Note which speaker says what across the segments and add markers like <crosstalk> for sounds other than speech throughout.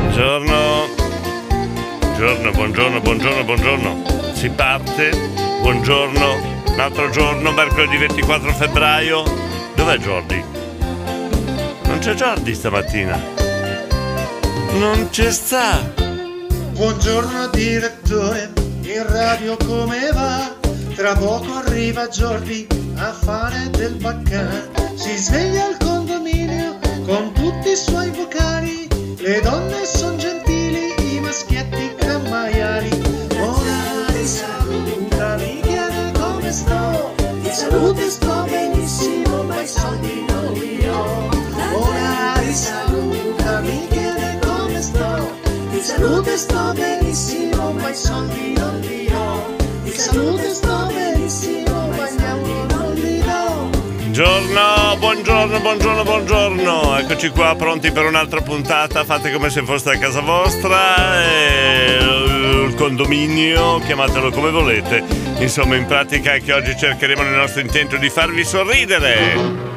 Speaker 1: Buongiorno. Buongiorno, buongiorno, buongiorno, buongiorno. Si parte. Buongiorno. Un altro giorno, mercoledì 24 febbraio. Dov'è Jordi? Non c'è Jordi stamattina. Non c'è sta.
Speaker 2: Buongiorno direttore, in radio come va? Tra poco arriva Jordi a fare del baccà. Si sveglia al condominio con tutti i suoi vocali. Le donne son gentili, i maschietti cammaiali. Ora li saluta, mi chiede come sto. Di salute sto benissimo, ma i soldi non li ho. Ora li saluta, mi chiede come sto. Di salute sto benissimo, ma i soldi non li ho. Di salute sto benissimo, ma i soldi non li ho.
Speaker 1: Buongiorno, buongiorno, buongiorno, buongiorno. Eccoci qua pronti per un'altra puntata. Fate come se foste a casa vostra. e il condominio, chiamatelo come volete. Insomma, in pratica anche oggi cercheremo nel nostro intento di farvi sorridere.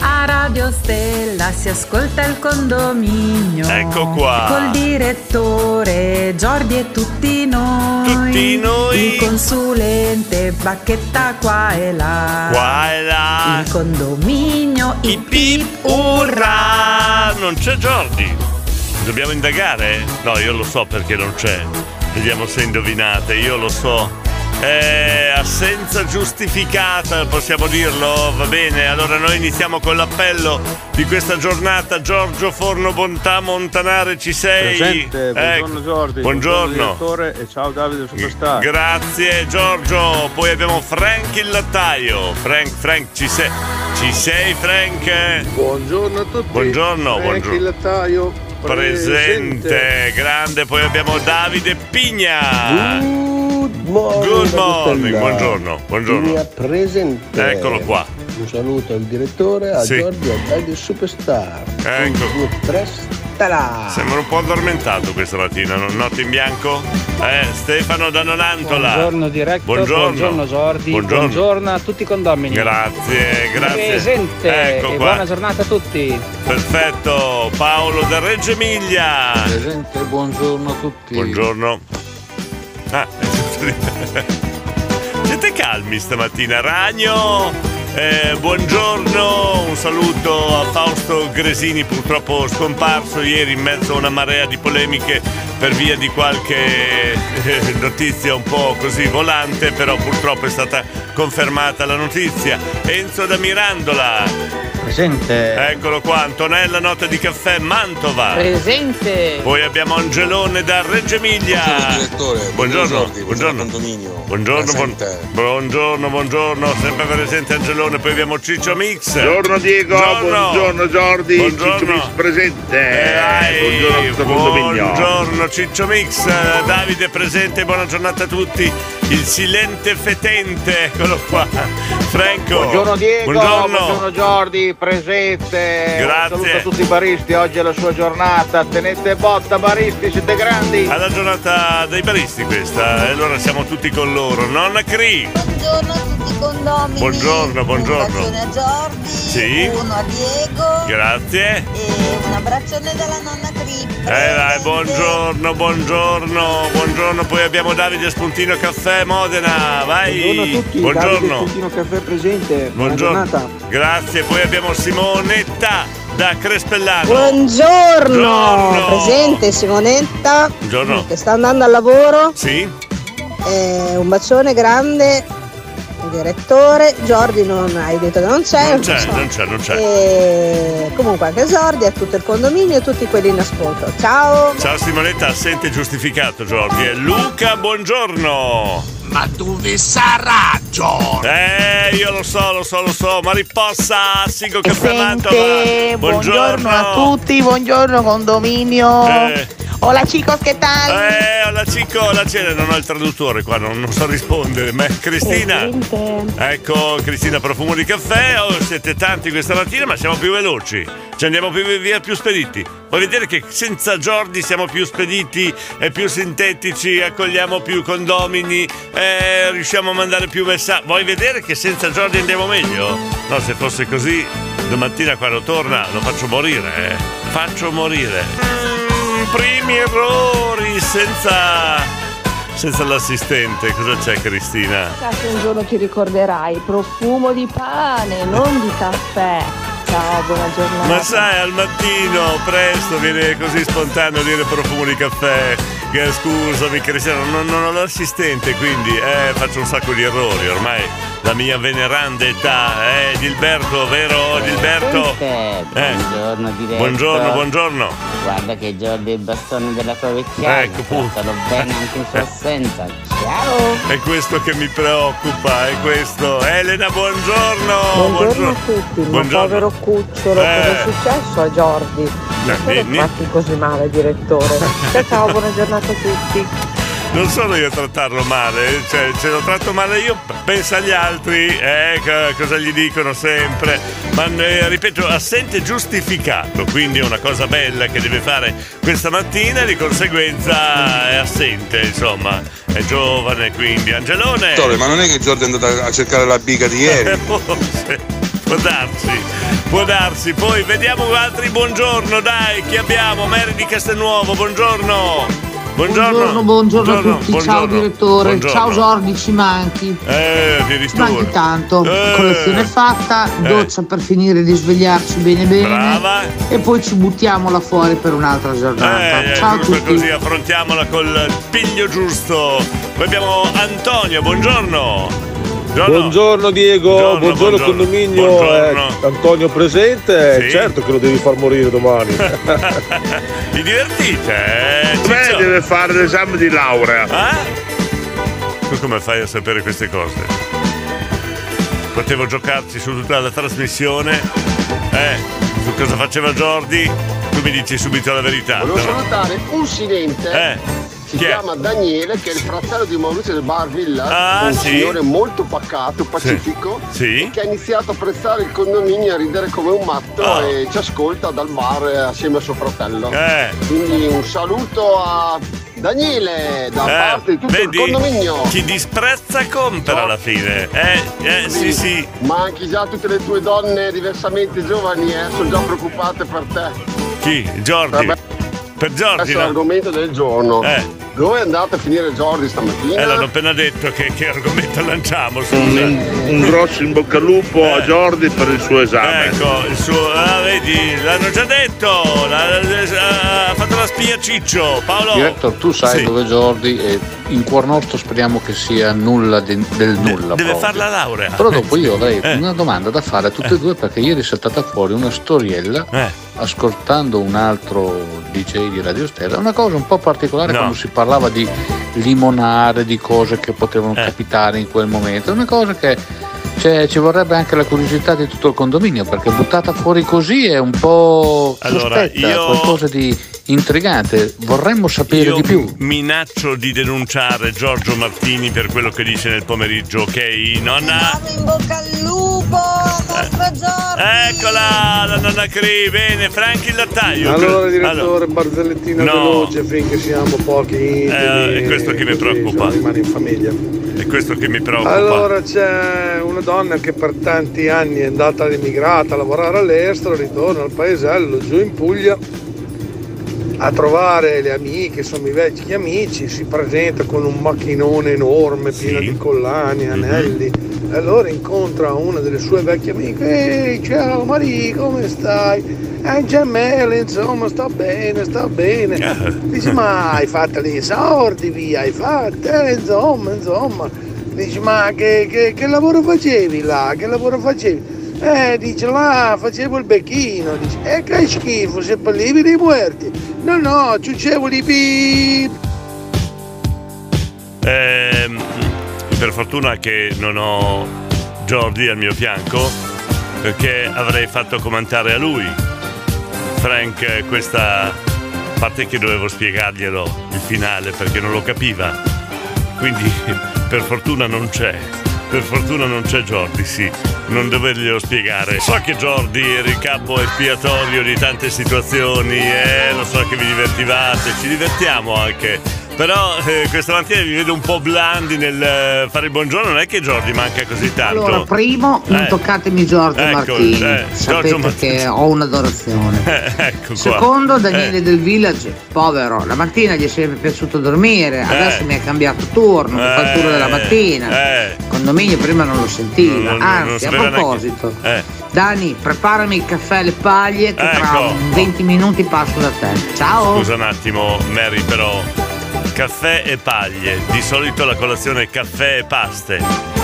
Speaker 3: A Radio Stella si ascolta il condominio.
Speaker 1: Ecco qua.
Speaker 3: Col direttore Giordi e tutti noi.
Speaker 1: Tutti noi.
Speaker 3: Il consulente Bacchetta qua e là.
Speaker 1: Qua e là.
Speaker 3: Il condominio.
Speaker 1: I pip urrà! Ah, Non c'è Jordi. Dobbiamo indagare? No, io lo so perché non c'è. Vediamo se indovinate, io lo so. Eh, assenza giustificata, possiamo dirlo? Va bene, allora noi iniziamo con l'appello di questa giornata. Giorgio Forno Bontà Montanare, ci sei?
Speaker 4: Presente, buongiorno
Speaker 1: Ecco.
Speaker 4: Jordi.
Speaker 1: Buongiorno.
Speaker 4: direttore e ciao Davide Superstar.
Speaker 1: Grazie Giorgio, poi abbiamo Frank il lattaio. Frank, Frank, ci sei? Ci sei Frank?
Speaker 4: buongiorno a tutti.
Speaker 1: Buongiorno, buongiorno.
Speaker 4: lattaio
Speaker 1: Presente, grande, poi abbiamo Davide Pigna.
Speaker 5: Good morning,
Speaker 1: Good
Speaker 5: Radio
Speaker 1: morning,
Speaker 5: Stella.
Speaker 1: buongiorno, buongiorno.
Speaker 5: Linea
Speaker 4: Eh.
Speaker 5: presente.
Speaker 1: Eccolo qua.
Speaker 5: Un saluto al direttore, a
Speaker 1: Sì.
Speaker 5: Giorgio, a Radio Superstar.
Speaker 1: Ecco.
Speaker 5: Un, due, tre, stella.
Speaker 1: Sembra un po' addormentato questa mattina, no? notte in bianco? Eh, Stefano da Nonantola.
Speaker 6: Buongiorno diretto,
Speaker 1: Buongiorno.
Speaker 6: buongiorno, Jordi,
Speaker 1: Buongiorno.
Speaker 6: buongiorno. a tutti i condomini.
Speaker 1: Grazie, grazie.
Speaker 6: Presente
Speaker 1: Ecco
Speaker 6: e
Speaker 1: qua.
Speaker 6: buona giornata a tutti.
Speaker 1: Perfetto, Paolo da Reggio Emilia.
Speaker 7: Presente, buongiorno a tutti.
Speaker 1: Buongiorno. Ah, <laughs> siete calmi stamattina, Ragno. Eh, buongiorno, un saluto a Fausto Gresini, purtroppo scomparso ieri in mezzo a una marea di polemiche per via di qualche eh, notizia un po' così volante, però purtroppo è stata confermata la notizia. Enzo da Mirandola,
Speaker 6: Presente.
Speaker 1: eccolo qua, Antonella, nota di caffè, Mantova.
Speaker 6: Presente.
Speaker 1: Poi abbiamo Angelone da Reggio Emilia.
Speaker 7: Direttore,
Speaker 1: Buongiorno,
Speaker 7: Jordi,
Speaker 1: buongiorno.
Speaker 7: condominio.
Speaker 1: Buongiorno, buon-
Speaker 7: Presente.
Speaker 1: buongiorno, buongiorno, sempre presente Angelone, poi abbiamo Ciccio Mix.
Speaker 8: Buongiorno Diego, buongiorno Jordi,
Speaker 1: Buongiorno.
Speaker 8: Ciccio Mix presente.
Speaker 1: Eh, dai,
Speaker 8: buongiorno a tutto il condominio.
Speaker 1: buongiorno Ciccio Mix, eh, Davide presente, buona giornata a tutti. Il silente fetente, eccolo qua. Franco.
Speaker 9: Buongiorno Diego,
Speaker 1: Buongiorno.
Speaker 9: buongiorno, Jordi, presente.
Speaker 1: Grazie.
Speaker 9: Un saluto a tutti i baristi, oggi è la sua giornata. Tenete botta baristi, siete grandi.
Speaker 1: Alla giornata dei baristi questa, e allora siamo tutti con loro. Nonna Cree.
Speaker 10: Buongiorno a tutti i condomini.
Speaker 1: Buongiorno, buongiorno.
Speaker 10: Un bacione a Jordi,
Speaker 1: Sì.
Speaker 10: uno a Diego
Speaker 1: Grazie.
Speaker 10: e un abbraccione dalla nonna Crippa.
Speaker 1: Eh dai, buongiorno, buongiorno, buongiorno, poi abbiamo Davide Spuntino Caffè, 3 Modena, vai.
Speaker 9: Buongiorno a tutti, Davide Tutino Caffè presente. Buona
Speaker 1: Buongiorno.
Speaker 9: giornata.
Speaker 1: Grazie, poi abbiamo Simonetta da Crespellano.
Speaker 11: Buongiorno.
Speaker 1: Buongiorno.
Speaker 11: Presente Simonetta
Speaker 1: Buongiorno.
Speaker 11: che sta andando al lavoro.
Speaker 1: Sì?
Speaker 11: Eh, un bacione grande. Direttore, Giordi non hai detto che non
Speaker 9: Eh,
Speaker 11: c'è,
Speaker 1: Non c'è, non c'è, non c'è.
Speaker 11: E comunque anche Giordi, a tutto il condominio e tutti quelli in ascolto. Ciao!
Speaker 1: Ciao Simonetta, assente giustificato Giorgi. E Luca, buongiorno. Ma dove sarà Giorgi? Eh, io lo so, lo so, lo so. Ma riposta, Sigo Campionato.
Speaker 12: Buongiorno. a tutti, buongiorno condominio.
Speaker 1: Eh.
Speaker 12: Hola chicos, che tal?
Speaker 1: Eh, la Cico, la cena, non ho il traduttore qua, non, non so rispondere. Ma Cristina, ecco Cristina, profumo di caffè. Oh, siete tanti questa mattina, ma siamo più veloci. Ci andiamo più, via più spediti. Vuoi vedere che senza Jordi siamo più spediti e più sintetici, accogliamo più condomini, eh, riusciamo a mandare più messaggi. Vuoi vedere che senza Jordi andiamo meglio? No, se fosse così, domattina quando torna lo faccio morire. eh. Faccio morire Mm, primi errori senza, senza l'assistente. Cosa c'è Cristina?
Speaker 13: che un giorno ti ricorderai, profumo di pane, non di caffè. Ciao, buona giornata.
Speaker 1: Ma sai, al mattino presto viene così spontaneo dire profumo di caffè. Che scusami Cristiano, non, non ho l'assistente, quindi eh, faccio un sacco di errori. Ormai la mia veneranda età, eh, Gilberto, vero Oh, Gilberto? Eh.
Speaker 14: Buongiorno, diretto.
Speaker 1: Buongiorno, buongiorno.
Speaker 14: Guarda che Giorgio è il bastone della tua vecchiaia.
Speaker 1: Ecco, pu-
Speaker 14: Trattalo bene anche in sua assenza.
Speaker 1: È questo che mi preoccupa, è questo. Elena, buongiorno.
Speaker 13: Buongiorno a tutti, ma
Speaker 1: Buongiorno.
Speaker 13: povero cucciolo, cosa
Speaker 1: Eh.
Speaker 13: è successo a Jordi?
Speaker 1: Eh,
Speaker 13: Perché
Speaker 1: ni-
Speaker 13: fatti così male,
Speaker 1: <laughs>
Speaker 13: direttore? Ciao, ciao, buona giornata a tutti.
Speaker 1: Non sono io a trattarlo male, cioè se lo tratto male io, pensa agli altri, eh, co- cosa gli dicono sempre. Ma eh, ripeto, assente giustificato, quindi è una cosa bella che deve fare questa mattina e di conseguenza è assente, insomma, è giovane quindi. Angelone!
Speaker 15: Dottore, ma non è che Giorgio è andato a cercare la biga di
Speaker 1: Eh.
Speaker 15: ieri?
Speaker 1: Forse, può darsi, può darsi. Poi vediamo altri buongiorno, dai, chi abbiamo? Mary di Castelnuovo, buongiorno. Buongiorno,
Speaker 16: Buongiorno, buongiorno, a tutti, ciao
Speaker 1: buongiorno,
Speaker 16: direttore,
Speaker 1: buongiorno.
Speaker 16: ciao Jordi, ci manchi.
Speaker 1: Eh, ti
Speaker 16: Ci
Speaker 1: disturbo.
Speaker 16: manchi tanto,
Speaker 1: Eh.
Speaker 16: colazione fatta, doccia per finire di svegliarci bene bene
Speaker 1: Brava.
Speaker 16: e poi ci buttiamo là fuori per un'altra giornata.
Speaker 1: Eh,
Speaker 16: ciao a
Speaker 1: giusto
Speaker 16: tutti.
Speaker 1: così, affrontiamola col piglio giusto. Poi abbiamo Antonio, buongiorno.
Speaker 17: Buongiorno Diego,
Speaker 18: Oh,
Speaker 17: buongiorno,
Speaker 1: buongiorno.
Speaker 17: condominio,
Speaker 1: Buongiorno.
Speaker 17: eh, Antonio
Speaker 18: eh,
Speaker 17: presente,
Speaker 1: Sì.
Speaker 17: certo che lo devi far morire
Speaker 18: <laughs>
Speaker 1: <laughs>
Speaker 17: domani.
Speaker 1: Vi divertite, eh?
Speaker 18: Beh, deve fare l'esame di laurea.
Speaker 1: Eh? Tu come fai a sapere queste cose? Potevo giocarci su tutta la trasmissione, eh, su cosa faceva Jordi, tu mi dici subito la verità.
Speaker 19: Volevo
Speaker 1: no?
Speaker 19: salutare un silente.
Speaker 1: Eh,
Speaker 19: Si
Speaker 1: chi è?
Speaker 19: chiama Daniele, che è il fratello di Maurizio del Bar Villa,
Speaker 1: Ah,
Speaker 19: un
Speaker 1: sì.
Speaker 19: signore molto pacato, pacifico,
Speaker 1: Sì.
Speaker 19: che ha iniziato a apprezzare il condominio e a ridere come un matto
Speaker 1: Ah.
Speaker 19: e ci ascolta dal bar eh, assieme a suo fratello.
Speaker 1: Eh.
Speaker 19: Quindi un saluto a Daniele da
Speaker 1: Eh,
Speaker 19: parte di tutto
Speaker 1: vedi,
Speaker 19: il condominio.
Speaker 1: Chi disprezza compra alla fine. Eh, eh, sì, sì.
Speaker 19: Ma anche già tutte le tue donne diversamente giovani eh, sono già preoccupate per te.
Speaker 1: Chi? Jordi. Per Jordi,
Speaker 19: Questo è
Speaker 1: no?
Speaker 19: l'argomento del giorno. Dove è andato a finire Jordi stamattina?
Speaker 1: Eh, l'hanno appena detto che, che argomento lanciamo, scusa.
Speaker 18: Un, un grosso in bocca al lupo a Jordi per il suo esame.
Speaker 1: Eh. Ecco, il suo. Ah, vedi, l'hanno già detto! la- la- ha fatto la spia Ciccio, Paolo!
Speaker 15: Diretto, tu sai
Speaker 1: Sì.
Speaker 15: dove Jordi e in cuor nostro speriamo che sia nulla de- del nulla.
Speaker 1: deve
Speaker 15: proprio.
Speaker 1: far la laurea.
Speaker 15: Però dopo io avrei
Speaker 1: <laughs> Eh.
Speaker 15: una domanda da fare a tutte e due perché ieri è saltata fuori una storiella
Speaker 1: Eh.
Speaker 15: ascoltando un altro DJ di Radio Stella, una cosa un po' particolare
Speaker 1: No.
Speaker 15: quando si parlava di limonare, di cose che potevano
Speaker 1: Eh.
Speaker 15: capitare in quel momento, una cosa che cioè, ci vorrebbe anche la curiosità di tutto il condominio perché buttata fuori così è un po'
Speaker 1: Allora,
Speaker 15: sospetta,
Speaker 1: io-
Speaker 15: qualcosa di intrigante, vorremmo sapere
Speaker 1: Io
Speaker 15: di più.
Speaker 1: minaccio di denunciare Giorgio Martini per quello che dice nel pomeriggio, ok? Nonna?
Speaker 11: In bocca al lupo, al nostro Giordi.
Speaker 1: Eccola, la nonna Cri, bene, Franchi il lattaio.
Speaker 17: allora
Speaker 1: Allora.
Speaker 17: direttore, barzellettina
Speaker 1: No.
Speaker 17: veloce finché siamo pochi.
Speaker 1: Eh, è questo che mi preoccupa.
Speaker 17: Rimane in famiglia.
Speaker 1: È questo che mi preoccupa.
Speaker 17: Allora c'è una donna che per tanti anni è andata all'emigrata a lavorare all'estero, ritorna al paesello giù in Puglia a trovare le amiche, insomma i vecchi amici, si presenta con un macchinone enorme pieno di collane, anelli. E allora incontra una delle sue vecchie amiche, ehi eh, ciao Maria, come stai? È in gemelle, insomma, sta bene, sta bene. Dice, ma hai fatto gli esordi, via, hai fatto, eh, insomma, insomma. Dice, ma che, che- che lavoro facevi là? Che lavoro facevi? Eh, dice, là facevo il becchino. Dice, e che schifo, se pallivi i muerti. No, no, ciuccevo di pip.
Speaker 1: Ehm, per fortuna che non ho Jordi al mio fianco, perché avrei fatto commentare a lui, Frank, eh, questa a parte che dovevo spiegarglielo il finale perché non lo capiva. Quindi <laughs> per fortuna non c'è. Per fortuna non c'è Jordi, sì, non doverglielo spiegare. So che Jordi era il capo espiatorio di tante situazioni, eh, lo so che vi divertivate, ci divertiamo anche. Però eh, questa mattina vi vedo un po' blandi nel eh, fare il buongiorno, non è che Jordi manca così tanto.
Speaker 16: Allora, primo, non
Speaker 1: Eh,
Speaker 16: toccatemi Giorgio
Speaker 1: ecco,
Speaker 16: Martini.
Speaker 1: eh,
Speaker 16: Sapete
Speaker 1: Giorgio Martini.
Speaker 16: che ho un'adorazione.
Speaker 1: eh, <laughs> ecco qua.
Speaker 16: Secondo, Daniele
Speaker 1: Eh,
Speaker 16: del Village, povero, la mattina gli è sempre piaciuto dormire, adesso mi ha cambiato turno, Eh, mi fa il turno della mattina.
Speaker 1: eh,
Speaker 16: Il condominio prima non lo sentiva,
Speaker 1: non- non
Speaker 16: anzi,
Speaker 1: sapeva
Speaker 16: a
Speaker 1: neanche-
Speaker 16: proposito,
Speaker 1: eh.
Speaker 16: Dani, preparami il caffè alle paglie che tra
Speaker 1: Ecco.
Speaker 16: 20 minuti passo da te. Ciao!
Speaker 1: Scusa un attimo, Mary, però. Caffè e paglie. Di solito la colazione è caffè e paste.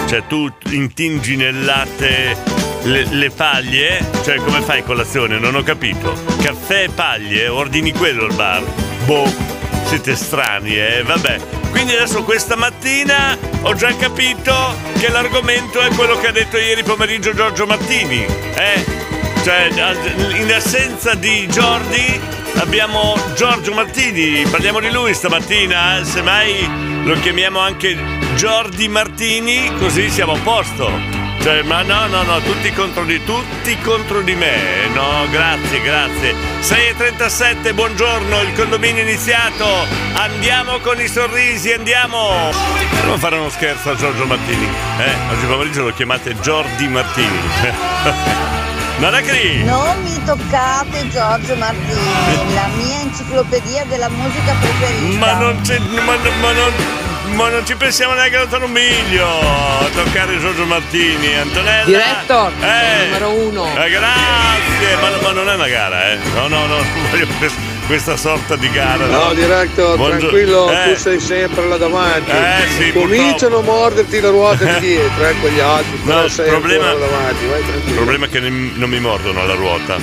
Speaker 1: Cioè, tu intingi nel latte le, le paglie? Cioè, come fai colazione? Non ho capito. Caffè e paglie, ordini quello al bar. Boh, siete strani, eh? Vabbè. Quindi adesso questa mattina ho già capito che l'argomento è quello che ha detto ieri pomeriggio Giorgio Mattini. Eh? Cioè, in assenza di Jordi abbiamo Giorgio Martini, parliamo di lui stamattina, eh, semmai lo chiamiamo anche Jordi Martini, così siamo a posto. Cioè, ma no, no, no, tutti contro di tutti contro di me. No, grazie, grazie. 6.37, buongiorno, il condominio è iniziato. Andiamo con i sorrisi, andiamo! Non fare uno scherzo a Giorgio Martini. Eh, oggi pomeriggio lo chiamate Jordi Martini. <laughs> Nanacri!
Speaker 20: Non mi toccate Giorgio Martini, la mia enciclopedia della musica preferita.
Speaker 1: Ma non, c'è- ma, ma non, ma non ci pensiamo neanche lontano un miglio a toccare Giorgio Martini, Antonella.
Speaker 21: Director,
Speaker 1: eh,
Speaker 21: numero uno.
Speaker 1: eh, grazie, ma, ma non è una gara, eh. No, no, <laughs> no, non voglio quest- questa sorta di gara.
Speaker 17: No, director,
Speaker 1: Buongiorno.
Speaker 17: tranquillo,
Speaker 1: Eh,
Speaker 17: tu sei sempre là davanti.
Speaker 1: Eh, sì,
Speaker 17: Cominciano a morderti le ruote di dietro, eh, con gli altri, però
Speaker 1: il
Speaker 17: sei
Speaker 1: problema-
Speaker 17: ancora là davanti, vai
Speaker 1: Il
Speaker 17: tranquillo.
Speaker 1: problema è che nem- non mi mordono la ruota.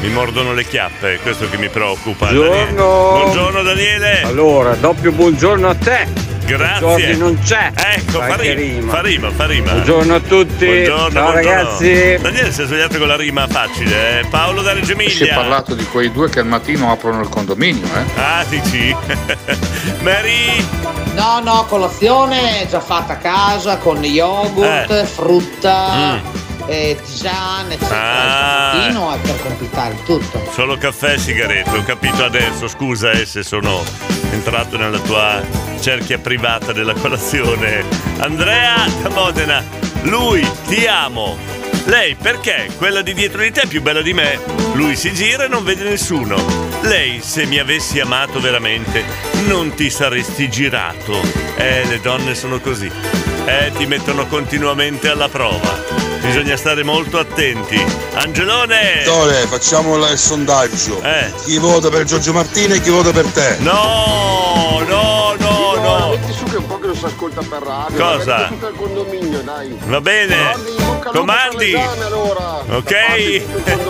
Speaker 1: Mi mordono le chiappe, questo che mi preoccupa. Daniele. Buongiorno Daniele.
Speaker 22: Allora, doppio buongiorno a te.
Speaker 1: Grazie.
Speaker 22: Giorgi non c'è.
Speaker 1: Ecco, fa
Speaker 22: Anche
Speaker 1: rima, fa rima, fa rima.
Speaker 22: Buongiorno a tutti.
Speaker 1: Buongiorno, Mm.
Speaker 22: Ciao
Speaker 1: buongiorno.
Speaker 22: ragazzi.
Speaker 1: Daniele si è svegliato con la rima facile. eh. Paolo da Reggio Emilia.
Speaker 15: Si è parlato di quei due che al mattino aprono il condominio, eh?
Speaker 1: Ah, dici? Mary!
Speaker 23: No, no, colazione già fatta a casa con yogurt,
Speaker 1: Eh.
Speaker 23: frutta,
Speaker 1: Mm.
Speaker 23: eh, tisane, eccetera.
Speaker 1: Ah.
Speaker 23: Il Continua per completare il tutto.
Speaker 1: Solo caffè e sigarette, ho capito adesso. Scusa eh, se sono entrato nella tua cerchia privata della colazione. Andrea da Modena, lui ti amo. Lei perché? Quella di dietro di te è più bella di me. Lui si gira e non vede nessuno. Lei, se mi avessi amato veramente, non ti saresti girato. Eh, le donne sono così. Eh, ti mettono continuamente alla prova. Bisogna stare molto attenti. Angelone!
Speaker 24: Dottore, facciamo il sondaggio. Chi vota per Giorgio Martini e chi vota per te?
Speaker 1: Eh. No, no, no, no.
Speaker 19: Metti su che è un po' che non si ascolta per radio.
Speaker 1: Cosa?
Speaker 19: Metti tutto il condominio, dai.
Speaker 1: Va bene.
Speaker 19: Guardi, in bocca al lupo per
Speaker 1: Comandi.
Speaker 19: le donne, allora.
Speaker 1: Ok.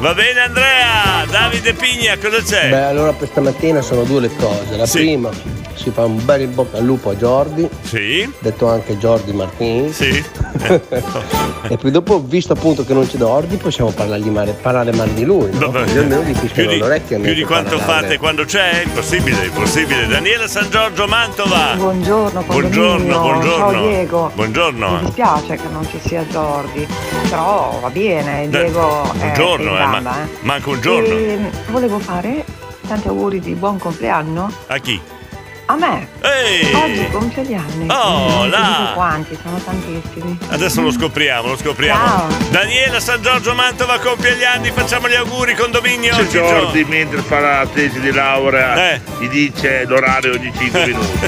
Speaker 1: Va bene Andrea. Davide Pigna, cosa c'è?
Speaker 25: Beh, allora per stamattina sono due le cose. La prima, si fa un bel in bocca al lupo a Jordi.
Speaker 1: Sì.
Speaker 25: Detto anche Jordi Martini.
Speaker 1: Sì.
Speaker 25: <laughs> e poi dopo, visto appunto che non c'è Jordi, possiamo parlare di mare, parlare male di lui. No? Così almeno gli
Speaker 9: Eh,
Speaker 1: Più
Speaker 25: fischiano
Speaker 1: di,
Speaker 25: l'orecchio.
Speaker 1: più di quanto fate quando c'è? È impossibile, è impossibile. Daniela San Giorgio Mantova.
Speaker 26: Buongiorno,
Speaker 1: Buongiorno,
Speaker 26: condominio.
Speaker 1: buongiorno.
Speaker 26: Ciao Diego. Mi
Speaker 1: Buongiorno.
Speaker 26: dispiace che non ci sia Jordi, però va bene, Diego è
Speaker 1: buongiorno,
Speaker 26: in
Speaker 1: eh, ma-
Speaker 26: gamba, eh.
Speaker 3: mm,
Speaker 1: manca un giorno.
Speaker 26: E volevo fare tanti auguri di buon compleanno
Speaker 1: A chi?
Speaker 26: A me.
Speaker 1: Ehi!
Speaker 26: Oggi compio gli anni.
Speaker 1: Oh,
Speaker 26: non ti
Speaker 1: là.
Speaker 26: dico quanti, sono tantissimi.
Speaker 1: Adesso lo scopriamo, lo scopriamo.
Speaker 26: Ciao.
Speaker 1: Daniela San Giorgio Mantova compie gli anni, facciamo gli auguri, condominio.
Speaker 18: Se
Speaker 1: Gigio.
Speaker 18: Giordi mentre fa la tesi di laurea
Speaker 1: Eh.
Speaker 18: gli dice l'orario di
Speaker 1: <laughs>
Speaker 18: 5 minuti.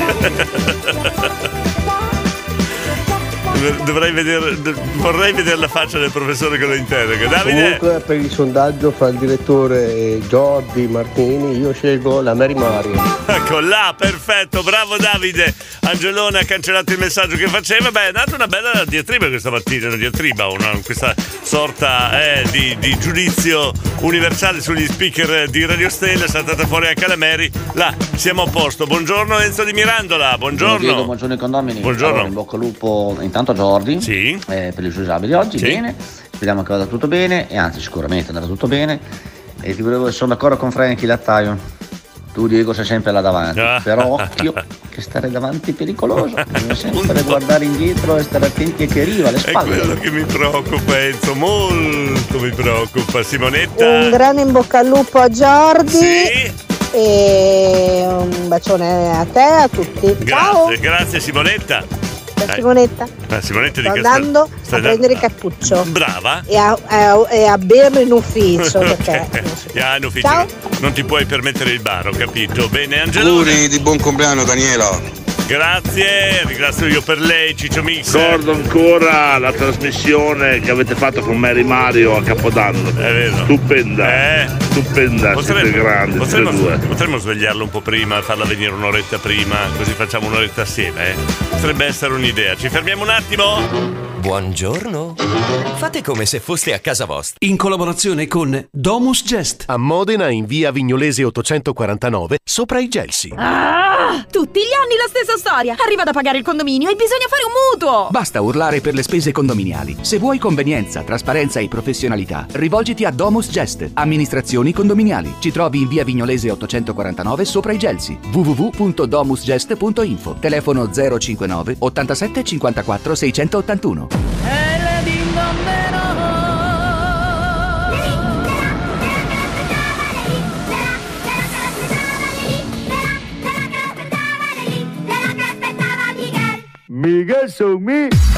Speaker 1: Dov- Dovrei vedere, do- vorrei vedere la faccia del professore che lo interroga. Davide,
Speaker 25: Comunque per il sondaggio fra il direttore e Giordi Martini io scelgo la Mary Mario.
Speaker 1: ecco là, perfetto, bravo Davide. Angelone ha cancellato il messaggio che faceva. Beh, è nata una bella diatriba questa mattina, una diatriba, una- questa sorta eh, di, di giudizio universale sugli speaker di Radio Stella. È saltata fuori anche la Mary. Là, siamo a posto. Buongiorno Enzo di Mirandola,
Speaker 27: Diego,
Speaker 1: buongiorno.
Speaker 27: buongiorno ai condomini.
Speaker 1: Buongiorno.
Speaker 27: Allora, in bocca al lupo intanto a Jordi eh, per il suo esame di oggi.
Speaker 1: Sì.
Speaker 27: Bene. Speriamo che vada tutto bene e anzi sicuramente andrà tutto bene. E ti volevo, sono d'accordo con Franchi Lattaio. Tu Diego sei sempre là davanti,
Speaker 1: Ah.
Speaker 27: però occhio che stare davanti è
Speaker 1: <laughs>
Speaker 27: pericoloso, bisogna sempre guardare indietro e stare attenti a chi arriva alle
Speaker 1: È
Speaker 27: spalle.
Speaker 1: quello che mi preoccupa, Enzo, molto mi preoccupa. Simonetta.
Speaker 11: Un grande in bocca al lupo a Giordi. E un bacione a te, a tutti. Ciao,
Speaker 1: Grazie, grazie Simonetta.
Speaker 11: da Simonetta.
Speaker 1: Ah, Simonetta di
Speaker 11: Sto
Speaker 1: Castel-
Speaker 11: andando
Speaker 1: sta
Speaker 11: a
Speaker 1: andando-
Speaker 11: prendere il cappuccio.
Speaker 1: Brava.
Speaker 11: E a, a- e a berlo in ufficio
Speaker 1: <laughs>
Speaker 11: perché
Speaker 1: Ah, no, Figi,
Speaker 11: Ciao.
Speaker 1: Non ti puoi permettere il bar, ho capito. Bene, Angelo.
Speaker 24: Auguri di buon compleanno Daniela.
Speaker 1: Grazie, ringrazio io per lei, Ciccio Mix.
Speaker 18: Ricordo ancora la trasmissione che avete fatto con Mary Mario a Capodanno.
Speaker 1: Eh.
Speaker 18: Stupenda. Stupenda, sempre grande,
Speaker 1: potremmo,
Speaker 18: tutte e due.
Speaker 1: potremmo svegliarlo un po' prima, farla venire un'oretta prima, così facciamo un'oretta assieme. eh. Potrebbe essere un'idea. Ci fermiamo un attimo.
Speaker 28: Buongiorno. Fate come se foste a casa vostra. In collaborazione con Domus Gest. A Modena in via Vignolese 849, sopra i gelsi.
Speaker 2: Ah, tutti gli anni la stessa storia. Arriva da pagare il condominio e bisogna fare un mutuo.
Speaker 29: Basta urlare per le spese condominiali. Se vuoi convenienza, trasparenza e professionalità, rivolgiti a Domus Gest, amministrazioni condominiali. Ci trovi in via Vignolese 849 sopra i Gelsi. www.domusgest.info. Telefono 059 87 54 681.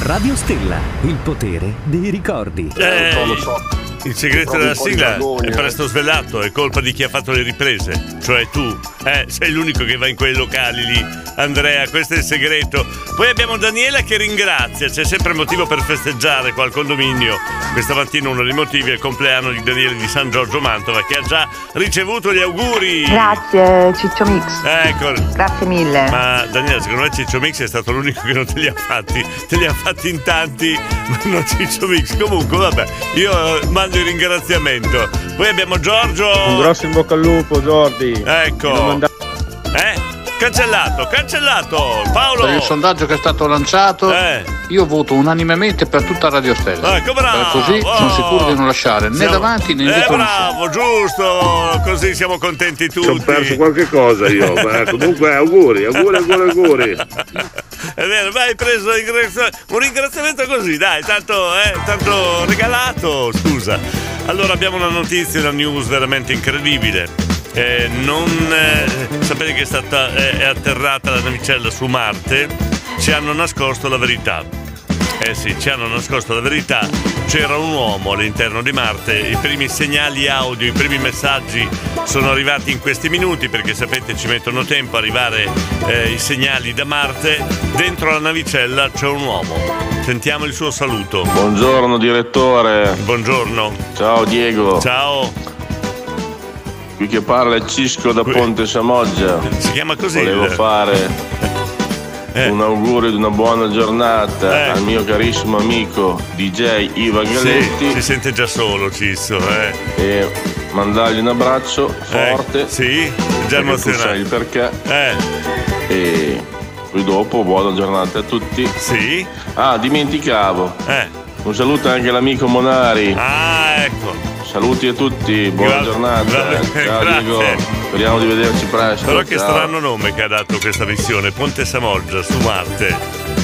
Speaker 28: Radio Stella, il potere dei ricordi.
Speaker 1: Eh, Il segreto
Speaker 28: Trovi
Speaker 1: della
Speaker 28: un po' di
Speaker 1: sigla
Speaker 28: jargoni,
Speaker 1: è
Speaker 28: eh.
Speaker 1: presto svelato, è colpa di chi ha fatto le riprese, cioè tu. Eh, sei l'unico che va in quei locali lì, Andrea, questo è il segreto. Poi abbiamo Daniela che ringrazia, c'è sempre motivo per festeggiare qua al condominio. Questa mattina uno dei motivi è il compleanno di Daniele di San Giorgio Mantova che ha già ricevuto gli auguri.
Speaker 26: Grazie Ciccio Mix.
Speaker 1: Ecco.
Speaker 26: Grazie mille.
Speaker 1: Ma Daniela, secondo me Ciccio Mix è stato l'unico che non te li ha fatti, te li ha fatti in tanti, ma non Ciccio Mix. Comunque, vabbè, io eh, mando il ringraziamento. Poi abbiamo Giorgio.
Speaker 10: Un grosso in bocca al lupo, Jordi.
Speaker 1: Ecco. Eh? <laughs> Cancellato, cancellato! Paolo! Eh.
Speaker 15: Per il sondaggio che è stato lanciato, io voto unanimemente per tutta Radio Stella.
Speaker 1: Ecco, bravo!
Speaker 15: Eh, Così sono sicuro di non lasciare né
Speaker 1: Siamo-
Speaker 15: davanti né
Speaker 1: Eh,
Speaker 15: indietro. nessuno.
Speaker 1: bravo, giusto! Così siamo contenti tutti.
Speaker 18: Ho perso qualche cosa
Speaker 1: <laughs>
Speaker 18: io, ma comunque auguri, auguri, auguri, auguri.
Speaker 1: È vero, ma hai preso il ringrazi- un ringraziamento così, dai, tanto, eh, tanto regalato, scusa. Allora abbiamo una notizia, una news veramente incredibile. Eh, non, eh, sapete che è stata eh, è atterrata la navicella su Marte, ci hanno nascosto la verità. Eh sì, ci hanno nascosto la verità. C'era un uomo all'interno di Marte. I primi segnali audio, i primi messaggi sono arrivati in questi minuti perché sapete ci mettono tempo a arrivare eh, i segnali da Marte. Dentro la navicella c'è un uomo. Sentiamo il suo saluto.
Speaker 4: Buongiorno direttore.
Speaker 1: Buongiorno.
Speaker 4: Ciao Diego.
Speaker 1: Ciao.
Speaker 4: Qui che parla è Cisco da Ponte Samoggia.
Speaker 1: Si chiama così
Speaker 4: Volevo
Speaker 1: il- <laughs> Eh.
Speaker 4: fare un augurio di una buona giornata al mio carissimo amico DJ Ivan
Speaker 1: Sì,
Speaker 4: Galetti.
Speaker 1: si sente già solo Cisso, eh.
Speaker 4: E mandargli un abbraccio forte.
Speaker 1: sì, già Eh.
Speaker 4: perché tu
Speaker 1: emozionato.
Speaker 4: sai il perché. E poi dopo buona giornata a tutti.
Speaker 1: Sì. Eh.
Speaker 4: Ah, dimenticavo. Un saluto anche all'amico Monari.
Speaker 1: Ah, ecco.
Speaker 4: Saluti a tutti, buona
Speaker 1: Gra-
Speaker 4: giornata.
Speaker 1: <laughs> gra-
Speaker 4: Ciao
Speaker 1: grazie.
Speaker 4: Diego, speriamo di vederci presto.
Speaker 1: Però che
Speaker 4: Ciao.
Speaker 1: strano nome che ha dato questa missione, Ponte Samoggia su Marte.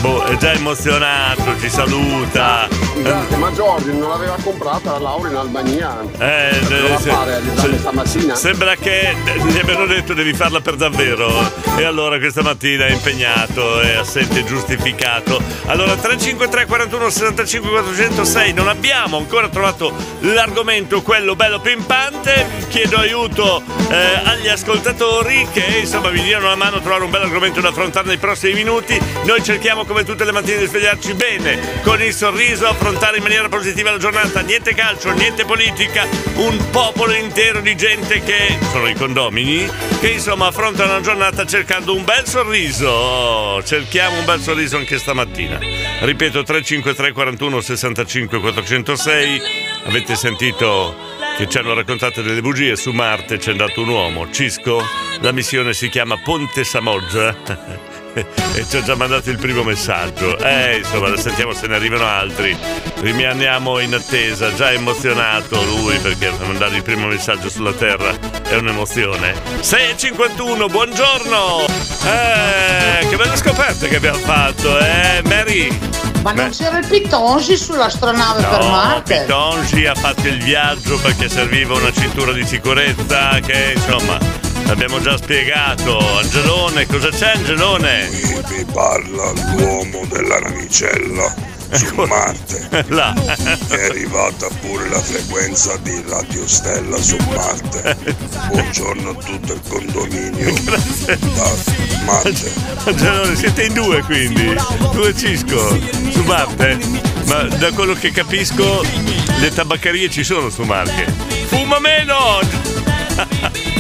Speaker 1: boh, è già emozionato, ci saluta.
Speaker 19: Scusate, ma Giorgio non l'aveva comprata la laurea in Albania.
Speaker 1: Eh,
Speaker 19: Doveva
Speaker 1: se-
Speaker 19: fare l'esame
Speaker 1: se-
Speaker 19: stamattina.
Speaker 1: Sembra che eh, gli abbiano detto devi farla per davvero. E allora questa mattina è impegnato, è assente giustificato. Allora 353 41 65 406 non abbiamo ancora trovato l'argomento, quello bello pimpante. Chiedo aiuto eh, agli ascoltatori che insomma mi diano una mano a trovare un bel argomento da affrontare nei prossimi minuti. Noi cerchiamo come tutte le mattine di svegliarci bene, con il sorriso, affrontare in maniera positiva la giornata. Niente calcio, niente politica, un popolo intero di gente che sono i condomini, che insomma affrontano la giornata cercando un bel sorriso. Oh, cerchiamo un bel sorriso anche stamattina. Ripeto 353 41 65 406. Avete sentito che ci hanno raccontato delle bugie su Marte c'è andato un uomo, Cisco. La missione si chiama Ponte Samoggia. E ci ho già mandato il primo messaggio. Eh, insomma, adesso sentiamo se ne arrivano altri. Rimaniamo in attesa, già emozionato lui perché mandare il primo messaggio sulla Terra è un'emozione. 6.51, buongiorno! Eh, che belle scoperte che abbiamo fatto, eh, Mary!
Speaker 16: Ma non
Speaker 1: Ma-
Speaker 16: c'era il Pitongi sull'astronave per
Speaker 1: No,
Speaker 16: Marte?
Speaker 1: Pitongi ha fatto il viaggio perché serviva una cintura di sicurezza che insomma l'abbiamo già spiegato. Angelone, cosa c'è Angelone?
Speaker 3: Mi parla l'uomo della navicella su
Speaker 1: Ecco. <laughs>
Speaker 3: Marte. È arrivata pure la frequenza di Radio Stella su Marte. Buongiorno a tutto il condominio
Speaker 1: <laughs>
Speaker 3: da Marte.
Speaker 1: Angelone, siete in due quindi? Tu e Cisco su Marte? eh. Ma da quello che capisco le tabaccherie ci sono su Marte. Fuma meno! <laughs>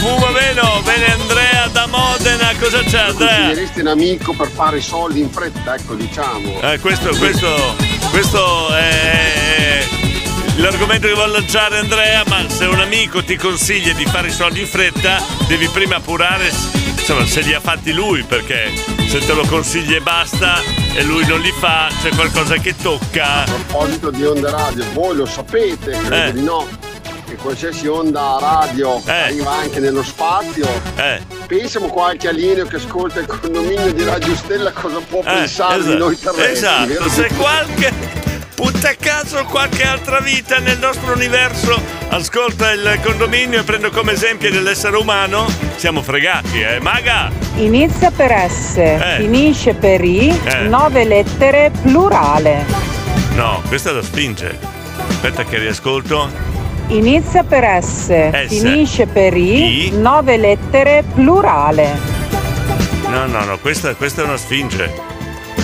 Speaker 1: Fuma meno! Bene Andrea da Modena, cosa c'è Andrea?
Speaker 19: Consiglieresti un amico per fare i soldi in fretta, ecco diciamo.
Speaker 1: Eh, questo, questo, questo è l'argomento che vuole lanciare Andrea, ma se un amico ti consiglia di fare i soldi in fretta, devi prima appurare insomma, se li ha fatti lui, perché se te lo consiglia e basta e lui non li fa, c'è qualcosa che tocca.
Speaker 19: A proposito di onda radio, voi lo sapete, credo
Speaker 1: Eh.
Speaker 19: di no, che qualsiasi onda radio arriva anche nello spazio.
Speaker 1: Eh.
Speaker 19: Pensiamo qualche alieno che ascolta il condominio di Radio Stella cosa può
Speaker 1: Eh,
Speaker 19: pensare di noi terrestri.
Speaker 1: esatto.
Speaker 19: vero?
Speaker 1: se qualche putta caso qualche altra vita nel nostro universo ascolta il condominio e prendo come esempio dell'essere umano, siamo fregati, eh, maga!
Speaker 3: Inizia per S, finisce per I,
Speaker 1: Eh.
Speaker 3: nove lettere, plurale.
Speaker 1: No, questa la spinge. Aspetta che riascolto.
Speaker 3: Inizia per S, finisce per I, nove lettere, plurale.
Speaker 1: No, no, no, questa, questa è una sfinge.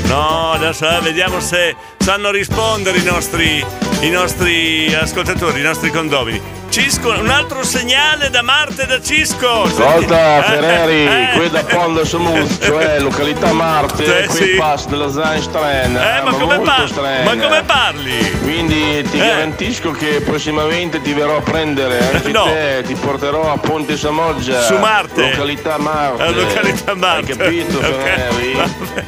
Speaker 1: No, adesso eh, vediamo se sanno rispondere i nostri, i nostri ascoltatori, i nostri condomini. Cisco, un altro segnale da Marte e da Cisco! <laughs>
Speaker 4: Ascolta
Speaker 1: Senti-
Speaker 4: Ferreri, qui da Pondo Samuz, cioè località Marte,
Speaker 1: Eh,
Speaker 4: qui
Speaker 1: sì.
Speaker 4: passa della Zainstein.
Speaker 1: Eh, ma come par- ma come Eh.
Speaker 4: parli? Quindi ti garantisco che prossimamente ti verrò a prendere
Speaker 1: <laughs>
Speaker 4: anche te, ti porterò a Ponte Samoggia.
Speaker 1: Su Marte.
Speaker 4: Località Marte.
Speaker 1: Eh, località
Speaker 4: Marte. Hai
Speaker 1: <laughs>
Speaker 4: capito Ferreri?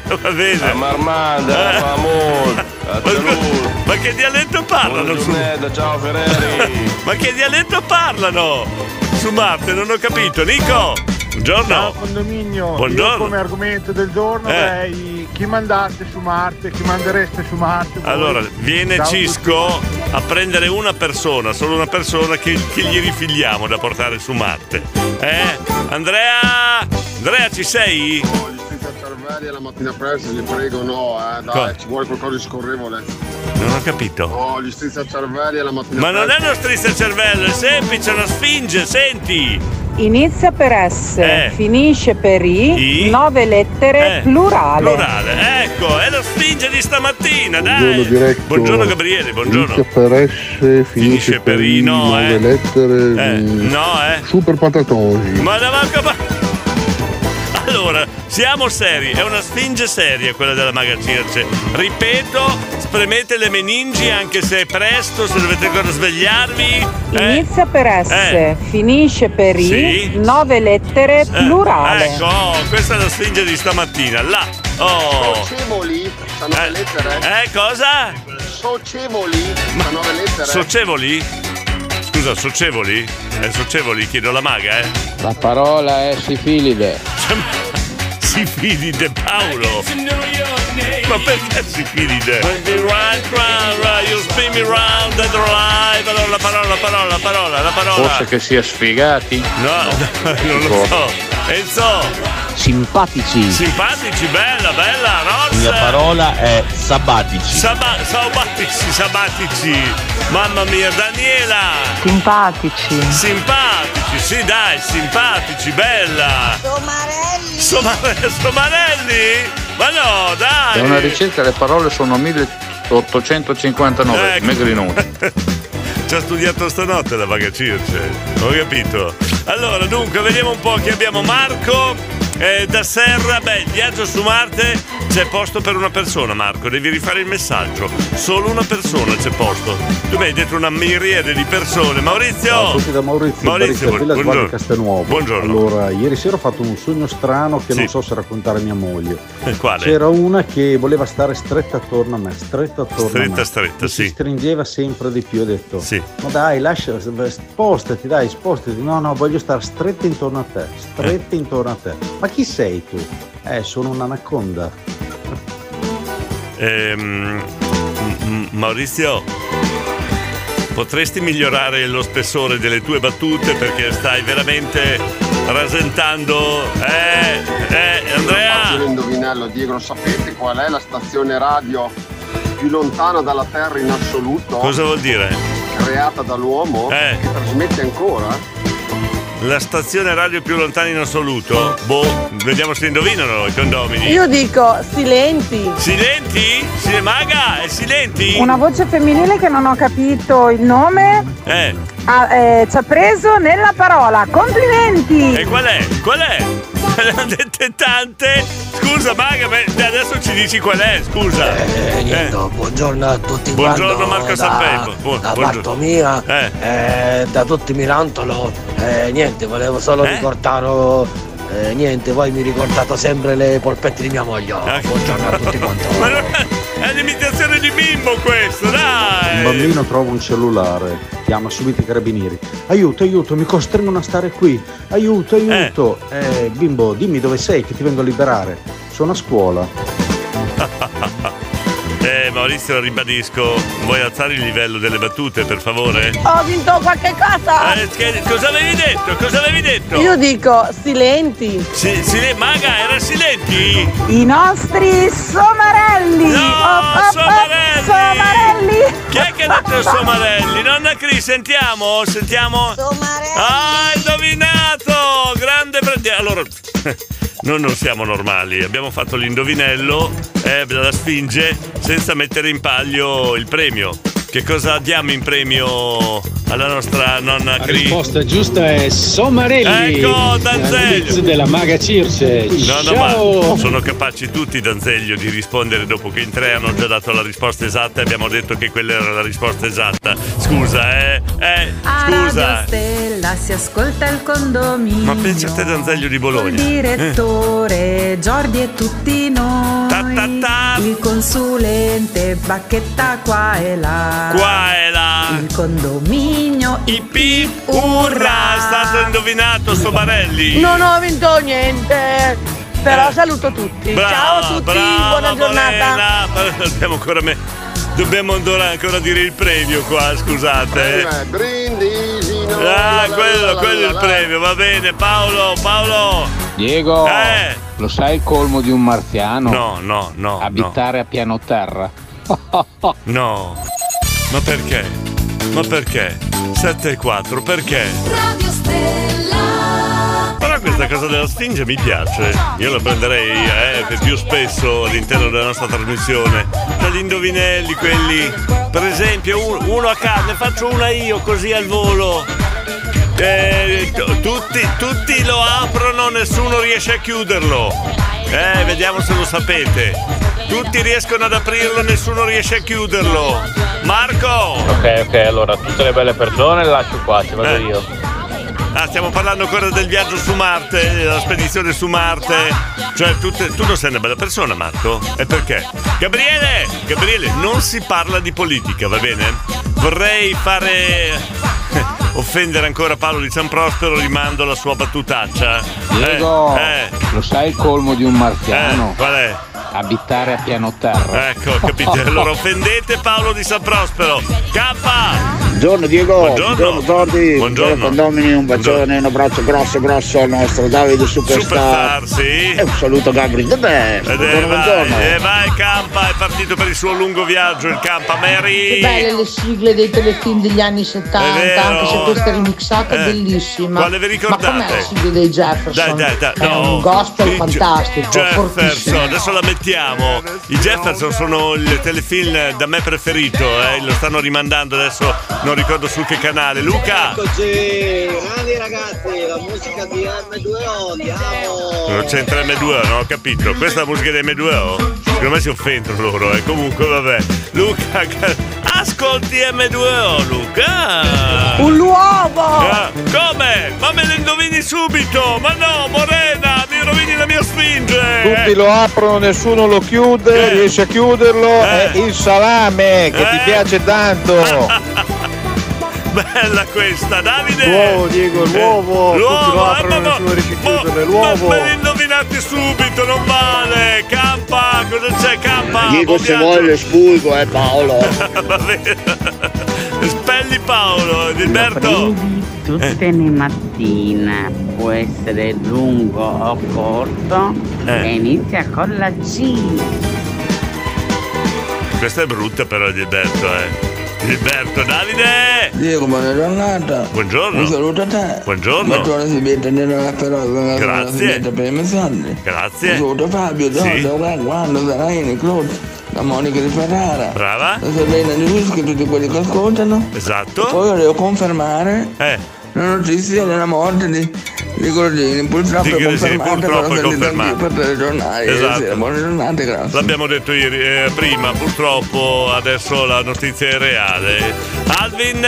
Speaker 1: Va bene. Eh.
Speaker 4: A Marmanda, a Famod, a Talur.
Speaker 1: <laughs> Ma che dialetto parlano? su-
Speaker 4: Ciao Ferreri.
Speaker 1: <laughs> Ma che dialetto parlano? Su Marte, non ho capito. Nico, buongiorno.
Speaker 10: Ciao condominio,
Speaker 1: Buongiorno.
Speaker 10: io come argomento del giorno
Speaker 1: Eh.
Speaker 10: dai chi mandaste su Marte, chi mandereste su Marte. voi?
Speaker 1: Allora, viene
Speaker 10: Ciao a
Speaker 1: Cisco a prendere una persona, solo una persona che, che gli rifiliamo da portare su Marte. Eh? Andrea! Andrea, ci sei?
Speaker 19: Cervelli alla mattina presto, vi prego no, eh, dai,
Speaker 1: Cosa?
Speaker 19: ci vuole qualcosa di scorrevole.
Speaker 1: Non ho capito.
Speaker 19: Oh, gli strizza cervelli alla mattina
Speaker 1: Ma non è
Speaker 19: presto.
Speaker 1: uno strizza cervello, è semplice, è una sfinge, senti!
Speaker 3: Inizia per S,
Speaker 1: Eh.
Speaker 3: finisce per I, nove lettere, plurale.
Speaker 1: Plurale, ecco, è la sfinge di stamattina, dai!
Speaker 9: Buongiorno diretto.
Speaker 1: Buongiorno Gabriele, buongiorno.
Speaker 9: Inizia per S, finisce, per I,
Speaker 1: no,
Speaker 9: nove
Speaker 1: eh.
Speaker 9: lettere.
Speaker 1: Eh,
Speaker 9: mm,
Speaker 1: no, eh.
Speaker 9: Super patatosi.
Speaker 1: Ma la manca ma... Allora, siamo seri, è una sfinge seria quella della Maga Circe. Ripeto, spremete le meningi anche se è presto, se dovete ancora svegliarvi. Eh?
Speaker 3: Inizia per S,
Speaker 1: Eh.
Speaker 3: finisce per I,
Speaker 1: Sì. Eh.
Speaker 3: nove lettere, plurale.
Speaker 1: Ecco, oh, questa è la sfinge di stamattina, là. Oh.
Speaker 19: Socievoli, sa nove lettere.
Speaker 1: Eh, cosa?
Speaker 19: Socievoli, sa nove lettere.
Speaker 1: Socievoli? Scusa, socievoli? Eh, socievoli, chiedo alla maga, eh.
Speaker 30: La
Speaker 1: Cioè,
Speaker 30: parola è sifilide.
Speaker 1: Si fidi De Paolo. Ma perché si chiede? Spin me round, round, round, you spin me round, dead or alive. Allora, la parola, la parola, la parola, la parola.
Speaker 15: Forse che sia sfigati. Boh.
Speaker 1: No, <laughs> non lo so. Enzo,
Speaker 31: Simpatici.
Speaker 1: simpatici, bella, bella, Ross. Ah,
Speaker 31: La mia parola è sabatici.
Speaker 1: Saba- saubatici, sabatici. Mamma mia, Daniela.
Speaker 32: Simpatici.
Speaker 1: Simpatici, sì dai, simpatici, bella. Somarelli. <laughs> Somarelli? Ma no,
Speaker 15: È una
Speaker 1: dai.
Speaker 15: ricerca, le parole sono 1859,
Speaker 1: Ecco. <laughs>
Speaker 15: megrinuti.
Speaker 1: Ci ha studiato stanotte la vaga Circe, ho capito. Allora, dunque, vediamo un po' chi abbiamo. Marco eh, da Serra, beh, il viaggio su Marte c'è posto per una persona, Marco, devi rifare il messaggio. Solo una persona c'è posto. Tu mi hai detto una miriade di persone. Maurizio!
Speaker 9: Ciao a tutti da Maurizio, Maurizio Baricapella, Sguardi
Speaker 1: buongiorno.
Speaker 9: Castelnuovo.
Speaker 1: Buongiorno.
Speaker 9: Allora, ieri sera ho fatto un sogno strano che
Speaker 1: Sì.
Speaker 9: non so se raccontare a mia moglie.
Speaker 1: Eh, Quale?
Speaker 9: C'era una che voleva stare stretta attorno a me, stretta attorno a
Speaker 1: Stretta,
Speaker 9: me.
Speaker 1: stretta,
Speaker 9: Mi si
Speaker 1: sì.
Speaker 9: stringeva sempre di più, ho detto. Ma dai, lascia, spostati, dai, spostati. No, no, voglio stare stretta intorno a te, stretta
Speaker 1: Eh.
Speaker 9: intorno a te. Ma chi sei tu? Eh, sono un'anaconda.
Speaker 1: Ehm, m- m- Maurizio, potresti migliorare lo spessore delle tue battute perché stai veramente rasentando. Eh, eh, Andrea!
Speaker 19: Faccio un indovinello, Diego, lo sapete qual è la stazione radio più lontana dalla Terra in assoluto?
Speaker 1: cosa Eh. vuol dire?
Speaker 19: Creata dall'uomo? Che trasmette ancora?
Speaker 1: La stazione radio più lontana in assoluto? Boh, vediamo se indovinano i condomini.
Speaker 2: Io dico silenti.
Speaker 1: Silenti? Silemaga? È Silenti?
Speaker 32: Una voce femminile che non ho capito il nome
Speaker 1: Eh,
Speaker 32: ha- eh, ci ha preso nella parola. Complimenti!
Speaker 1: e qual è? Qual è? <laughs> Ne hanno dette tante. Scusa, Maga, ma adesso ci dici qual è, scusa. Eh.
Speaker 25: Buongiorno a tutti
Speaker 1: Buongiorno
Speaker 25: quanto
Speaker 1: Marco
Speaker 25: da,
Speaker 1: Sappello. Buon-
Speaker 25: da
Speaker 1: buongiorno.
Speaker 25: parte mia, eh, da tutti Milantolo, eh, niente, volevo solo
Speaker 1: Eh?
Speaker 25: ricordare, eh, niente, voi mi ricordate sempre le polpette di mia moglie.
Speaker 1: Eh.
Speaker 25: Buongiorno a tutti quanti.
Speaker 1: È l'imitazione di bimbo questo, dai! <laughs>
Speaker 9: Un bambino trova un cellulare, chiama subito i carabinieri. Aiuto, aiuto, mi costringono a stare qui. Aiuto, aiuto. Eh, bimbo, dimmi dove sei che ti vengo a liberare. Sono a scuola.
Speaker 1: Eh, Maurizio, ribadisco, vuoi alzare il livello delle battute, per favore?
Speaker 2: Ho vinto qualche cosa!
Speaker 1: Eh, certo. che- cosa avevi detto? Cosa avevi detto?
Speaker 2: Io dico silenti.
Speaker 1: Si- si- maga, era silenti?
Speaker 32: I nostri somarelli!
Speaker 1: No, somarelli!
Speaker 32: somarelli!
Speaker 1: Chi è che ha detto Somarelli? Nonna Cris, sentiamo, sentiamo. Somarelli. Ah, indovinato! Grande Brandi. Allora, <laughs> noi non siamo normali, abbiamo fatto l'indovinello, eh, la sfinge, senza mettere in palio il premio. Che cosa diamo in premio alla nostra nonna Cris?
Speaker 33: risposta giusta è Somarelli.
Speaker 1: Ecco, Danzeglio.
Speaker 33: Quiz della maga Circe.
Speaker 1: No, no,
Speaker 33: Ciao.
Speaker 1: ma sono capaci tutti, Danzeglio, di rispondere dopo che in tre hanno già dato la risposta esatta e abbiamo detto che quella era la risposta esatta. Scusa, eh, eh,
Speaker 3: A Ah, Radio
Speaker 1: scusa.
Speaker 3: Stella si ascolta il condominio.
Speaker 1: Ma pensa a te, Danzeglio di Bologna. Eh?
Speaker 3: Il direttore Giordi e tutti noi. Il consulente Bacchetta qua e là.
Speaker 1: Qua e là.
Speaker 3: Il condominio. I
Speaker 1: pip Urra, è stato indovinato Sobarelli.
Speaker 2: Non ho vinto niente. Però saluto tutti.
Speaker 1: Eh. Brava,
Speaker 2: Ciao a tutti,
Speaker 1: brava,
Speaker 2: buona giornata.
Speaker 1: Morena. Ma Dobbiamo ancora, me- dobbiamo ancora- ancora dire il premio qua, scusate.
Speaker 19: Eh, Brindisi, no, la,
Speaker 1: Ah,
Speaker 19: la, la,
Speaker 1: quello,
Speaker 19: la,
Speaker 1: quello è
Speaker 19: la,
Speaker 1: il
Speaker 19: la.
Speaker 1: premio, va bene. Paolo, Paolo.
Speaker 33: Diego,
Speaker 1: Eh.
Speaker 33: lo sai il colmo di un marziano?
Speaker 1: No, no, no.
Speaker 33: Abitare a piano terra. <laughs>
Speaker 1: No. Ma perché? Ma perché? 7 e 4, perché?
Speaker 34: Radio Stella.
Speaker 1: Però questa cosa della sfinge mi piace. Io la prenderei eh, per più spesso all'interno della nostra trasmissione. Tra gli indovinelli, quelli. Per esempio, un- uno a caso, ne faccio una io così al volo. Eh, t- tutti, tutti lo aprono, nessuno riesce a chiuderlo. Eh, vediamo se lo sapete. Tutti riescono ad aprirlo, nessuno riesce a chiuderlo. Marco!
Speaker 33: Ok, ok, allora tutte le belle persone le lascio qua, ci vado io.
Speaker 1: Eh. Ah, stiamo parlando ancora del viaggio su Marte, della spedizione su Marte. Cioè, tu, te- tu non sei una bella persona, Marco. E perché? Gabriele! Gabriele, non si parla di politica, va bene? Vorrei fare. <laughs> Offendere ancora Paolo di San Prospero, rimando la sua battutaccia.
Speaker 33: Diego,
Speaker 1: Eh, eh,
Speaker 33: lo sai il colmo di un marziano?
Speaker 1: eh, qual è?
Speaker 15: Abitare a piano terra.
Speaker 1: Ecco,
Speaker 9: <laughs>
Speaker 33: <laughs>
Speaker 1: capite? Allora offendete Paolo di San Prospero. K!
Speaker 27: Buongiorno Diego,
Speaker 1: Buongiorno.
Speaker 27: Tordi,
Speaker 1: Buongiorno.
Speaker 27: buongiorno Eh, condomini, un bacione, un abbraccio grosso grosso al nostro Davide Superstar,
Speaker 1: Superstar, sì.
Speaker 27: e un saluto a Gabri De Beh,
Speaker 1: Ed
Speaker 27: buongiorno,
Speaker 1: eh,
Speaker 27: buongiorno.
Speaker 1: vai, eh, vai Campa, è partito per il suo lungo viaggio il Campa Mary. Eh,
Speaker 17: Che belle le sigle dei telefilm degli anni 70, anche se questa è remixata
Speaker 1: Eh.
Speaker 17: bellissima.
Speaker 1: Quale vi ricordate?
Speaker 17: Ma com'è la sigla dei Jefferson?
Speaker 1: Dai, dai, dai,
Speaker 17: È
Speaker 1: no.
Speaker 17: un gospel
Speaker 1: I
Speaker 17: fantastico,
Speaker 1: Jefferson,
Speaker 17: fortissimo.
Speaker 1: adesso la mettiamo. I Jefferson sono il telefilm da me preferito, eh, lo stanno rimandando adesso, non ricordo su che canale. Luca!
Speaker 21: Eccoci, grandi ragazzi, la musica di M2O, andiamo!
Speaker 1: Non c'entra M2O, non ho capito. Questa è la musica di M2O? Secondo me si offendono loro, eh. Comunque, vabbè. Luca, <laughs> ca- ascolti M2O, Luca!
Speaker 17: Un uovo!
Speaker 1: Ah, come? Ma me lo indovini subito! Ma no, Morena, mi rovini la mia sfinge!
Speaker 22: Tutti lo aprono, nessuno lo chiude,
Speaker 1: Eh.
Speaker 22: riesce a chiuderlo. È il salame che ti piace
Speaker 1: <laughs>
Speaker 22: tanto.
Speaker 1: Bella questa, Davide! Eh, ah,
Speaker 22: L'uovo, Diego, l'uovo. Tutti lo aprono, nessuno
Speaker 1: riesce a chiuderlo, l'uovo! Ma me li indovinate subito, non vale! Campa, cosa c'è? Campa!
Speaker 27: Diego
Speaker 1: buon
Speaker 27: se
Speaker 1: viaggio.
Speaker 27: vuoi le spugo eh Paolo.
Speaker 1: <laughs> Va bene. Spelli Paolo, Gilberto! Eh.
Speaker 23: Tutte le mattine può essere lungo o corto
Speaker 1: Eh.
Speaker 23: e inizia con la C.
Speaker 1: Questa è brutta però Gilberto, eh! Gilberto, Davide!
Speaker 24: Diego, buona giornata.
Speaker 1: Buongiorno.
Speaker 24: Un saluto a te.
Speaker 1: Buongiorno.
Speaker 24: Metto la sigaretta nella però
Speaker 1: Grazie.
Speaker 24: la sigaretta per i messaggi.
Speaker 1: Grazie.
Speaker 24: Un saluto a Fabio,
Speaker 1: Sì.
Speaker 24: Giorgio, guarda, quando sarai in close, da Monica di Ferrara.
Speaker 1: Brava.
Speaker 24: La Serena di Rusco e tutti quelli che ascoltano.
Speaker 1: Esatto. Eh,
Speaker 24: Poi volevo confermare la notizia della morte di, di Gordini. Purtroppo
Speaker 1: Di
Speaker 24: è
Speaker 1: Gordini,
Speaker 24: confermata, però
Speaker 1: purtroppo è
Speaker 24: per il
Speaker 1: confermata.
Speaker 24: tempo per i giornali. ieri
Speaker 1: Esatto.
Speaker 24: sera. Buona giornata, grazie.
Speaker 1: L'abbiamo detto ieri, eh, prima, purtroppo adesso la notizia è reale. Alvin!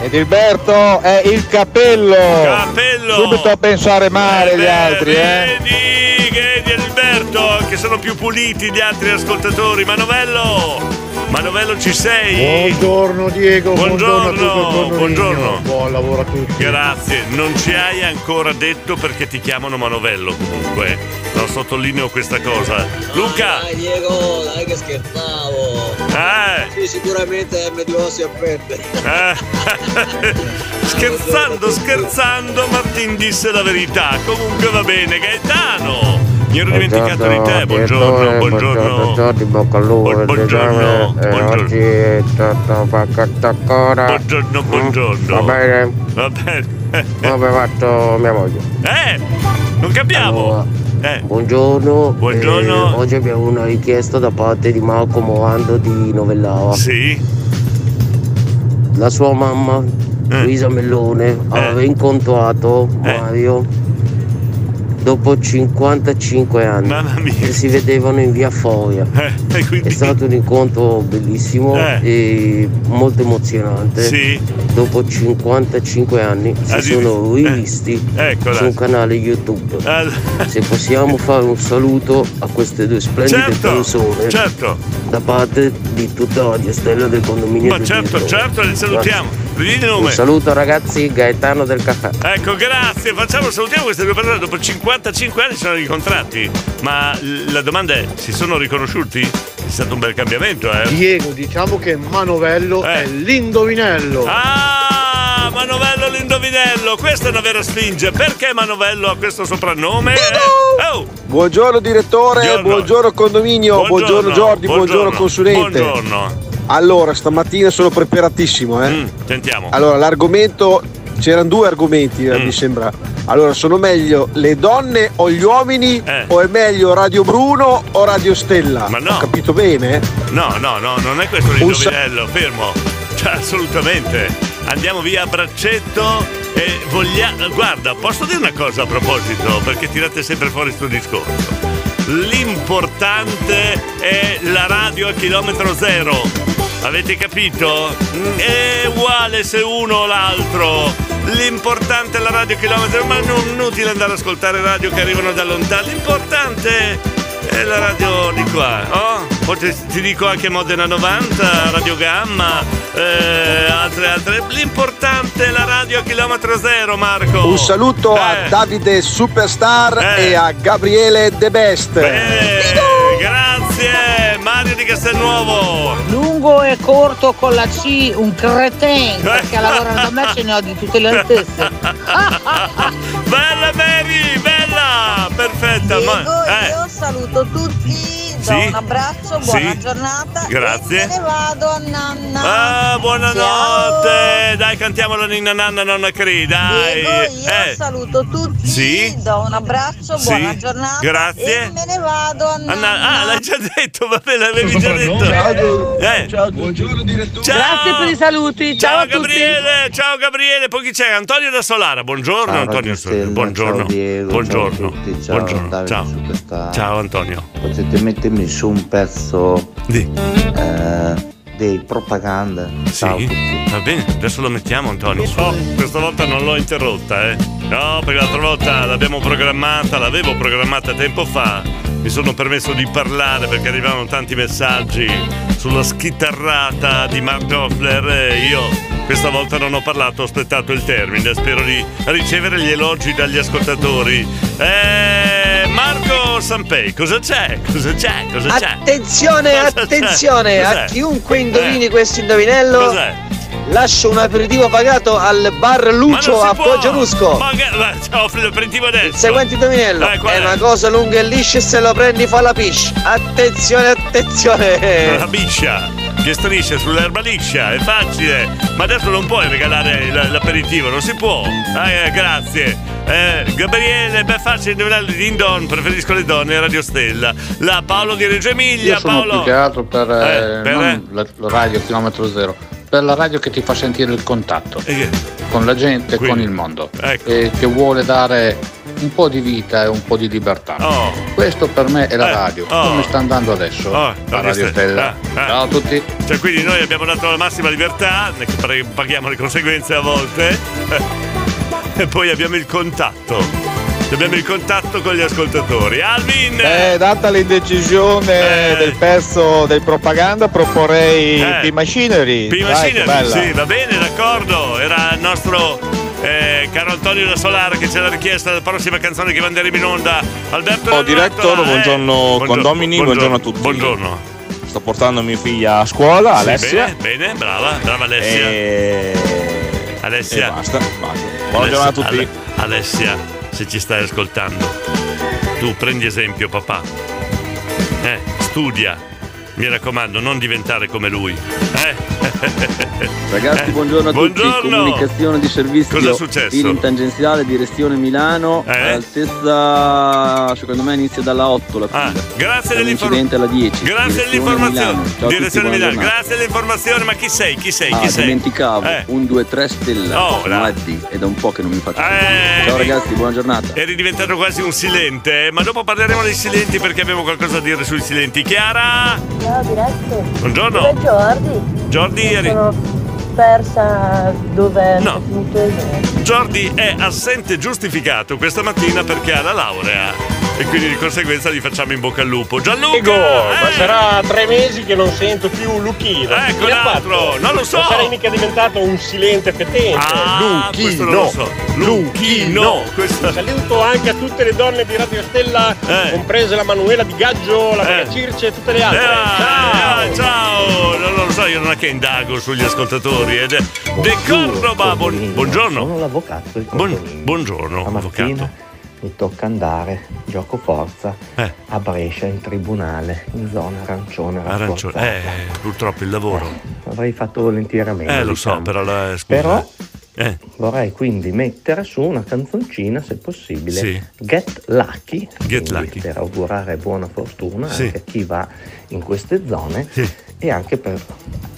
Speaker 22: Ed Gilberto è il capello.
Speaker 1: Capello.
Speaker 22: Subito a pensare male gli altri, eh.
Speaker 1: Vedi, vedi Alberto, che sono più puliti di altri ascoltatori. Manovello! Manovello ci
Speaker 22: Oh.
Speaker 1: sei?
Speaker 23: Buongiorno Diego, buongiorno, a tutto il
Speaker 1: Buongiorno,
Speaker 23: condominio.
Speaker 1: buongiorno.
Speaker 23: Buon lavoro a tutti.
Speaker 1: Grazie, non ci hai ancora detto perché ti chiamano Manovello comunque. Lo sottolineo questa cosa. Luca!
Speaker 21: Dai Diego, Oh, dai che scherzavo!
Speaker 1: Eh.
Speaker 21: Sì, sicuramente M2O si offende.
Speaker 1: Eh. <laughs> scherzando, scherzando, Martin disse la verità. Comunque va bene, Gaetano. Mi ero
Speaker 22: Eh,
Speaker 1: dimenticato di te. Buongiorno, buongiorno.
Speaker 22: Buongiorno, bocca al lupo, buongiorno, oggi è stato paccato ancora. Mm,
Speaker 1: Buongiorno, buongiorno.
Speaker 22: Va bene,
Speaker 1: Va bene.
Speaker 22: come ha fatto mia moglie.
Speaker 1: Eh, non capiamo. Eh.
Speaker 25: Buongiorno,
Speaker 1: Buongiorno.
Speaker 25: eh, oggi abbiamo una richiesta da parte di Marco Ando di
Speaker 22: Oh,
Speaker 25: Novellava.
Speaker 1: Sì.
Speaker 25: La sua mamma,
Speaker 1: Eh.
Speaker 25: Luisa Mellone, aveva incontrato Mario dopo 55 anni e si vedevano in via Foia.
Speaker 1: Eh,
Speaker 25: È stato un incontro bellissimo e molto emozionante.
Speaker 1: Sì.
Speaker 25: Dopo 55 anni si
Speaker 1: Addir-
Speaker 25: sono rivisti
Speaker 1: eccola.
Speaker 25: su un canale YouTube.
Speaker 1: Allora.
Speaker 25: <laughs> Se possiamo fare un saluto a queste due splendide
Speaker 1: Certo,
Speaker 25: persone
Speaker 1: certo.
Speaker 25: da parte di tutta la stella del condominio.
Speaker 1: Ma
Speaker 25: di
Speaker 1: certo,
Speaker 25: Pietro.
Speaker 1: certo, li salutiamo. Ridì il
Speaker 25: Un
Speaker 1: nome.
Speaker 25: saluto ragazzi, Gaetano del caffè.
Speaker 1: Ecco, grazie. Facciamo, salutiamo queste due persone. Dopo 55 anni si sono rincontrati. Ma l- la domanda è: si sono riconosciuti? È stato un bel cambiamento, eh?
Speaker 23: Diego, diciamo che Manovello è l'indovinello.
Speaker 1: Ah, Manovello l'indovinello. Questa è una vera sfinge. Perché Manovello ha questo soprannome? Eh? Oh!
Speaker 22: Buongiorno direttore, buongiorno, condominio, buongiorno, Giordi, buongiorno, consulente.
Speaker 1: Buongiorno.
Speaker 22: Allora, stamattina sono preparatissimo, eh.
Speaker 1: Sentiamo.
Speaker 22: Allora, l'argomento c'erano due argomenti, eh, mi sembra. Allora, sono meglio le donne o gli uomini o è meglio Radio Bruno o Radio Stella? Eh. Ma no. Ho capito bene?
Speaker 1: No, no, no, non è questo l'indovinello, fermo. Cioè, assolutamente. Andiamo via a braccetto e vogliamo. Guarda, posso dire una cosa a proposito, perché tirate sempre fuori sto discorso. L'importante è la radio a chilometro zero. Avete capito? Mm, È uguale se uno o l'altro. L'importante è la radio a chilometro, ma non è inutile andare ad ascoltare radio che arrivano da lontano. L'importante e la radio di qua, oh? Poi ti, ti dico anche Modena 90, Radio Gamma, eh, altre, altre. L'importante è la radio a chilometro zero, Marco.
Speaker 22: Un saluto Eh. a Davide Superstar e a Gabriele De Best.
Speaker 1: Eh, di Castelnuovo.
Speaker 16: Lungo e corto con la C, un cretin,
Speaker 1: Eh.
Speaker 16: perché lavorano da me ce ne ho di tutte le altezze.
Speaker 1: <laughs> bella Mary, bella, perfetta.
Speaker 2: Diego,
Speaker 1: ma- eh,
Speaker 2: io saluto tutti, do
Speaker 1: Sì.
Speaker 2: un abbraccio, buona
Speaker 1: Sì.
Speaker 2: giornata.
Speaker 1: Grazie.
Speaker 2: E me ne vado a nanna.
Speaker 1: Ah, buonanotte! Dai, cantiamolo Ninna Nanna Nonna Cree, dai!
Speaker 2: Diego, io
Speaker 1: Eh,
Speaker 2: saluto tutti,
Speaker 1: Sì.
Speaker 2: do un abbraccio,
Speaker 1: Sì.
Speaker 2: buona giornata.
Speaker 1: Grazie.
Speaker 2: E me ne vado a nanna.
Speaker 1: Anna- ah, l'hai già detto, va bene, l'avevi già detto! Eh.
Speaker 35: Buongiorno direttore.
Speaker 1: Ciao. Grazie per i
Speaker 16: saluti,
Speaker 1: Ciao, Gabriele, ciao Gabriele, poi chi c'è? Antonio da Solara, buongiorno
Speaker 35: Ah,
Speaker 36: Ciao,
Speaker 1: Antonio da
Speaker 36: Radio
Speaker 1: Solara,
Speaker 36: Stella,
Speaker 1: buongiorno.
Speaker 36: ciao Diego,
Speaker 1: buongiorno.
Speaker 36: ciao a tutti, ciao
Speaker 1: Buongiorno,
Speaker 36: Davide
Speaker 1: ciao.
Speaker 36: Superstar.
Speaker 1: Ciao, Antonio.
Speaker 36: Potete mettermi su un pezzo eh, dei propaganda. Ciao a
Speaker 1: Sì?
Speaker 36: tutti.
Speaker 1: Va bene, adesso lo mettiamo Antonio. Oh, questa volta non l'ho interrotta, eh. No, perché l'altra volta l'abbiamo programmata, l'avevo programmata tempo fa. Mi sono permesso di parlare perché arrivavano tanti messaggi sulla schitarrata di Mark Knopfler e io questa volta non ho parlato, ho aspettato il termine, spero di ricevere gli elogi dagli ascoltatori. Eh, Marco Sampei, cosa c'è? Cosa c'è? Cosa c'è?
Speaker 37: Attenzione,
Speaker 1: Cosa c'è?
Speaker 37: attenzione a
Speaker 1: Cos'è?
Speaker 37: chiunque
Speaker 1: Eh.
Speaker 37: indovini questo indovinello.
Speaker 1: Cos'è?
Speaker 37: Lascio un aperitivo pagato al bar Lucio
Speaker 1: Ma non
Speaker 37: a
Speaker 1: si può!
Speaker 37: Poggiorusco.
Speaker 1: Ma che- ma- ciao, Fred, prendiamo adesso.
Speaker 37: Seguente indovinello.
Speaker 1: Eh, qual
Speaker 37: è
Speaker 1: è?
Speaker 37: una cosa lunga e liscia e se lo prendi fa la piscia. Attenzione,
Speaker 1: La
Speaker 9: Eh.
Speaker 37: attenzione.
Speaker 1: biscia che strisce sull'erba liscia, è facile. Ma adesso non puoi regalare l- l'aperitivo, non si può. Ah, eh, grazie. Eh, Gabriele, beh, facile indovinello di Din Don, preferisco le donne, Radio Stella. La Paolo di Reggio Emilia,
Speaker 15: Io sono più
Speaker 1: Paolo.
Speaker 15: che altro per, eh,
Speaker 1: Eh, per-
Speaker 15: non la, la radio chilometro zero, per la radio che ti fa sentire il contatto con la gente, con il mondo,
Speaker 1: Ecco.
Speaker 15: e che vuole dare un po' di vita e un po' di libertà.
Speaker 1: Oh.
Speaker 15: Questo per me è la
Speaker 1: Eh.
Speaker 15: radio, come sta andando adesso la
Speaker 1: Radio
Speaker 15: Radio Stella.
Speaker 1: Stella. Ciao a tutti. Cioè, quindi noi abbiamo dato la massima libertà, ne- pre- paghiamo le conseguenze a volte. <laughs> E poi abbiamo il contatto. Abbiamo il contatto con gli ascoltatori. Alvin!
Speaker 38: Eh, data l'indecisione del pezzo del propaganda, proporrei
Speaker 1: Eh.
Speaker 38: P Machinery.
Speaker 1: P
Speaker 38: Dai, che
Speaker 1: Machinery,
Speaker 38: bella.
Speaker 1: sì, va bene, d'accordo. Era il nostro eh, caro Antonio da Solara che ce l'ha richiesta la prossima canzone che manderemo in onda. Alberto
Speaker 4: Ciao
Speaker 1: Lanotto,
Speaker 4: direttore,
Speaker 1: eh,
Speaker 4: Oh, buongiorno, condomini, buongiorno, a tutti.
Speaker 1: Buongiorno.
Speaker 4: Sto portando mia figlia a scuola,
Speaker 1: Sì,
Speaker 4: Alessia.
Speaker 1: bene, bene, brava, brava Alessia. Alessia. basta, basta.
Speaker 4: Buona giornata a tutti.
Speaker 1: Alessia, se ci stai ascoltando, tu prendi esempio, papà. Eh, studia. Mi raccomando, non diventare come lui. Eh?
Speaker 39: Ragazzi,
Speaker 1: Eh,
Speaker 39: buongiorno a tutti.
Speaker 1: buongiorno.
Speaker 39: Comunicazione di servizio
Speaker 1: Cosa è successo? Eh?
Speaker 39: in tangenziale direzione Milano. Altezza, secondo me, inizia dalla 8 la fila.
Speaker 1: Ah, grazie
Speaker 39: dell'informazione. Incidente alla 10.
Speaker 1: Grazie all'informazione. Direzione Milano, grazie all'informazione, ma chi sei? Chi sei? Chi
Speaker 39: Ah,
Speaker 1: sei? Eh.
Speaker 39: dimenticavo. Un 2-3 stella.
Speaker 1: Oh, Eh.
Speaker 39: Sono Eddie, È da un po' che non mi faccio. Ciao ragazzi, buona giornata.
Speaker 1: Eri diventato quasi un silente, eh, ma dopo parleremo dei silenti perché abbiamo qualcosa da dire sui silenti. Chiara,
Speaker 40: Ciao diretto.
Speaker 1: buongiorno.
Speaker 40: Dove Jordi?
Speaker 1: Jordi,
Speaker 40: Mi
Speaker 1: eri-
Speaker 40: sono persa dove
Speaker 1: No.
Speaker 40: è finito il vento.
Speaker 1: Jordi è assente giustificato questa mattina perché ha la laurea e quindi di conseguenza gli facciamo in bocca al lupo. Gianluca! Eh!
Speaker 41: Ma sarà tre mesi che non sento più Luchino.
Speaker 1: Ecco
Speaker 41: Chi l'ha
Speaker 1: l'altro,
Speaker 41: fatto?
Speaker 1: non lo so.
Speaker 41: Non sarei mica diventato un silente petente.
Speaker 1: Ah, questo non lo so. Luchino. Questa-
Speaker 41: Saluto anche a tutte le donne di Radio Stella,
Speaker 1: Eh.
Speaker 41: comprese la Manuela di Gaggio, la Mega Circe e tutte le altre.
Speaker 1: Ah, ciao! Non lo so, io non è che indago sugli ascoltatori. Ed è De Cordoba, buon- buongiorno.
Speaker 9: Sono l'avvocato del
Speaker 1: Buon-
Speaker 9: condominio.
Speaker 1: buongiorno,
Speaker 9: La mattina mi tocca andare, gioco forza,
Speaker 1: Eh.
Speaker 9: a Brescia in tribunale, in zona arancione.
Speaker 1: Arancione.
Speaker 9: rafforzata.
Speaker 1: Eh, purtroppo il lavoro.
Speaker 9: Avrei fatto volentieramente.
Speaker 1: Eh, lo so,
Speaker 9: diciamo.
Speaker 1: però la scusa.
Speaker 9: Però
Speaker 1: Eh.
Speaker 9: vorrei quindi mettere su una canzoncina, se possibile,
Speaker 1: Sì.
Speaker 9: Get Lucky,
Speaker 1: Get
Speaker 9: quindi
Speaker 1: Lucky.
Speaker 9: per augurare buona fortuna
Speaker 1: Sì.
Speaker 9: anche a chi va in queste zone e anche per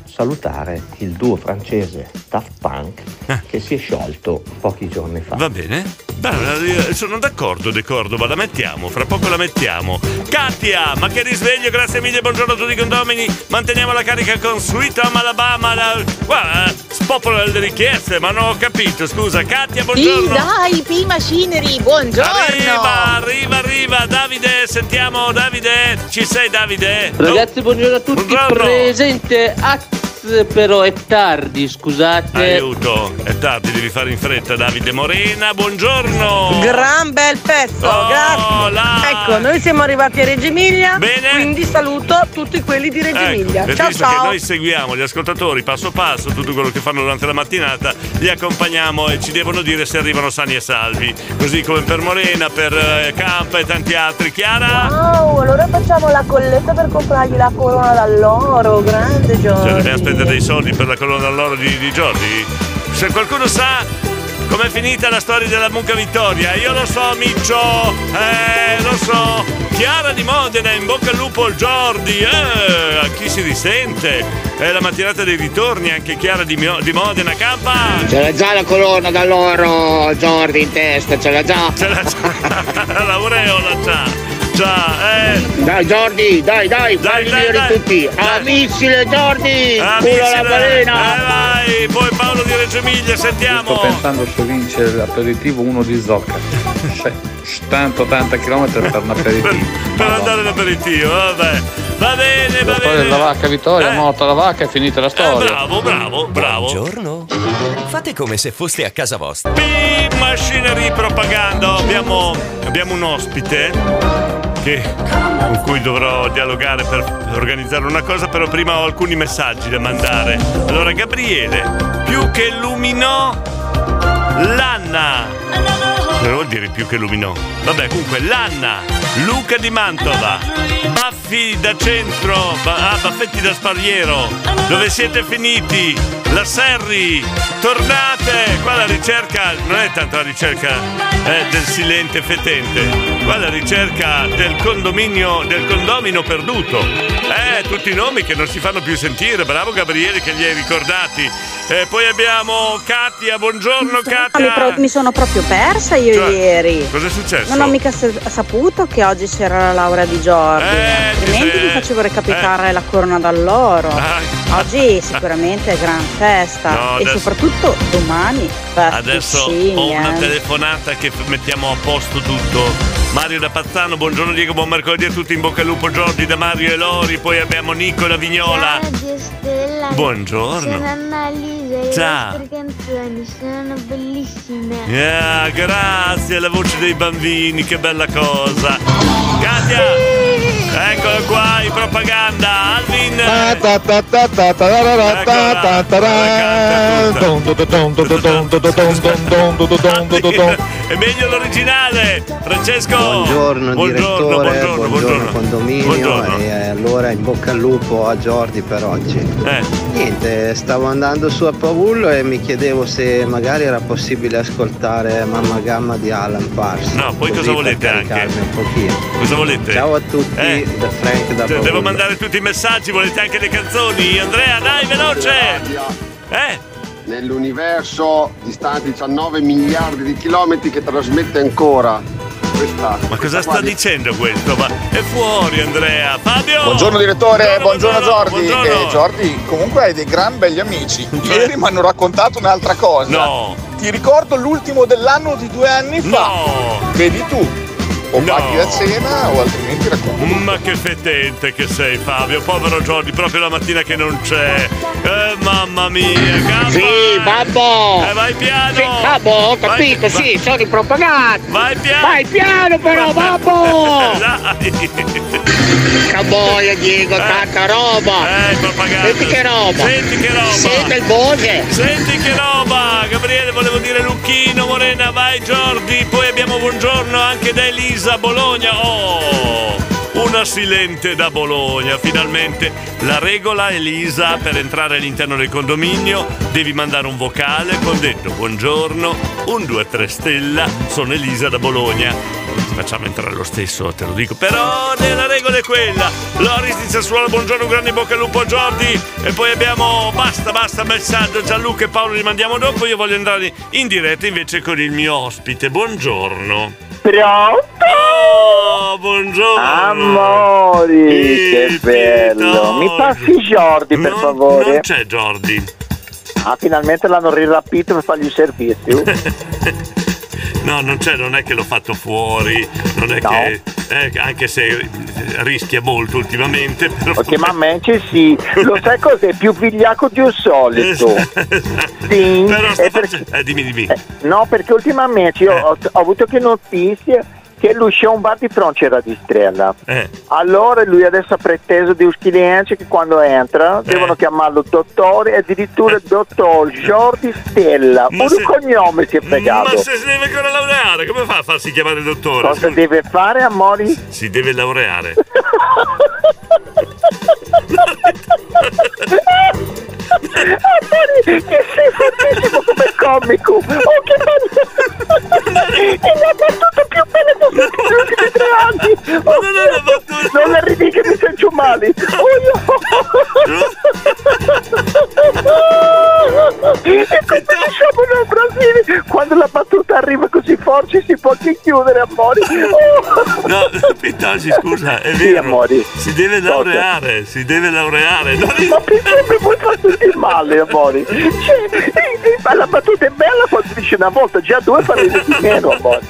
Speaker 9: salutare il duo francese Daft Punk
Speaker 1: Eh.
Speaker 9: che si è sciolto pochi giorni fa.
Speaker 1: Va bene? Beh, eh, sono d'accordo, De Cordoba, la mettiamo, fra poco la mettiamo. Katia, ma che risveglio, grazie mille, buongiorno a tutti i condomini. Manteniamo la carica con Sweet Home Alabama. La... Guarda, spopolano le richieste, ma non ho capito, scusa. Katia,
Speaker 3: Sì,
Speaker 1: buongiorno.
Speaker 3: dai, P Machinery,
Speaker 1: Arriva,
Speaker 3: buongiorno!
Speaker 1: arriva, arriva, Davide, sentiamo Davide, ci sei Davide?
Speaker 42: Ragazzi, buongiorno a tutti. Presente a
Speaker 43: Yes, però è tardi, scusate.
Speaker 1: Aiuto, è tardi, devi fare in fretta Davide Morena, buongiorno!
Speaker 44: Gran bel pezzo,
Speaker 1: Oh,
Speaker 44: grazie. Ecco, noi siamo arrivati a Reggio Emilia, quindi saluto tutti quelli di Reggio Emilia.
Speaker 1: Ecco, nel
Speaker 44: Ciao
Speaker 1: senso che
Speaker 44: ciao.
Speaker 1: noi seguiamo gli ascoltatori passo passo, tutto quello che fanno durante la mattinata, li accompagniamo e ci devono dire se arrivano sani e salvi. Così come per Morena, per eh, Campa e tanti altri. Chiara?
Speaker 45: Wow, allora facciamo la colletta per comprargli la corona dall'oro, grande
Speaker 1: Cioè,
Speaker 45: Giorgio.
Speaker 1: dobbiamo spendere dei soldi per la colonna d'alloro di, di Jordi? Se qualcuno sa com'è finita la storia della mucca Vittoria, io lo so, Miccio, eh, lo so. Chiara di Modena, in bocca al lupo al Jordi, eh, a chi si risente? È la mattinata dei ritorni, anche Chiara di, Mio- di Modena, campa! <laughs>
Speaker 2: Ce l'ha già la colonna dall'oro, Jordi in testa, ce l'ha già. Ce l'ha già.
Speaker 1: L'aureola già, già, eh.
Speaker 2: Dai Jordi, dai, dai,
Speaker 1: dai,
Speaker 2: dai,
Speaker 1: dai,
Speaker 2: dai,
Speaker 1: dai.
Speaker 2: tutti. Amici le Jordi,
Speaker 1: Ah,
Speaker 2: culo
Speaker 1: Miccio,
Speaker 2: alla
Speaker 1: dai.
Speaker 2: balena.
Speaker 1: Eh, vai, poi Paolo di Reggio Emilia,
Speaker 15: Sto
Speaker 1: sentiamo!
Speaker 15: pensando se vincere l'aperitivo uno di
Speaker 1: <laughs>
Speaker 15: Zocca. C'è tanto 80 km per un aperitivo.
Speaker 1: Per andare all'aperitivo, vabbè. Va bene, va
Speaker 46: Poi
Speaker 1: bene. Eh,
Speaker 46: la vacca Vittoria, è morta la vacca, è finita la storia.
Speaker 1: bravo, bravo, bravo.
Speaker 28: Buongiorno. Fate come se foste a casa vostra.
Speaker 1: Beep Machinery Propaganda. Abbiamo, abbiamo un ospite che- con cui dovrò dialogare per organizzare una cosa, però prima ho alcuni messaggi da mandare. Allora, Gabriele, più che luminò l'Anna. Non Eh, vuol dire più che luminò. Vabbè, comunque, l'Anna, Luca di Mantova, Baffi da centro, ba- ah, Baffetti da Sparriero, dove siete finiti? La Serri, tornate! Qua la ricerca non è tanto la ricerca eh, del silente fetente, qua la ricerca del condominio, del condomino perduto. Eh, tutti i nomi che non si fanno più sentire, bravo Gabriele che li hai ricordati. Eh, poi abbiamo Katia, buongiorno
Speaker 3: Ah, mi, pro-
Speaker 1: Katia.
Speaker 3: mi sono proprio persa io
Speaker 1: Cioè,
Speaker 3: ieri.
Speaker 1: Cosa è successo?
Speaker 3: Non ho mica sa- saputo che oggi c'era la laurea di Giorgio.
Speaker 1: Eh,
Speaker 3: Altrimenti
Speaker 1: sei-
Speaker 3: mi facevo
Speaker 1: eh.
Speaker 3: recapitare la corona d'alloro. Oggi sicuramente è gran festa.
Speaker 1: Ah. No,
Speaker 3: e
Speaker 1: adesso-
Speaker 3: soprattutto domani
Speaker 1: Adesso
Speaker 3: festicini.
Speaker 1: ho una
Speaker 3: eh.
Speaker 1: telefonata che f- mettiamo a posto tutto. Mario da Pazzano, buongiorno Diego, buon mercoledì a tutti, in bocca al lupo Giorgi da Mario e Lori, poi abbiamo Nico da Vignola.
Speaker 47: Stella.
Speaker 1: eh. Buongiorno.
Speaker 47: Sono Annalisa, le
Speaker 1: Ciao.
Speaker 47: vostre canzoni sono bellissime.
Speaker 1: Ah, grazie, la voce dei bambini, che bella cosa. Katia, eccola qua, in propaganda, Alvin.
Speaker 13: Ta ta ta ta ta ta ra ra ta ta ta ra. Don do do don do do don do do don don don do do don do do don.
Speaker 1: È meglio l'originale, Francesco.
Speaker 9: Buongiorno,
Speaker 1: buongiorno,
Speaker 9: direttore,
Speaker 1: buongiorno, buongiorno.
Speaker 9: condominio
Speaker 1: Buongiorno.
Speaker 9: e eh, allora in bocca al lupo a Jordi per oggi.
Speaker 1: Eh.
Speaker 9: Niente, stavo andando su a Pavullo e mi chiedevo se magari era possibile ascoltare Mamma Gamma di Alan Parsons.
Speaker 1: No, poi cosa volete anche? Cosa volete?
Speaker 9: Ciao a tutti, da Frank da
Speaker 1: Cioè,
Speaker 9: Pavullo.
Speaker 1: Devo mandare tutti i messaggi, volete anche le canzoni? Andrea, dai, veloce! Eh?
Speaker 19: Nell'universo distante 19 miliardi di chilometri che trasmette ancora. Questa,
Speaker 1: Ma cosa sta dicendo questo? Ma è fuori Andrea! Fabio!
Speaker 13: Buongiorno direttore, buongiorno, Jordi.
Speaker 1: buongiorno.
Speaker 13: Eh, Jordi, comunque hai dei gran belli amici. Cioè, Ieri mi hanno raccontato un'altra cosa.
Speaker 1: No.
Speaker 13: Ti ricordo l'ultimo dell'anno di due anni fa. Vedi tu, o paghi la cena o altrimenti racconti.
Speaker 1: Ma che fetente che sei Fabio, povero Jordi, proprio la mattina che non c'è. Eh, mamma mia, gamba!
Speaker 2: Sì, babbo!
Speaker 1: Eh, vai piano!
Speaker 2: Sì, babbo, ho capito,
Speaker 1: Vai-
Speaker 2: sì,
Speaker 1: va-
Speaker 2: sono in propaganda!
Speaker 1: Vai piano!
Speaker 2: Vai piano però,
Speaker 1: <laughs>
Speaker 2: babbo!
Speaker 1: Dai!
Speaker 2: Caboia, Diego, tanta roba!
Speaker 1: Eh, propaganda!
Speaker 2: Senti che roba!
Speaker 1: Senti che roba!
Speaker 2: Sente il Bose!
Speaker 1: Senti che roba! Gabriele, volevo dire Lucchino, Morena, vai Jordi, poi abbiamo buongiorno anche da Elisa Bologna. Oh! Una silente da Bologna, finalmente. La regola, Elisa, per entrare all'interno del condominio devi mandare un vocale con detto buongiorno, un 2-3 stella, sono Elisa da Bologna. Ti facciamo entrare lo stesso, te lo dico. Però eh, la regola è quella. Loris di Sassuolo, buongiorno, un grande in bocca al lupo a Jordi. E poi abbiamo basta, basta, messaggio. Gianluca e Paolo li mandiamo dopo. Io voglio andare in diretta invece con il mio ospite. Buongiorno.
Speaker 48: Pronto?
Speaker 1: Oh, buongiorno.
Speaker 48: Amori, che bello. Mi passi Jordi, per favore.
Speaker 1: Non c'è Jordi. <laughs>
Speaker 48: Ah, finalmente l'hanno rirapito per fargli i servizi.
Speaker 1: No, non c'è, non è che l'ho fatto fuori, non è
Speaker 48: No.
Speaker 1: che. eh, anche se eh, rischia molto ultimamente, però.
Speaker 48: Perché Manchester sì, lo sai cos'è? Più vigliacco di un
Speaker 1: <laughs>
Speaker 48: solito.
Speaker 1: Esatto.
Speaker 48: Sì, è perché-
Speaker 1: Eh, dimmi, dimmi.
Speaker 48: no, perché ultimamente
Speaker 1: Eh.
Speaker 48: io ho, ho avuto che notizie che lui c'è un bar di fronte era di Strella.
Speaker 1: Eh.
Speaker 48: Allora lui adesso ha preteso di un cliente che quando
Speaker 1: Eh.
Speaker 48: entra devono chiamarlo dottore, addirittura dottor Jordi Stella.
Speaker 1: Ma
Speaker 48: un
Speaker 1: se-
Speaker 48: cognome si è fregato.
Speaker 1: Ma se si deve ancora laureare, come fa a farsi chiamare dottore?
Speaker 48: Cosa deve fare, amori?
Speaker 1: Si deve laureare.
Speaker 48: Amore, che sei fortissimo come comico! Oh, che bello! È la battuta più bella che ho sentito negli ultimi tre anni! Oh, non la ridi che mi sento male! Oh, no! E come diciamo noi brasili, quando la battuta arriva così forte si può anche chiudere, amore! Oh.
Speaker 1: No, Pitasi, scusa, è
Speaker 48: Sì,
Speaker 1: vero.
Speaker 48: amori.
Speaker 1: Si deve
Speaker 48: Cosa?
Speaker 1: laureare, si deve laureare. No,
Speaker 48: Ma perché mi vuoi far sentire male, amore? Cioè, eh, eh, ma la battuta è bella quando dice una volta, già due farei di meno, amore.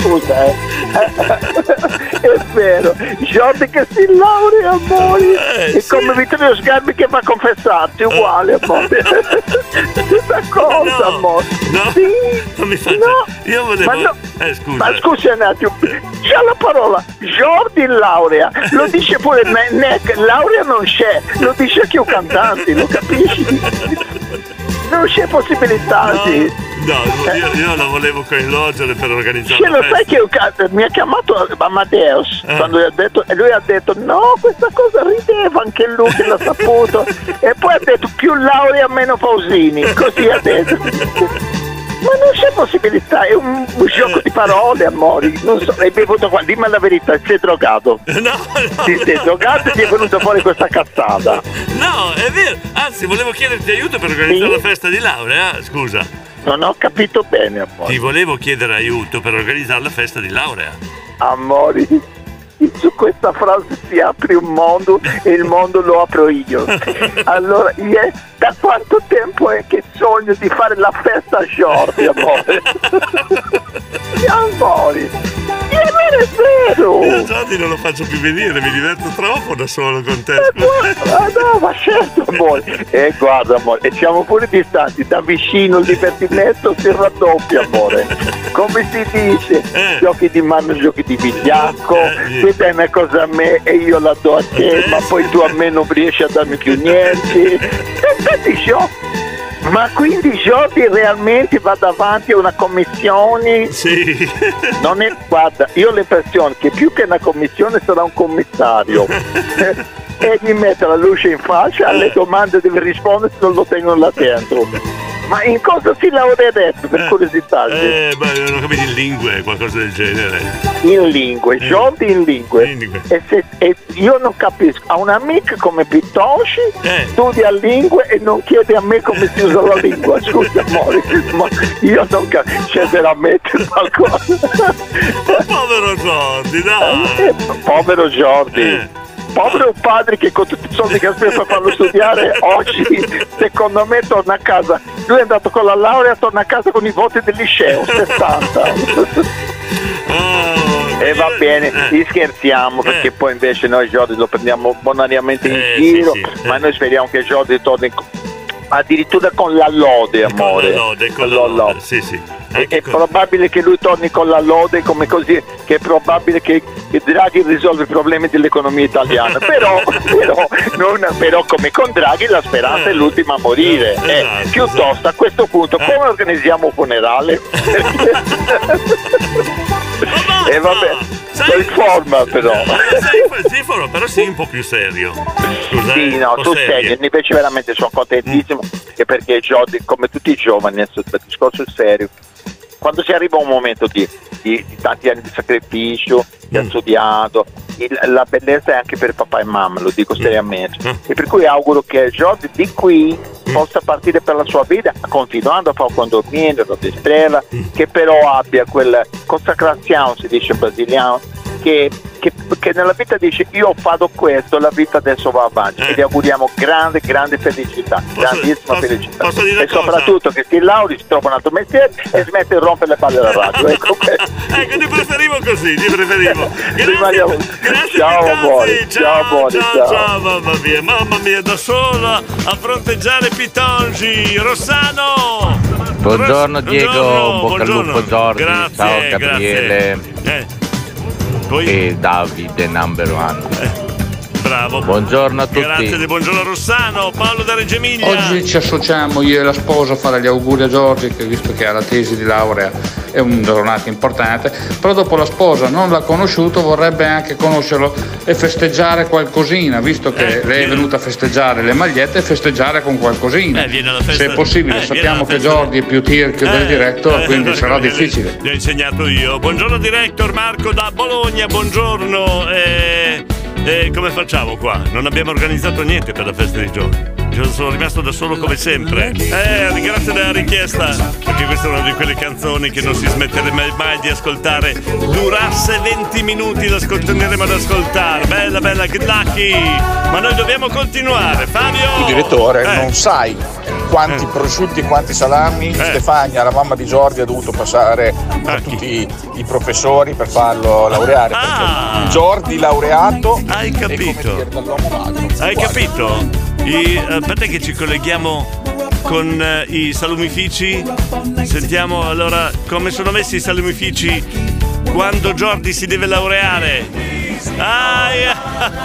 Speaker 48: Scusa, eh. <laughs> È vero, Jordi che si laurea, amore. È come Vittorio Sgarbi che va a confessarsi, uguale, amore. <laughs> Stessa cosa, amore. Sì.
Speaker 1: non mi faccia. Io volevo.
Speaker 48: Ma no.
Speaker 1: Eh, scusa.
Speaker 48: Ma scusa un attimo, già la parola Jordi laurea, lo dice pure Ne- Neck, laurea non c'è, lo dice anche un cantante, lo capisci? Non c'è possibilità di...
Speaker 1: No, io, io la volevo coinvolgere per organizzare
Speaker 48: Cioè,
Speaker 1: la
Speaker 48: Eh. lo
Speaker 1: festa.
Speaker 48: sai che un ca- mi ha chiamato Amadeus
Speaker 1: Eh.
Speaker 48: quando gli ha detto, e lui ha detto no, questa cosa rideva anche lui che
Speaker 1: <laughs>
Speaker 48: l'ha saputo e poi ha detto più laurea meno Pausini, così ha detto. Ma non c'è possibilità, è un, un gioco di parole, amori. Non so, hai bevuto qua, dimmi la verità, sei drogato.
Speaker 1: <laughs> No,
Speaker 48: Ti sei drogato e ti è venuta fuori questa cazzata.
Speaker 1: No, è vero. Anzi, volevo chiederti aiuto per organizzare la festa di laurea. Scusa.
Speaker 48: Non ho capito bene, amore.
Speaker 1: Ti volevo chiedere aiuto per organizzare la festa di laurea.
Speaker 48: Amori, <laughs> su questa frase si apre un mondo e il mondo lo apro io. Allora, io- da quanto tempo è che sogno di fare la festa a Jordi, amore? Amori, e non è vero!
Speaker 1: Io Giordi non lo faccio più venire, mi diverto troppo da solo con te.
Speaker 48: Ah no, ma certo, amore. E guarda, amore, e siamo pure distanti, da vicino il divertimento si raddoppia, amore. Come si dice, giochi di mano, giochi di vigliacco, tu dai una cosa a me e io la do a te, ma poi tu a me non riesci a darmi più niente. E oh, tanti giochi. Ma quindi Jordi realmente va davanti a una commissione?
Speaker 1: Sì.
Speaker 48: <laughs> Non è, guarda, io ho l'impressione che più che una commissione sarà un
Speaker 1: <laughs>
Speaker 48: commissario. e gli mette la luce in faccia,
Speaker 1: Eh.
Speaker 48: alle domande deve rispondere se non lo tengono là dentro. Ma in cosa si laureerebbe per curiosità?
Speaker 1: Eh, ma non ho capito in lingue, qualcosa del genere.
Speaker 48: In lingue, Jordi in lingue. E se- e io non capisco, a un amico come Pitosci
Speaker 1: Eh.
Speaker 48: studia lingue e non chiede a me come si usa la
Speaker 1: <laughs>
Speaker 48: lingua, scusa amore, ma io non capisco, c'è veramente qualcosa.
Speaker 1: Povero Giordi, dai. Eh. Ah.
Speaker 48: Povero Jordi. Povero padre che con tutti i soldi che ha speso per farlo studiare
Speaker 1: <laughs>
Speaker 48: oggi, secondo me, torna a casa. Lui è andato con la laurea, torna a casa con i voti del liceo, 60. E va bene,
Speaker 1: Eh.
Speaker 48: gli scherziamo perché poi invece noi Jordi lo prendiamo bonariamente in
Speaker 1: Eh,
Speaker 48: giro, ma noi speriamo che Jordi torni co- addirittura con la lode, amore.
Speaker 1: la lode, con la
Speaker 48: Lo-
Speaker 1: lode,
Speaker 48: lo-
Speaker 1: Sì, sì.
Speaker 48: è, è probabile che lui torni con la lode come così, che è probabile che, che Draghi risolva i problemi dell'economia
Speaker 1: <laughs>
Speaker 48: italiana. Però, però, non- però come con Draghi la speranza è
Speaker 1: Eh.
Speaker 48: l'ultima a morire. Eh,
Speaker 1: esatto,
Speaker 48: piuttosto a questo punto come organizziamo un funerale? e vabbè, in forma però.
Speaker 1: Sei Ziforo, però sei un po' più serio. Scusa,
Speaker 48: Sì,
Speaker 1: eh,
Speaker 48: no,
Speaker 1: un po'
Speaker 48: tu
Speaker 1: serio. Mm.
Speaker 48: sei, invece veramente sono contentissimo che perché Jordi, come tutti i giovani, adesso il discorso è serio, quando si arriva a un momento di, di- di tanti anni di sacrificio,
Speaker 1: Mm.
Speaker 48: di ha studiato, il- la bellezza è anche per papà e mamma, lo
Speaker 1: Mm.
Speaker 48: dico seriamente. E per cui auguro che Jordi di qui
Speaker 1: Mm.
Speaker 48: possa partire per la sua vita, continuando a fare un condominio, la
Speaker 1: Mm.
Speaker 48: Strela, che però abbia quella consacrazione, si dice in brasiliano, che, che, che nella vita dice io ho fatto questo, la vita adesso va avanti
Speaker 1: Eh.
Speaker 48: e vi auguriamo grande, grande felicità, grandissima felicità.
Speaker 1: posso
Speaker 48: e
Speaker 1: dire una cosa?
Speaker 48: soprattutto che ti lauri, si trova un altro mestiere e smetti di rompere le palle alla radio. Ecco questo.
Speaker 1: Ecco, ti preferivo così, ti
Speaker 48: <laughs>
Speaker 1: preferivo.
Speaker 48: Rimaniamo- ciao amore, ciao amore,
Speaker 1: Ciao, ciao, mamma mia, mamma mia, da sola a fronteggiare Pitongi, Rossano!
Speaker 49: Buongiorno Diego,
Speaker 1: buongiorno,
Speaker 49: bocca al
Speaker 1: buongiorno.
Speaker 49: lupo Giorgi,
Speaker 1: Grazie,
Speaker 49: ciao
Speaker 1: grazie.
Speaker 49: Gabriele
Speaker 1: Eh, Eh.
Speaker 49: e Davide number one.
Speaker 1: bravo.
Speaker 49: Buongiorno a tutti.
Speaker 1: Grazie, buongiorno Rossano, Paolo da Reggio Emilia.
Speaker 15: Oggi ci associamo io e la sposa a fare gli auguri a Giorgi che visto che ha la tesi di laurea è un giornata importante, però dopo la sposa non l'ha conosciuto vorrebbe anche conoscerlo e festeggiare qualcosina, visto che
Speaker 1: Eh,
Speaker 15: lei è venuta a festeggiare le magliette e festeggiare con qualcosina.
Speaker 1: Eh, viene alla festa-
Speaker 15: Se è possibile,
Speaker 1: eh, viene
Speaker 15: sappiamo
Speaker 1: alla
Speaker 15: che Giorgi è più tirchio del
Speaker 1: Eh,
Speaker 15: diretto,
Speaker 1: eh,
Speaker 15: quindi
Speaker 1: allora, <laughs>
Speaker 15: sarà
Speaker 1: gli-
Speaker 15: difficile.
Speaker 1: Gli ho insegnato io. Buongiorno director Marco da Bologna, buongiorno. Eh, eh, come facciamo qua? Non abbiamo organizzato niente per la festa di Giorgio. Io Sono rimasto da solo come sempre. Eh, grazie della richiesta. Perché questa è una di quelle canzoni che non si smetterebbe mai, mai di ascoltare. Durasse 20 minuti la continueremo ad ascoltare. Bella, bella, good lucky. Ma noi dobbiamo continuare. Fabio!
Speaker 4: Tu direttore
Speaker 1: Eh.
Speaker 4: non sai quanti prosciutti e quanti salami Stefania, la mamma di Giorgi, ha dovuto passare
Speaker 1: Eh.
Speaker 4: a tutti i professori per farlo
Speaker 1: Ah.
Speaker 4: laureare. perché Giordi laureato
Speaker 1: Hai capito? Hai capito? I- eh, aspetta che ci colleghiamo con eh, i salumifici. Sentiamo allora come sono messi i salumifici quando Jordi si deve laureare. Ah, <laughs> yeah.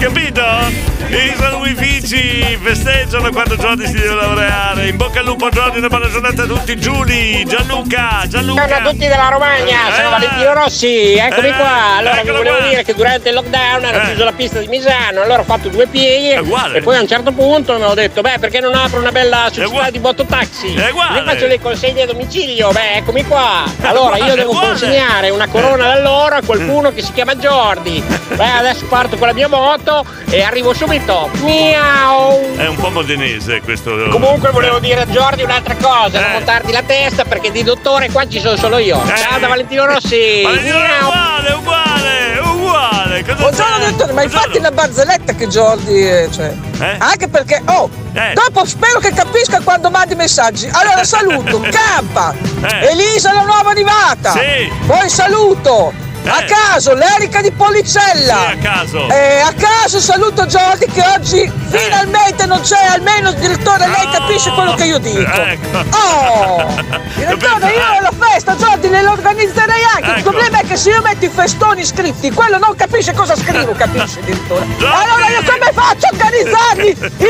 Speaker 1: Capito? I salumifici festeggiano quando Jordi si deve laureare. In bocca al lupo a Jordi, una buona giornata a tutti. Giuli, Gianluca, Gianluca.
Speaker 9: Buongiorno a tutti della Romagna, sono
Speaker 1: Eh.
Speaker 9: Valentino Rossi, eccomi
Speaker 1: Eh,
Speaker 9: qua. Allora vi
Speaker 1: eccolo
Speaker 9: volevo
Speaker 1: qua.
Speaker 9: dire che durante il lockdown hanno chiuso la pista di Misano, allora ho fatto due pieghe
Speaker 1: Eh. uguale.
Speaker 9: e poi a un certo punto mi ho detto, beh perché non apro una bella società di botto taxi?
Speaker 1: È uguale.
Speaker 9: Io faccio le consegne a domicilio, beh eccomi qua.
Speaker 1: Eh, <laughs>
Speaker 9: Allora Uguale, io devo uguale. consegnare una corona d'alloro a
Speaker 1: Mm.
Speaker 9: qualcuno che si chiama
Speaker 1: <laughs>
Speaker 9: Jordi. Beh adesso parto con la mia moto e arrivo subito. Miau!
Speaker 1: È un po' modenese questo.
Speaker 9: Comunque volevo dire a Giordi un'altra cosa,
Speaker 1: Eh.
Speaker 9: non montarti la testa perché di dottore qua ci sono solo io. Ciao da Valentino Rossi!
Speaker 1: Valentino
Speaker 9: Ciao.
Speaker 1: uguale, uguale, uguale!
Speaker 2: Buongiorno dottore, ma infatti la barzelletta che Giordi eh, cioè, anche perché oh,
Speaker 1: eh.
Speaker 2: dopo spero che capisca quando mandi i messaggi. Allora
Speaker 1: <laughs>
Speaker 2: saluto Campa,
Speaker 9: Eh.
Speaker 2: Elisa la nuova arrivata.
Speaker 9: Sì.
Speaker 2: Poi saluto a caso l'Erica di Policella.
Speaker 1: Eh. Sì, a caso. Eh.
Speaker 2: Eh, a caso saluto Giordi che oggi finalmente non c'è almeno il direttore, lei
Speaker 1: Ah.
Speaker 2: capisce quello che io dico.
Speaker 1: Ecco. <laughs>
Speaker 2: Oh! Direttore, io la festa, Giordi, le organizzerei anche.
Speaker 1: Ecco.
Speaker 2: Il problema è che se io metto i festoni scritti, quello non capisce cosa scrivo, capisce, direttore? Allora io come faccio a organizzarmi?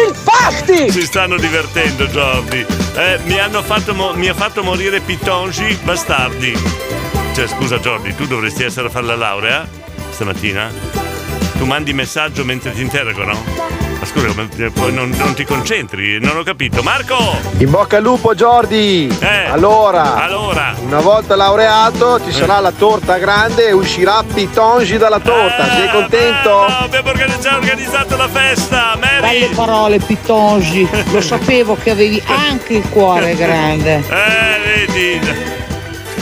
Speaker 2: Infatti!
Speaker 1: Si stanno divertendo, Jordi. Eh, mi, hanno fatto mo- mi ha fatto morire Pitongi, bastardi. Cioè, scusa, Jordi, tu dovresti essere a fare la laurea eh, stamattina? Tu mandi messaggio mentre ti interrogano? Ma scusa, ma eh, poi non, non ti concentri, non ho capito. Marco! Eh.
Speaker 4: In bocca al lupo Giordi!
Speaker 22: Eh.
Speaker 4: allora,
Speaker 1: allora.
Speaker 4: una volta laureato ci sarà la torta grande e uscirà Pitongi dalla torta. Sei contento?
Speaker 1: Abbiamo organizz- già organizzato la festa, Mary!
Speaker 16: Belle parole, Pitongi.
Speaker 1: <laughs>
Speaker 16: Lo sapevo che avevi anche il cuore grande.
Speaker 1: Eh, vedi.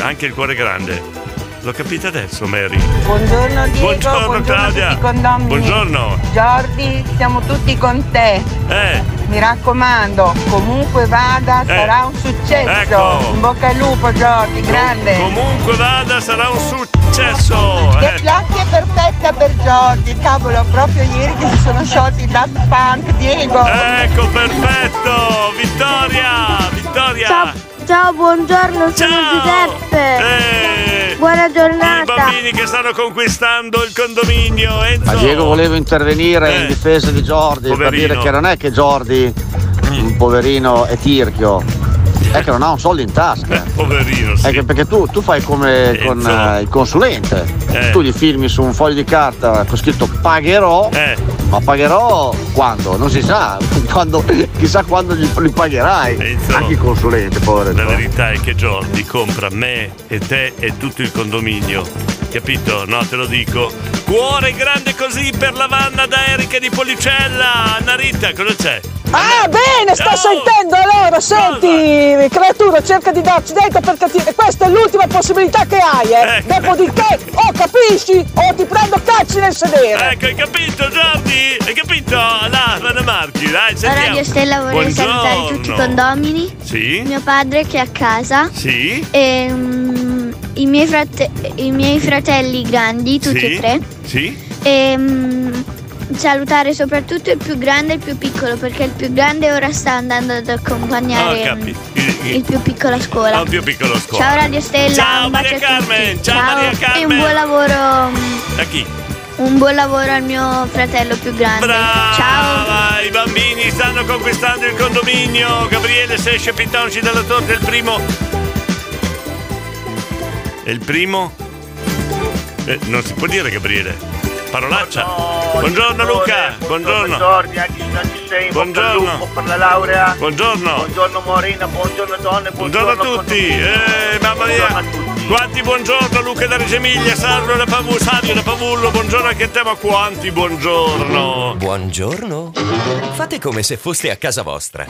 Speaker 1: Anche il cuore grande. L'ho capito adesso, Mary.
Speaker 3: Buongiorno Diego,
Speaker 1: Buongiorno,
Speaker 3: buongiorno,
Speaker 1: Claudia.
Speaker 3: a tutti i condomini.
Speaker 1: Buongiorno.
Speaker 3: Giordi, siamo tutti con te.
Speaker 1: Eh.
Speaker 3: Mi raccomando, comunque vada, sarà un successo.
Speaker 1: Ecco.
Speaker 3: In bocca al lupo Giordi, grande.
Speaker 1: Comunque vada, sarà un successo. eh.
Speaker 3: Che placca è perfetta per Giordi, cavolo, proprio ieri che si sono sciolti i Daft Punk, Diego.
Speaker 1: Ecco, perfetto. Vittoria, Vittoria.
Speaker 26: Ciao, ciao, buongiorno, sono
Speaker 1: Eh,
Speaker 26: Giuseppe. Buona
Speaker 1: I
Speaker 26: giornata.
Speaker 1: bambini che stanno conquistando il condominio. Enzo.
Speaker 23: Ma Diego volevo intervenire in difesa di Jordi per
Speaker 1: Eh, Poverino.
Speaker 23: dire che non è che Jordi, un poverino, è tirchio, è che non ha un soldo in tasca.
Speaker 1: <laughs> Poverino, sì.
Speaker 23: È che perché tu, tu fai come
Speaker 1: Eh,
Speaker 23: con
Speaker 1: insomma.
Speaker 23: eh, il consulente,
Speaker 1: Eh.
Speaker 23: tu gli firmi su un foglio di carta con scritto pagherò,
Speaker 1: Eh.
Speaker 23: ma pagherò quando? Non si sa, <laughs> quando, chissà quando gli, li pagherai.
Speaker 1: Eh,
Speaker 23: Anche il consulente,
Speaker 1: La
Speaker 23: poveretto.
Speaker 1: verità è che Jordi compra me e te e tutto il condominio. Capito? No, te lo dico. Cuore grande così per la vanna da Erika di Policella. Narita, cosa c'è?
Speaker 50: Ah, bene, sto sentendo allora, senti, creatura, cerca di darci dentro perché ti- questa è l'ultima possibilità che hai, eh.
Speaker 1: Ecco.
Speaker 50: Dopodiché, o capisci o ti prendo a cacci nel sedere.
Speaker 1: Ecco, hai capito, Jordi? Hai capito? Là, Vanna Marchi, dai,
Speaker 26: Da
Speaker 1: sentiamo.
Speaker 26: Radio Stella vorrei
Speaker 1: Buongiorno.
Speaker 26: salutare tutti i condomini,
Speaker 1: Sì?
Speaker 26: mio padre che è a casa
Speaker 1: Sì?
Speaker 26: e mm, i, miei frate- i miei fratelli grandi, tutti
Speaker 1: sì?
Speaker 26: e tre.
Speaker 1: Sì?
Speaker 26: E mm, salutare soprattutto il più grande e il più piccolo perché il più grande ora sta andando ad
Speaker 1: Ah, Ho
Speaker 26: accompagnare mm,
Speaker 1: capito. Il,
Speaker 26: il più piccolo a scuola.
Speaker 1: Ho più piccolo scuola.
Speaker 26: Ciao Radio Stella,
Speaker 1: Ciao,
Speaker 26: un bacio
Speaker 1: Maria
Speaker 26: a tutti.
Speaker 1: Carmen. Ciao, Maria
Speaker 26: e
Speaker 1: Carmen.
Speaker 26: un buon lavoro. mm,
Speaker 1: Da chi?
Speaker 26: Un buon lavoro al mio fratello più grande. Ciao.
Speaker 1: Brava, i bambini stanno conquistando il condominio. Gabriele Sesce Pitonci dalla torre il primo. E il primo? Eh, non si può dire Gabriele. Parolaccia. Buongiorno Luca. Buongiorno.
Speaker 4: Buongiorno, anche ogni sei,
Speaker 1: Buongiorno.
Speaker 4: buongiorno. per la laurea.
Speaker 1: Buongiorno.
Speaker 4: Buongiorno Morina, buongiorno donne,
Speaker 1: Buongiorno
Speaker 4: buongiorno,
Speaker 1: a tutti. Eh, mamma mia. Quanti buongiorno Luca da Reggio Emilia, Salvo da Pavullo, Savio da Pavullo, buongiorno anche a te, ma quanti buongiorno.
Speaker 28: Buongiorno. Fate come se foste a casa vostra.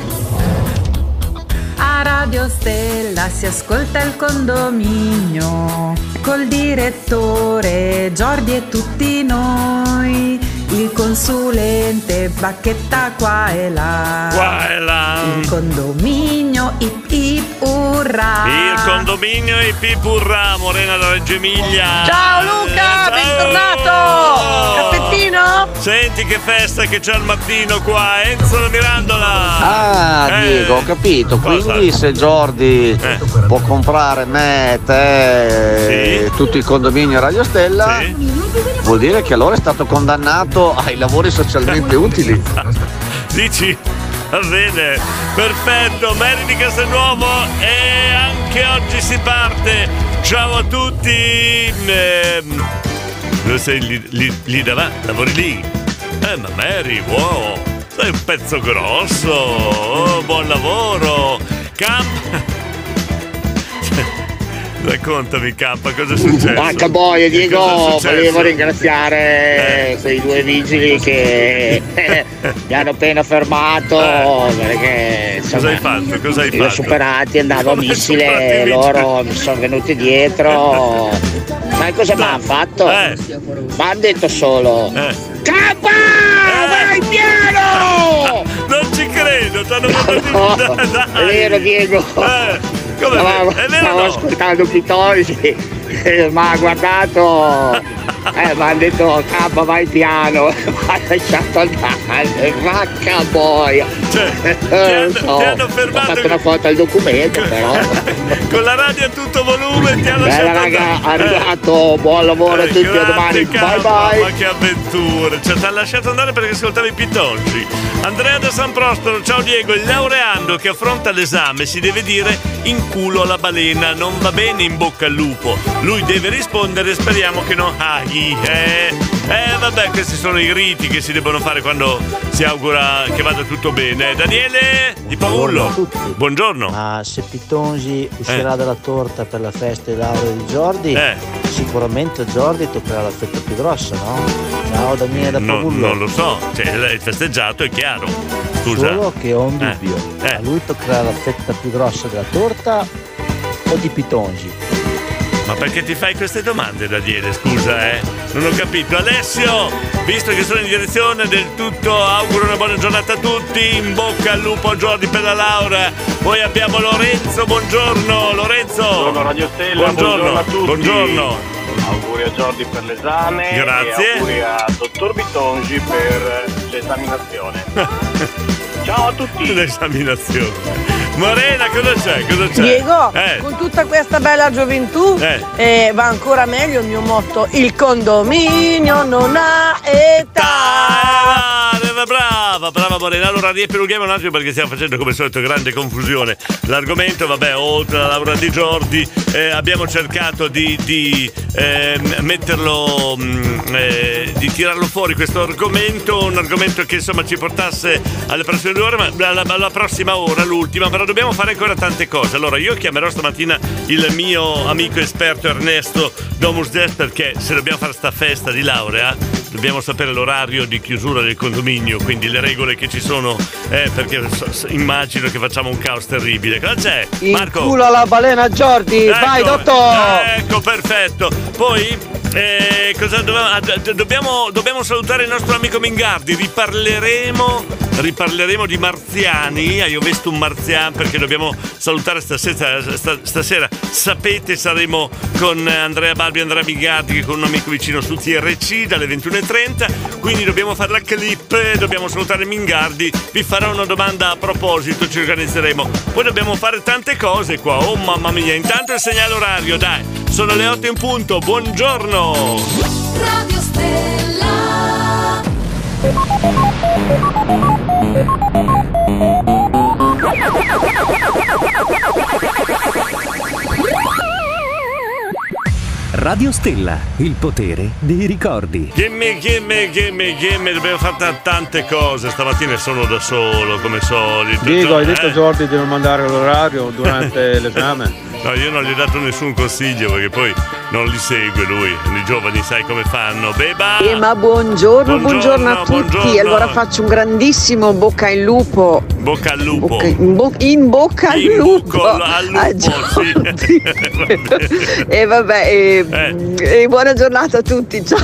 Speaker 3: A Radio Stella si ascolta il condominio col direttore Giordi e tutti noi, il consulente Bacchetta qua e là.
Speaker 1: Qua e là.
Speaker 3: Il condominio ip ip urra.
Speaker 1: Il condominio e Pipurra, Morena da Eh, Reggio Emilia.
Speaker 51: Ciao Luca, bentornato! Caffettino?
Speaker 1: Senti che festa che c'è al mattino qua, Enzo la Mirandola!
Speaker 23: Ah, Diego, ho capito.
Speaker 1: cosa?
Speaker 23: Quindi se Jordi può comprare me, te, e tutto il condominio Radio Stella, vuol dire che allora è stato condannato ai lavori socialmente utili.
Speaker 1: Dici? Va bene, perfetto, Mary di Castelnuovo e anche oggi si parte. Ciao a tutti! Ehm, dove sei lì, lì, lì davanti? Lavori lì? Eh, ma Mary, wow! Sei un pezzo grosso! Oh, buon lavoro! <laughs> Camp... Raccontami, K, cosa è successo?
Speaker 2: Porca boia
Speaker 1: Cosa è
Speaker 2: Diego,
Speaker 1: successo? Eh.
Speaker 2: volevo ringraziare quei due vigili
Speaker 1: <laughs>
Speaker 2: che mi hanno appena fermato perché
Speaker 1: Eh. Cosa hai fatto? Cosa hai
Speaker 2: li ho
Speaker 1: fatto?
Speaker 2: superati, andavo a
Speaker 1: Come superati i
Speaker 2: missile,
Speaker 1: vigili?
Speaker 2: loro mi sono venuti dietro. Sai cosa mi hanno fatto?
Speaker 1: Eh.
Speaker 2: Mi hanno detto solo
Speaker 1: Campa! Vai piano! Non ci credo, ti hanno mandato in Dai. Eh,
Speaker 2: È vero Diego!
Speaker 1: come è
Speaker 2: stavo,
Speaker 1: vero? È vero o
Speaker 2: stavo
Speaker 1: no?
Speaker 2: ascoltando Pitonci, ma ha guardato, eh, mi hanno detto K vai piano, <laughs> mi ha lasciato andare, vacca boia!
Speaker 1: Cioè,
Speaker 2: non so, ho fatto una foto al documento però.
Speaker 1: Con la radio a tutto volume ti hanno
Speaker 2: Bella
Speaker 1: lasciato
Speaker 2: raga,
Speaker 1: andare.
Speaker 2: Eh. arrivato, buon lavoro a
Speaker 1: Eh,
Speaker 2: tutti, a
Speaker 1: grazie,
Speaker 2: domani, bye
Speaker 1: Carlo,
Speaker 2: bye!
Speaker 1: Ma che avventura! Cioè, ti ha lasciato andare perché ascoltavi i pitonci. Andrea da San Prospero, ciao Diego, il laureando che affronta l'esame si deve dire in culo alla balena, non va bene in bocca al lupo. Lui deve rispondere, speriamo che non aghi. Eh, eh, vabbè, questi sono i riti che si devono fare quando si augura che vada tutto bene. Eh, Daniele di Paullo, buongiorno.
Speaker 9: Ma se Pitongi uscirà
Speaker 1: Eh.
Speaker 9: dalla torta per la festa di laurea di Jordi, sicuramente Jordi toccherà la fetta più grossa, no? Ciao Daniele da
Speaker 1: No,
Speaker 9: Pavullo.
Speaker 1: non lo so, cioè, il festeggiato è chiaro. Scusa. Eh.
Speaker 9: Solo che ho un dubbio. A lui toccherà la fetta più grossa della torta o di Pitongi?
Speaker 1: Ma perché ti fai queste domande, Daniele? Scusa, eh? Non ho capito. Alessio, visto che sono in direzione del tutto, auguro una buona giornata a tutti. In bocca al lupo a Jordi per la Laura. Poi abbiamo Lorenzo, buongiorno. Lorenzo.
Speaker 4: Buongiorno Radio Stella, buongiorno a tutti.
Speaker 1: Buongiorno.
Speaker 4: Auguri a Jordi per l'esame.
Speaker 1: Grazie.
Speaker 4: E auguri a dottor Bitongi per l'esaminazione.
Speaker 1: Ciao a <laughs> tutti. L'esaminazione. Morena, cosa c'è? Cosa c'è?
Speaker 51: Diego,
Speaker 1: Eh.
Speaker 51: con tutta questa bella gioventù
Speaker 1: Eh.
Speaker 51: eh, va ancora meglio il mio motto, il condominio non ha età.
Speaker 1: Brava, brava, brava Morena. Allora riepiloghiamo un attimo perché stiamo facendo come al solito grande confusione. L'argomento, vabbè, oltre alla laurea di Jordi, eh, abbiamo cercato di, di, ehm, metterlo, mm, eh, di tirarlo fuori questo argomento, un argomento che insomma ci portasse alle prossime due ore, ma alla, alla prossima ora, l'ultima, però dobbiamo fare ancora tante cose. Allora io chiamerò stamattina il mio amico esperto Ernesto Domus Des perché se dobbiamo fare sta festa di laurea dobbiamo sapere l'orario di chiusura del condominio, quindi le regole che ci sono, eh, perché s- s- immagino che facciamo un caos terribile. Cosa c'è? Marco?
Speaker 20: Culo alla balena Giordi, eh, vai
Speaker 1: Ecco,
Speaker 20: dottor!
Speaker 1: Ecco, perfetto. Poi eh, cosa dovevamo- ah, d- d- dobbiamo, dobbiamo salutare il nostro amico Mingardi. Riparleremo, riparleremo di marziani. Ah, io ho visto un marziano perché dobbiamo salutare stasera, sta- stasera. Sapete, saremo con Andrea Barbi e Andrea Mingardi, che con un amico vicino su TRC dalle 21.30. Quindi dobbiamo fare la clip, eh, dobbiamo salutare Mingardi. Vi farò una domanda a proposito, ci organizzeremo. Poi dobbiamo fare tante cose qua. Oh mamma mia, intanto il segnale orario, dai. Sono le 8 in punto, buongiorno.
Speaker 20: Radio Stella.
Speaker 28: Radio Stella, il potere dei ricordi.
Speaker 1: Gimme, gimme, gimme, gimme, dobbiamo fare ta- tante cose. Stamattina sono da solo, come solito.
Speaker 17: Diego, hai
Speaker 1: Gio-
Speaker 17: detto a
Speaker 1: eh?
Speaker 17: Jordi di non mandare l'orario
Speaker 1: <laughs>
Speaker 17: durante l'esame?
Speaker 1: No, io non gli ho dato nessun consiglio perché poi non li segue lui. I giovani sai come fanno. Beba!
Speaker 2: Eh, ma buongiorno, buongiorno, a tutti.
Speaker 1: buongiorno.
Speaker 2: Allora faccio un grandissimo bocca al lupo.
Speaker 1: Bocca al lupo.
Speaker 2: Bocca- in, bo- in bocca al lupo. Ah,
Speaker 1: Col- Oh. al lupo,
Speaker 2: a Gio-
Speaker 1: sì. <laughs> Va bene.
Speaker 2: e vabbè, e, e buona giornata a tutti. Ciao.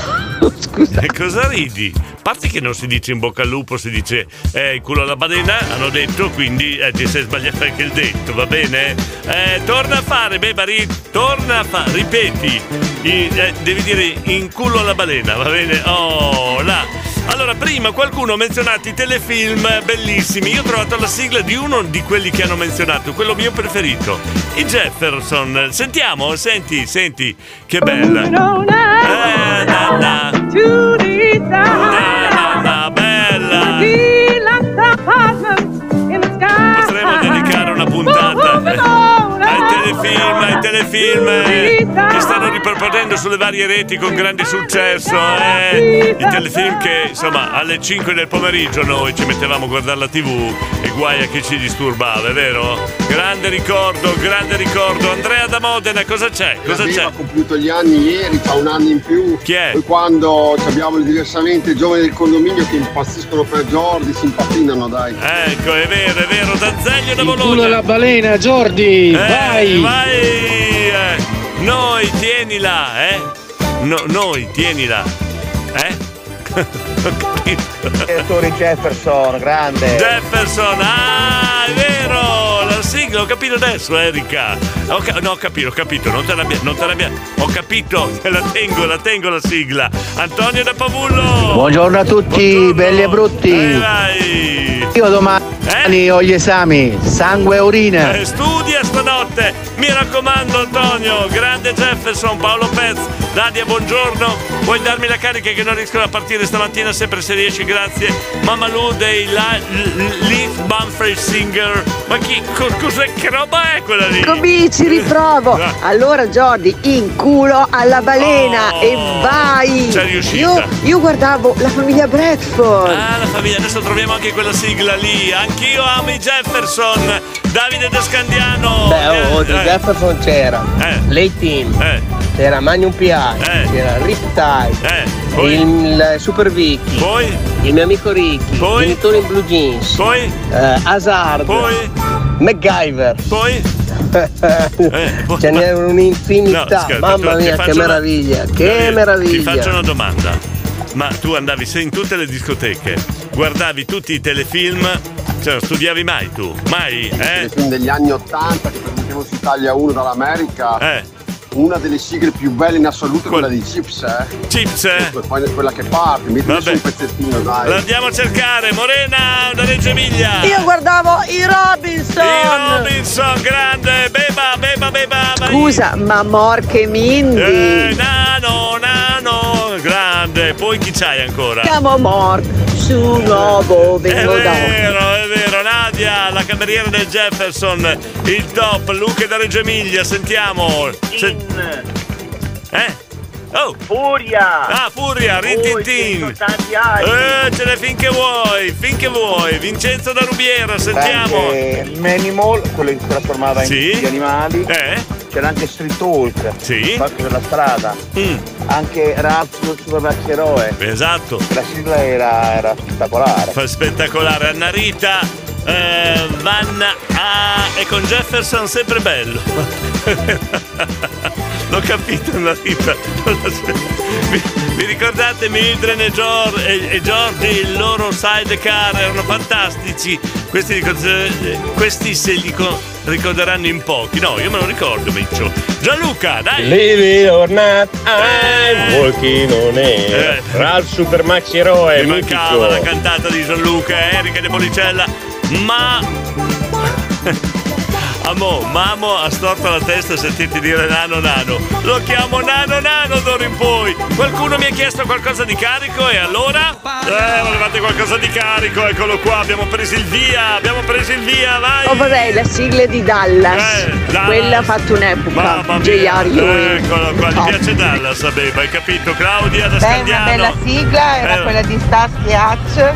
Speaker 1: <laughs> Eh, cosa ridi? A parte che non si dice in bocca al lupo, si dice eh, il culo alla balena, hanno detto, quindi eh, ti sei sbagliato anche il detto, va bene? Eh, torna a fare, Beba, ri- torna a fare, ripeti, I- eh, devi dire in culo alla balena, va bene? Oh, là. Allora, prima qualcuno ha menzionato i telefilm bellissimi, io ho trovato la sigla di uno di quelli che hanno menzionato, quello mio preferito, i Jefferson. Sentiamo, senti, senti, che bella. Eh, na, na. Madonna, bella! Potremmo dedicare una
Speaker 2: Oh,
Speaker 1: puntata eh, ai telefilm, ai telefilm eh, che stanno riproponendo sulle varie reti con grande successo. eh. I telefilm che insomma alle 5 del pomeriggio noi ci mettevamo a guardare la tv e guai a chi ci disturbava, è vero? Grande ricordo, grande ricordo. Andrea da Modena, cosa c'è? Cosa c'è?
Speaker 28: Arriva
Speaker 19: compiuto gli anni ieri, fa un anno in più.
Speaker 1: Chi è?
Speaker 19: Poi quando abbiamo diversamente i giovani del condominio che impazziscono per Jordi, si impattinano, dai.
Speaker 1: Ecco, è vero, è vero, Danzeglio da Bologna.
Speaker 28: Culo alla balena, Jordi!
Speaker 1: Eh, Vai! eh. Noi, tienila, eh! No, noi, tienila! Eh? <laughs> Ho capito.
Speaker 28: Jefferson, grande!
Speaker 1: Jefferson, ah, è vero! La sigla, ho capito adesso, Erika! Ho ca- no, ho capito, ho capito, non te arrabbiare, non te arrabbiare. Ho capito, <laughs> te la tengo, la tengo la sigla! Antonio da Pavullo!
Speaker 20: Buongiorno a tutti, belli e brutti.
Speaker 1: Eh,
Speaker 20: Io domani ho gli esami, sangue e urina.
Speaker 1: Eh, studia stanotte! Mi raccomando Antonio, grande Jefferson, Paolo Pez, Nadia, buongiorno. Vuoi darmi la carica che non riescono a partire stamattina, sempre se riesci, grazie. Mamma Lou dei La- L- L- Leaf Bumfrey Singer. Ma chi, co- cos'è, che roba è quella lì?
Speaker 2: Eccomi, ci riprovo.
Speaker 1: Eh.
Speaker 2: Allora, Jordi, in culo alla balena e vai.
Speaker 1: Oh. c'è riuscita.
Speaker 2: Io, io guardavo la famiglia Bradford.
Speaker 1: Ah, la famiglia, adesso troviamo anche quella sigla lì. Anch'io amo i Jefferson. Davide Descandiano.
Speaker 9: Beh, oh,
Speaker 1: Eh,
Speaker 9: di
Speaker 1: eh.
Speaker 9: Jefferson c'era Lei Team, c'era Magnum PI,
Speaker 1: Eh.
Speaker 9: c'era Rip Tide, il, il Super Vicky, il mio amico Ricky, il genitore in blue jeans, eh,
Speaker 1: poi,
Speaker 9: Hazard, MacGyver. <laughs> Ce n'erano
Speaker 1: Eh, No,
Speaker 9: un'infinità,
Speaker 1: scherzo,
Speaker 9: mamma
Speaker 1: tu- ti
Speaker 9: mia, che
Speaker 1: faccio una-
Speaker 9: meraviglia, che
Speaker 1: Davide, Ti
Speaker 9: meraviglia.
Speaker 1: faccio una domanda. Ma tu andavi se in tutte le discoteche, guardavi tutti i telefilm, cioè studiavi mai tu? Mai? Eh?
Speaker 19: Film degli anni 80 che permettevo su Italia 1 dall'America.
Speaker 1: Eh.
Speaker 19: Una delle sigle più belle in assoluto è quella di Chips, eh.
Speaker 1: Chips, eh?
Speaker 19: Quella che parte, mi metti su un pezzettino, dai.
Speaker 1: La andiamo a cercare, Morena da Reggio Emilia!
Speaker 52: Io guardavo i Robinson.
Speaker 1: I Robinson, grande! Beba, beba, beba! vai.
Speaker 2: Scusa, ma morche mindi.
Speaker 1: Eh, nano, nano! Grande! Poi chi c'hai ancora?
Speaker 2: Siamo morti su un uovo, vengo da
Speaker 1: È vero, è vero, Nadia, la cameriera del Jefferson, il top, Luca da Reggio Emilia, sentiamo. Se- eh? Oh!
Speaker 9: Furia!
Speaker 1: Ah, Furia, Rintintin! Eh, ce n'è finché vuoi, finché vuoi! Vincenzo da Rubiera, sentiamo!
Speaker 53: Anche il Manimal, quello che si trasformava
Speaker 1: Sì. Eh.
Speaker 53: in gli animali.
Speaker 27: c'era anche Street Hulk, sì. Parco della strada,
Speaker 1: Mm.
Speaker 27: anche Razzo Supermaceroe.
Speaker 1: Esatto.
Speaker 27: La sigla era, era spettacolare.
Speaker 1: Fa spettacolare Anna Rita, eh, Van A e con Jefferson sempre bello. <laughs> L'ho capito Anna Rita. Vi, vi ricordate Mildren e, Gior- e- e Giorgi, il loro sidecar erano fantastici. Questi, ricor- questi se li co- ricorderanno in pochi. No, io me lo ricordo, Miccio. Gianluca, dai! Eh.
Speaker 11: Living or not, I'm walking on
Speaker 9: Eh.
Speaker 11: air. Ralph Supermax eroe,
Speaker 1: Mi mancava la
Speaker 11: mitico.
Speaker 1: cantata di Gianluca, eh, Erika De Policella, ma... <laughs> Amo, mamo ha storto la testa a sentirti dire nano nano. Lo chiamo nano nano d'ora in poi. Qualcuno mi ha chiesto qualcosa di carico e allora? Eh, volevate qualcosa di carico, eccolo qua, abbiamo preso il via, abbiamo preso il via, vai!
Speaker 18: Oh, vorrei la sigla di Dallas.
Speaker 1: Eh, Dallas.
Speaker 18: Quella ha fatto un'epoca.
Speaker 1: Mamma mia, Eh,
Speaker 18: J.R. Ewing.
Speaker 1: eccolo qua, gli piace Dallas, sapeva, hai capito? Claudia
Speaker 18: Eh,
Speaker 22: Beh,
Speaker 1: da
Speaker 22: una
Speaker 1: Scandiano.
Speaker 22: bella sigla era
Speaker 1: Eh.
Speaker 22: quella di Starsky Hatch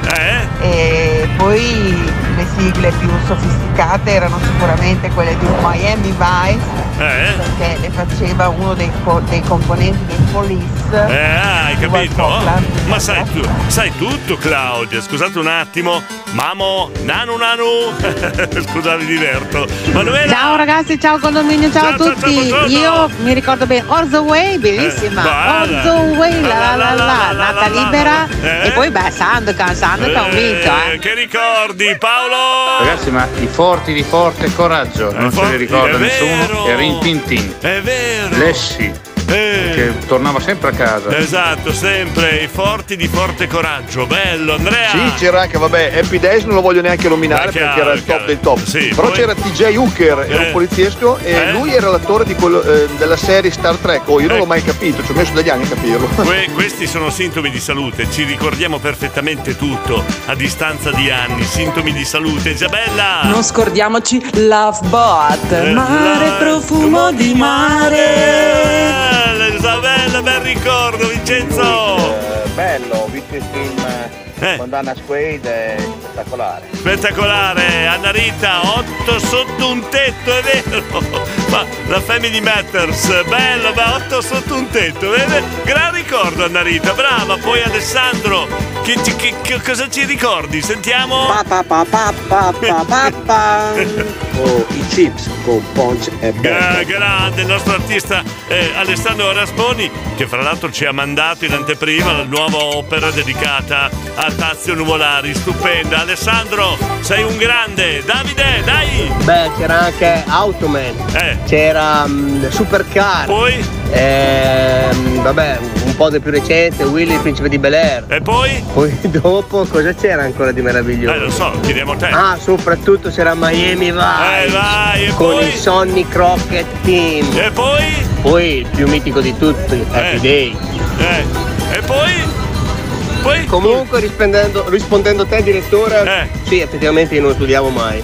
Speaker 22: e poi le sigle più sofisticate erano sicuramente quelle di Miami Vice
Speaker 1: eh,
Speaker 22: perché le faceva uno dei, co- dei componenti dei Police
Speaker 1: Eh, ah, hai
Speaker 22: Stuart
Speaker 1: capito? Oh,
Speaker 22: Copeland.
Speaker 1: Ma sai, tu, sai tutto, Claudia. Scusate un attimo. Mamo, nano, nano. <laughs> Scusa, mi diverto. Manuela.
Speaker 2: Ciao ragazzi, ciao condominio, ciao, a tutti. Io mi ricordo bene Orzo Way, bellissima.
Speaker 1: Eh, bella.
Speaker 2: Orzo Way, la la la, la, nata libera.
Speaker 1: Eh?
Speaker 2: E poi beh, Sandokan, Sandokan vinto, eh.
Speaker 1: Che ricordi, Paolo? Eh,
Speaker 30: Ragazzi, ma i forti di forte coraggio non se li ricorda
Speaker 1: è
Speaker 30: nessuno.
Speaker 1: vero.
Speaker 30: E Rin Tin Tin.
Speaker 1: È vero. Eh.
Speaker 30: Lessi, che tornava sempre a casa.
Speaker 1: Esatto, sempre i forti di forte coraggio. Bello, Andrea.
Speaker 13: Sì, c'era anche, vabbè, Happy Days non lo voglio neanche nominare
Speaker 1: Ma chiaro,
Speaker 13: perché era il top
Speaker 1: chiaro.
Speaker 13: del top.
Speaker 1: Sì,
Speaker 13: Però
Speaker 1: poi-
Speaker 13: c'era TJ Hooker, era
Speaker 1: Eh.
Speaker 13: un poliziesco e
Speaker 1: Eh.
Speaker 13: lui era l'attore di quello, eh, della serie Star Trek. Oh, io non l'ho mai capito, ci ho messo degli anni a capirlo.
Speaker 1: Que- questi sono sintomi di salute, ci ricordiamo perfettamente tutto a distanza di anni. Sintomi di salute, Isabella!
Speaker 13: Non scordiamoci
Speaker 1: Eh.
Speaker 13: Lovebot, mare profumo di mare.
Speaker 1: Isabella, Isabella, bel ricordo, Vincenzo!
Speaker 9: bello, ho visto il film con Dana Quaid, è
Speaker 1: Eh.
Speaker 9: spettacolare.
Speaker 1: Spettacolare, Anna Rita, 8 sotto un tetto, è vero! Ma la Family Matters, bello, ma 8 sotto un tetto, è vero? gran ricordo Anna Rita, brava! Poi Alessandro, che, ci- che- che- cosa ci ricordi? Sentiamo! <laughs>
Speaker 9: Oh, i chips con Ponce e
Speaker 1: Gra- grande il nostro artista eh, Alessandro Rasponi che fra l'altro ci ha mandato in anteprima la nuova opera dedicata a Tazio Nuvolari stupenda Alessandro sei un grande Davide dai
Speaker 9: Beh, c'era anche Automan, c'era mm, Supercar,
Speaker 1: Eh. poi
Speaker 9: ehm, vabbè, un po' di più recente, Willy il principe di Bel Air.
Speaker 1: E poi?
Speaker 9: Poi <laughs> dopo cosa c'era ancora di meraviglioso?
Speaker 1: eh lo so chiediamo a te
Speaker 9: Ah, soprattutto c'era Miami Vice.
Speaker 1: Eh, vai, e
Speaker 9: con
Speaker 1: poi?
Speaker 9: il Sonny Crockett Team.
Speaker 1: E poi? Eh.
Speaker 9: Poi il più mitico di tutti, Happy Day.
Speaker 1: E poi? Poi?
Speaker 9: Comunque rispondendo, rispondendo a te direttore,
Speaker 1: Eh.
Speaker 9: sì effettivamente io non studiavo
Speaker 1: <laughs>
Speaker 9: mai.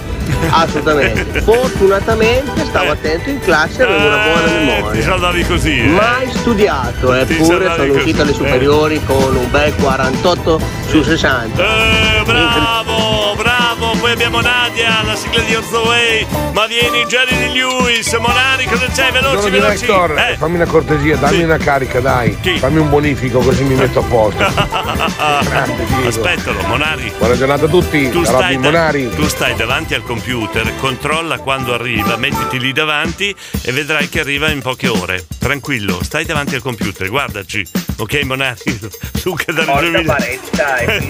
Speaker 9: Assolutamente. Fortunatamente stavo attento in classe e avevo una buona memoria.
Speaker 1: Eh. ti salvavi così eh.
Speaker 9: Mai
Speaker 23: eh.
Speaker 9: studiato,
Speaker 1: Ti
Speaker 9: eppure sono
Speaker 1: salvavi così,
Speaker 9: uscito alle
Speaker 1: eh.
Speaker 9: superiori con un bel 48 su 60.
Speaker 1: Eh, bravo, bravo, poi abbiamo Nadia, la sigla di Orzo Way, ma vieni Jerry di Lewis, Monari, cosa c'è? Veloci,
Speaker 16: Sono
Speaker 1: veloci!
Speaker 16: director, fammi una cortesia, dammi una carica, dai. Fammi un bonifico così mi metto a posto.
Speaker 1: Aspettalo, Monari.
Speaker 16: Buona giornata a tutti,
Speaker 1: Tu
Speaker 16: da
Speaker 1: stai,
Speaker 16: Robin
Speaker 1: da-
Speaker 16: Monari.
Speaker 1: tu stai davanti al computer, controlla quando arriva, mettiti lì davanti e vedrai che arriva in poche ore. Tranquillo, stai davanti al computer, guardaci. Ok, Monari? <laughs> Luca da Eh.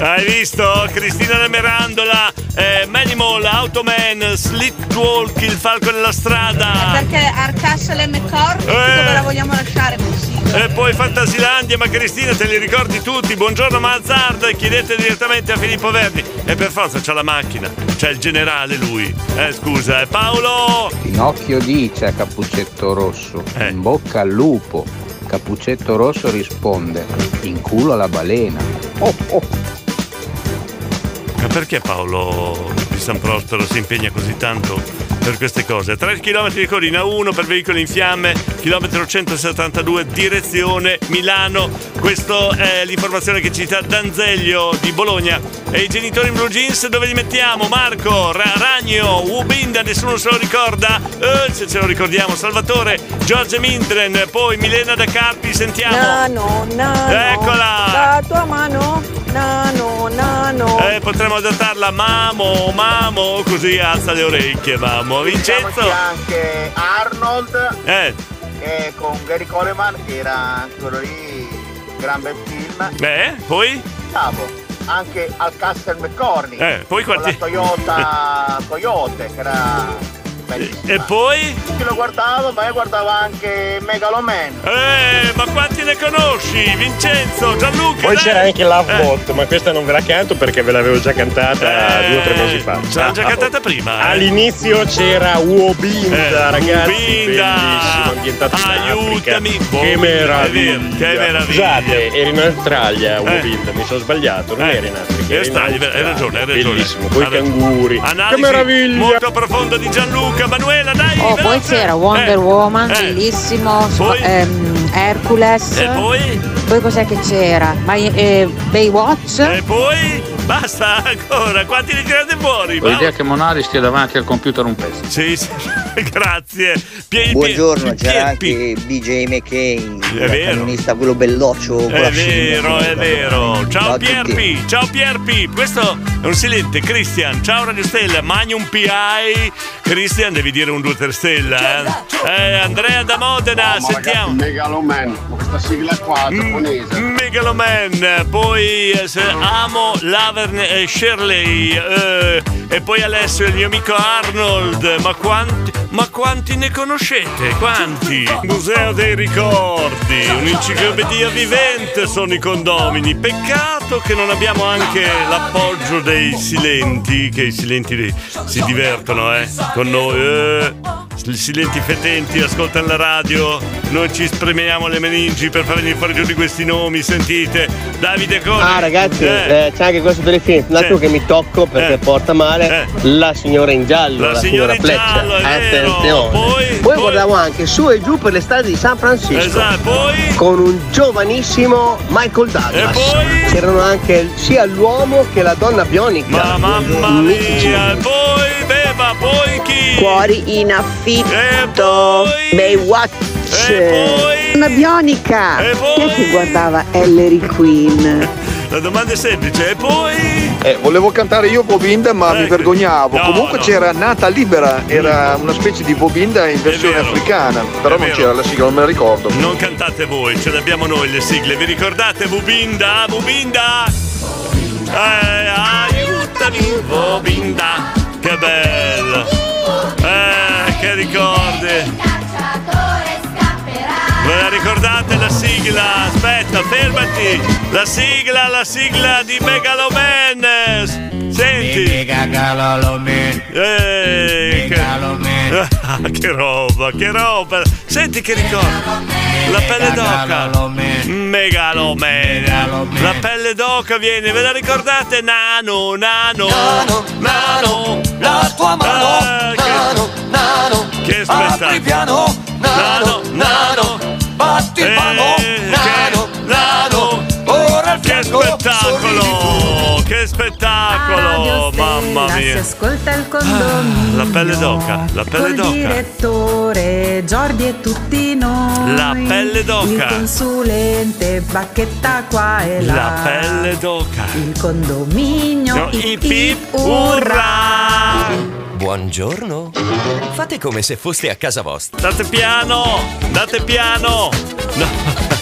Speaker 1: Hai visto? Cristina la Merandola, eh, Manimal, Automan, Slitwalk, il falco nella strada.
Speaker 21: Perché Arcascia e McCord
Speaker 1: Eh.
Speaker 21: dove la vogliamo lasciare così?
Speaker 1: E poi Fantasilandia, ma Cristina te li ricordi tutti. Buongiorno Mazzard, chiedete direttamente a Filippo Verdi. E per forza c'ha la macchina, c'è il generale lui. Eh scusa, eh, Paolo!
Speaker 24: Pinocchio dice a Cappuccetto Rosso,
Speaker 1: Eh.
Speaker 24: in bocca al lupo. Cappuccetto Rosso risponde, in culo alla balena. Oh, oh.
Speaker 1: Ma perché Paolo di San Prospero si impegna così tanto per queste cose. 3 km di Corina 1 per veicoli in fiamme, chilometro 172, direzione Milano. Questa è l'informazione che ci dà Danzeglio di Bologna. E i genitori in blue jeans dove li mettiamo? Marco, Ra- Ragno, Ubinda, nessuno se lo ricorda? Eh, se ce lo ricordiamo, Salvatore, Giorgio Mindren, poi Milena da Carpi, sentiamo.
Speaker 3: Nano, nano.
Speaker 1: Eccola.
Speaker 3: La tua mano. Nano, nano.
Speaker 1: Eh, potremmo adattarla mamo, mamo, così alza le orecchie, mamo. Vincenzo!
Speaker 27: Ricordiamoci anche Arnold
Speaker 1: Eh,
Speaker 27: eh, con Gary Coleman che era anche quello lì gran bel film
Speaker 1: eh, poi?
Speaker 27: Bravo. anche al Castle McCorney
Speaker 1: Eh, poi
Speaker 27: con
Speaker 1: quanti-
Speaker 27: la
Speaker 1: <laughs>
Speaker 27: Toyota Coyote che era bellissima
Speaker 1: E poi?
Speaker 27: chi lo guardava beh guardava anche Megaloman
Speaker 1: Eh, ma quanti ne conosci? Vincenzo, Gianluca!
Speaker 28: Poi
Speaker 1: dai!
Speaker 28: c'era anche Love
Speaker 1: Eh.
Speaker 28: Boat, ma questa non ve la canto perché ve l'avevo già cantata
Speaker 1: Eh,
Speaker 28: due o tre mesi fa. Ah,
Speaker 1: ce l'hanno già cantata prima, eh.
Speaker 28: All'inizio c'era Uobinda,
Speaker 1: Eh,
Speaker 28: ragazzi,
Speaker 1: Uobinda.
Speaker 28: bellissimo, ambientato
Speaker 1: ah, Aiutami,
Speaker 28: in Africa. Che
Speaker 1: Uobinda, è
Speaker 28: meraviglia.
Speaker 1: vero, che meraviglia.
Speaker 28: Scusate, era in Australia
Speaker 1: Eh.
Speaker 28: Uobinda, mi sono sbagliato, non
Speaker 1: Eh,
Speaker 28: era in Africa,
Speaker 1: era
Speaker 28: era in
Speaker 1: Australia, hai
Speaker 28: Australia.
Speaker 1: ragione, hai ragione.
Speaker 28: Bellissimo, con i
Speaker 1: Ha ragione.
Speaker 28: canguri.
Speaker 1: Analisi
Speaker 28: Che meraviglia.
Speaker 1: molto profonda di Gianluca, Manuela, Eh, dai!
Speaker 2: Oh, poi
Speaker 1: veloce!
Speaker 2: c'era Wonder
Speaker 1: Eh,
Speaker 2: Woman,
Speaker 1: eh,
Speaker 2: bellissimo, sp-
Speaker 1: Poi?
Speaker 2: ehm, Hercules.
Speaker 1: E poi?
Speaker 2: Poi cos'è che c'era? Ma, eh, Baywatch.
Speaker 1: E poi? Basta ancora, quanti ne tirate fuori?
Speaker 16: Ho
Speaker 1: Ma-
Speaker 16: l'idea che Monari stia davanti al computer un pezzo.
Speaker 1: Sì, sì, <laughs> grazie. Pie-
Speaker 17: Buongiorno,
Speaker 1: pie-
Speaker 17: c'era
Speaker 1: pie-
Speaker 17: anche BJ McCain,
Speaker 1: È vero.
Speaker 17: il camionista, quello belloccio. con
Speaker 1: È
Speaker 17: la scimmia.
Speaker 1: vero, è vero.
Speaker 17: a
Speaker 1: Ciao
Speaker 17: tutti.
Speaker 1: Pierpi, ciao Pierpi. Questo è un silente. Christian, ciao Radio Stella, Magnum PI. Christian, devi dire un 2 Stella. eh. Eh, Andrea da Modena, sentiamo. Mm.
Speaker 19: Megaloman, ma questa sigla qua giapponese.
Speaker 1: Megaloman, poi eh, se- Amo, Lavern e Shirley, eh, e poi Alessio, il mio amico Arnold, ma quanti, ma quanti ne conoscete? Quanti? Museo dei ricordi, un'enciclopedia vivente sono i condomini, peccato che non abbiamo anche l'appoggio dei silenti, che i silenti li- si divertono eh, con noi. eh. I silenti fetenti ascoltano la radio, noi ci spremiamo le meningi per far venire fuori tutti questi nomi, sentite. Davide Cora.
Speaker 54: Ah ragazzi,
Speaker 1: Eh,
Speaker 54: eh, c'è anche questo telefilm, un attimo
Speaker 1: Eh.
Speaker 54: che mi tocco perché
Speaker 1: Eh.
Speaker 54: porta male, la signora in giallo,
Speaker 1: La
Speaker 54: la, signora,
Speaker 1: signora in
Speaker 54: Fletcher.
Speaker 1: giallo, è vero.
Speaker 54: Attenzione.
Speaker 1: Poi-
Speaker 54: poi, guardavo anche su e giù per le strade di San Francisco.
Speaker 1: Esatto, poi-
Speaker 54: Con un giovanissimo Michael Douglas. C'erano anche sia l'uomo che la donna bionica.
Speaker 1: Ma mamma mia, poi beva, poi chi?
Speaker 18: Cuori in affitto. Baywatch. Una bionica. Chi è che guardava Ellery Queen?
Speaker 1: <laughs> La domanda è semplice, e poi? Eh,
Speaker 13: Eh, volevo cantare io Bobinda ma mi vergognavo.
Speaker 1: No,
Speaker 13: Comunque
Speaker 1: no. Mm.
Speaker 13: c'era Nata Libera, era una specie di Bobinda in versione africana, però non
Speaker 1: vero.
Speaker 13: c'era la sigla, non me la ricordo.
Speaker 1: Non cantate voi, ce le abbiamo noi le sigle. Vi ricordate Bubinda? Bubinda! Eh, aiutami, Bubinda! Che bello! Eh, che ricordi! Ve la ricordate la sigla? Aspetta, fermati! La sigla, la sigla di Megaloman! Senti! Eh, che... <laughs> Ah, che roba, che roba! Senti che ricordo! La pelle d'oca! Megalomena! La pelle d'oca viene, ve la ricordate? Nano, nano! Nano, nano! La tua mano! Nano, nano! Che spettacolo! Apri piano! Nano, nano! Batti il palo! Nano, nano! Ora che spettacolo! Che
Speaker 2: Ah,
Speaker 3: Ah,
Speaker 1: spettacolo! Mamma mia! Ah,
Speaker 12: ascolta il condominio.
Speaker 1: La pelle d'oca, la pelle
Speaker 12: Col
Speaker 1: d'oca,
Speaker 12: direttore Giordi e tutti noi.
Speaker 1: La pelle d'oca.
Speaker 12: Il consulente Bacchetta qua e là.
Speaker 1: la pelle d'oca.
Speaker 12: Il condominio.
Speaker 1: No,
Speaker 12: ip,
Speaker 1: ip, ip,
Speaker 12: ip, urrà.
Speaker 14: Buongiorno. Fate come se foste a casa vostra.
Speaker 1: Date piano, date piano. No.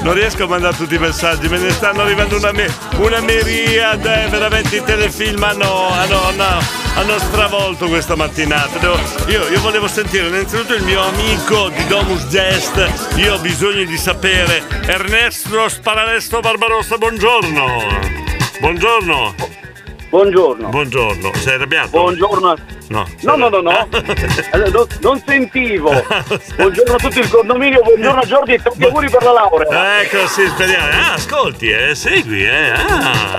Speaker 1: Non riesco a mandare tutti i messaggi, me ne stanno arrivando una, me- una miriade, eh, veramente i telefilm hanno, hanno- hanno- hanno stravolto questa mattinata. Devo- io, io volevo sentire innanzitutto il mio amico di Domus Gest, io ho bisogno di sapere, Ernesto Sparanesto Barbarossa, buongiorno. Buongiorno.
Speaker 20: Buongiorno.
Speaker 1: Buongiorno, sei arrabbiato? Eh.
Speaker 20: Buongiorno.
Speaker 1: No.
Speaker 20: No, no, no, no.
Speaker 1: <laughs>
Speaker 20: Allora, no- non sentivo.
Speaker 1: Eh,
Speaker 20: Buongiorno a tutto il condominio, buongiorno a Giordi e tanti auguri per la laurea.
Speaker 1: Ecco, sì, speriamo. Ah, ascolti, eh, segui, eh. Ah.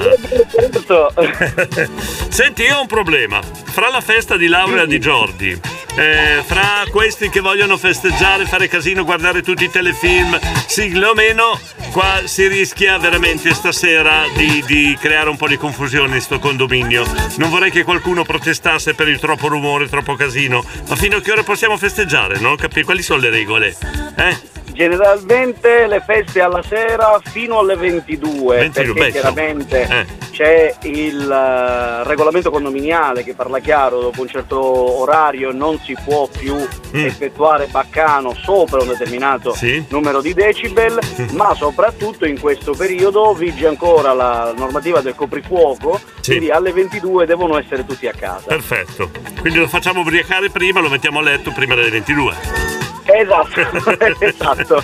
Speaker 1: Senti, io ho un problema. Fra la festa di laurea di Jordi, eh, fra questi che vogliono festeggiare, fare casino, guardare tutti i telefilm, sigle o meno, qua si rischia veramente stasera di, di creare un po' di confusione in sto condominio. Non vorrei che qualcuno protestasse per il troppo rumore, troppo casino. Ma fino a che ora possiamo festeggiare? Non capisco. Quali sono le regole? Eh?
Speaker 20: Generalmente le feste alla sera fino alle 22,
Speaker 1: 22,
Speaker 20: perché
Speaker 1: beh, Eh,
Speaker 20: chiaramente c'è il eh, regolamento condominiale che parla chiaro, dopo un certo orario non si può più effettuare baccano sopra un determinato
Speaker 1: Mm. Sì. Mm.
Speaker 20: numero di decibel, ma soprattutto in questo periodo vige ancora la normativa del coprifuoco,
Speaker 1: Sì.
Speaker 20: quindi alle 22 devono essere tutti a casa.
Speaker 1: Perfetto. Quindi lo facciamo ubriacare prima, lo mettiamo a letto prima delle 22. <laughs>
Speaker 20: Esatto, esatto.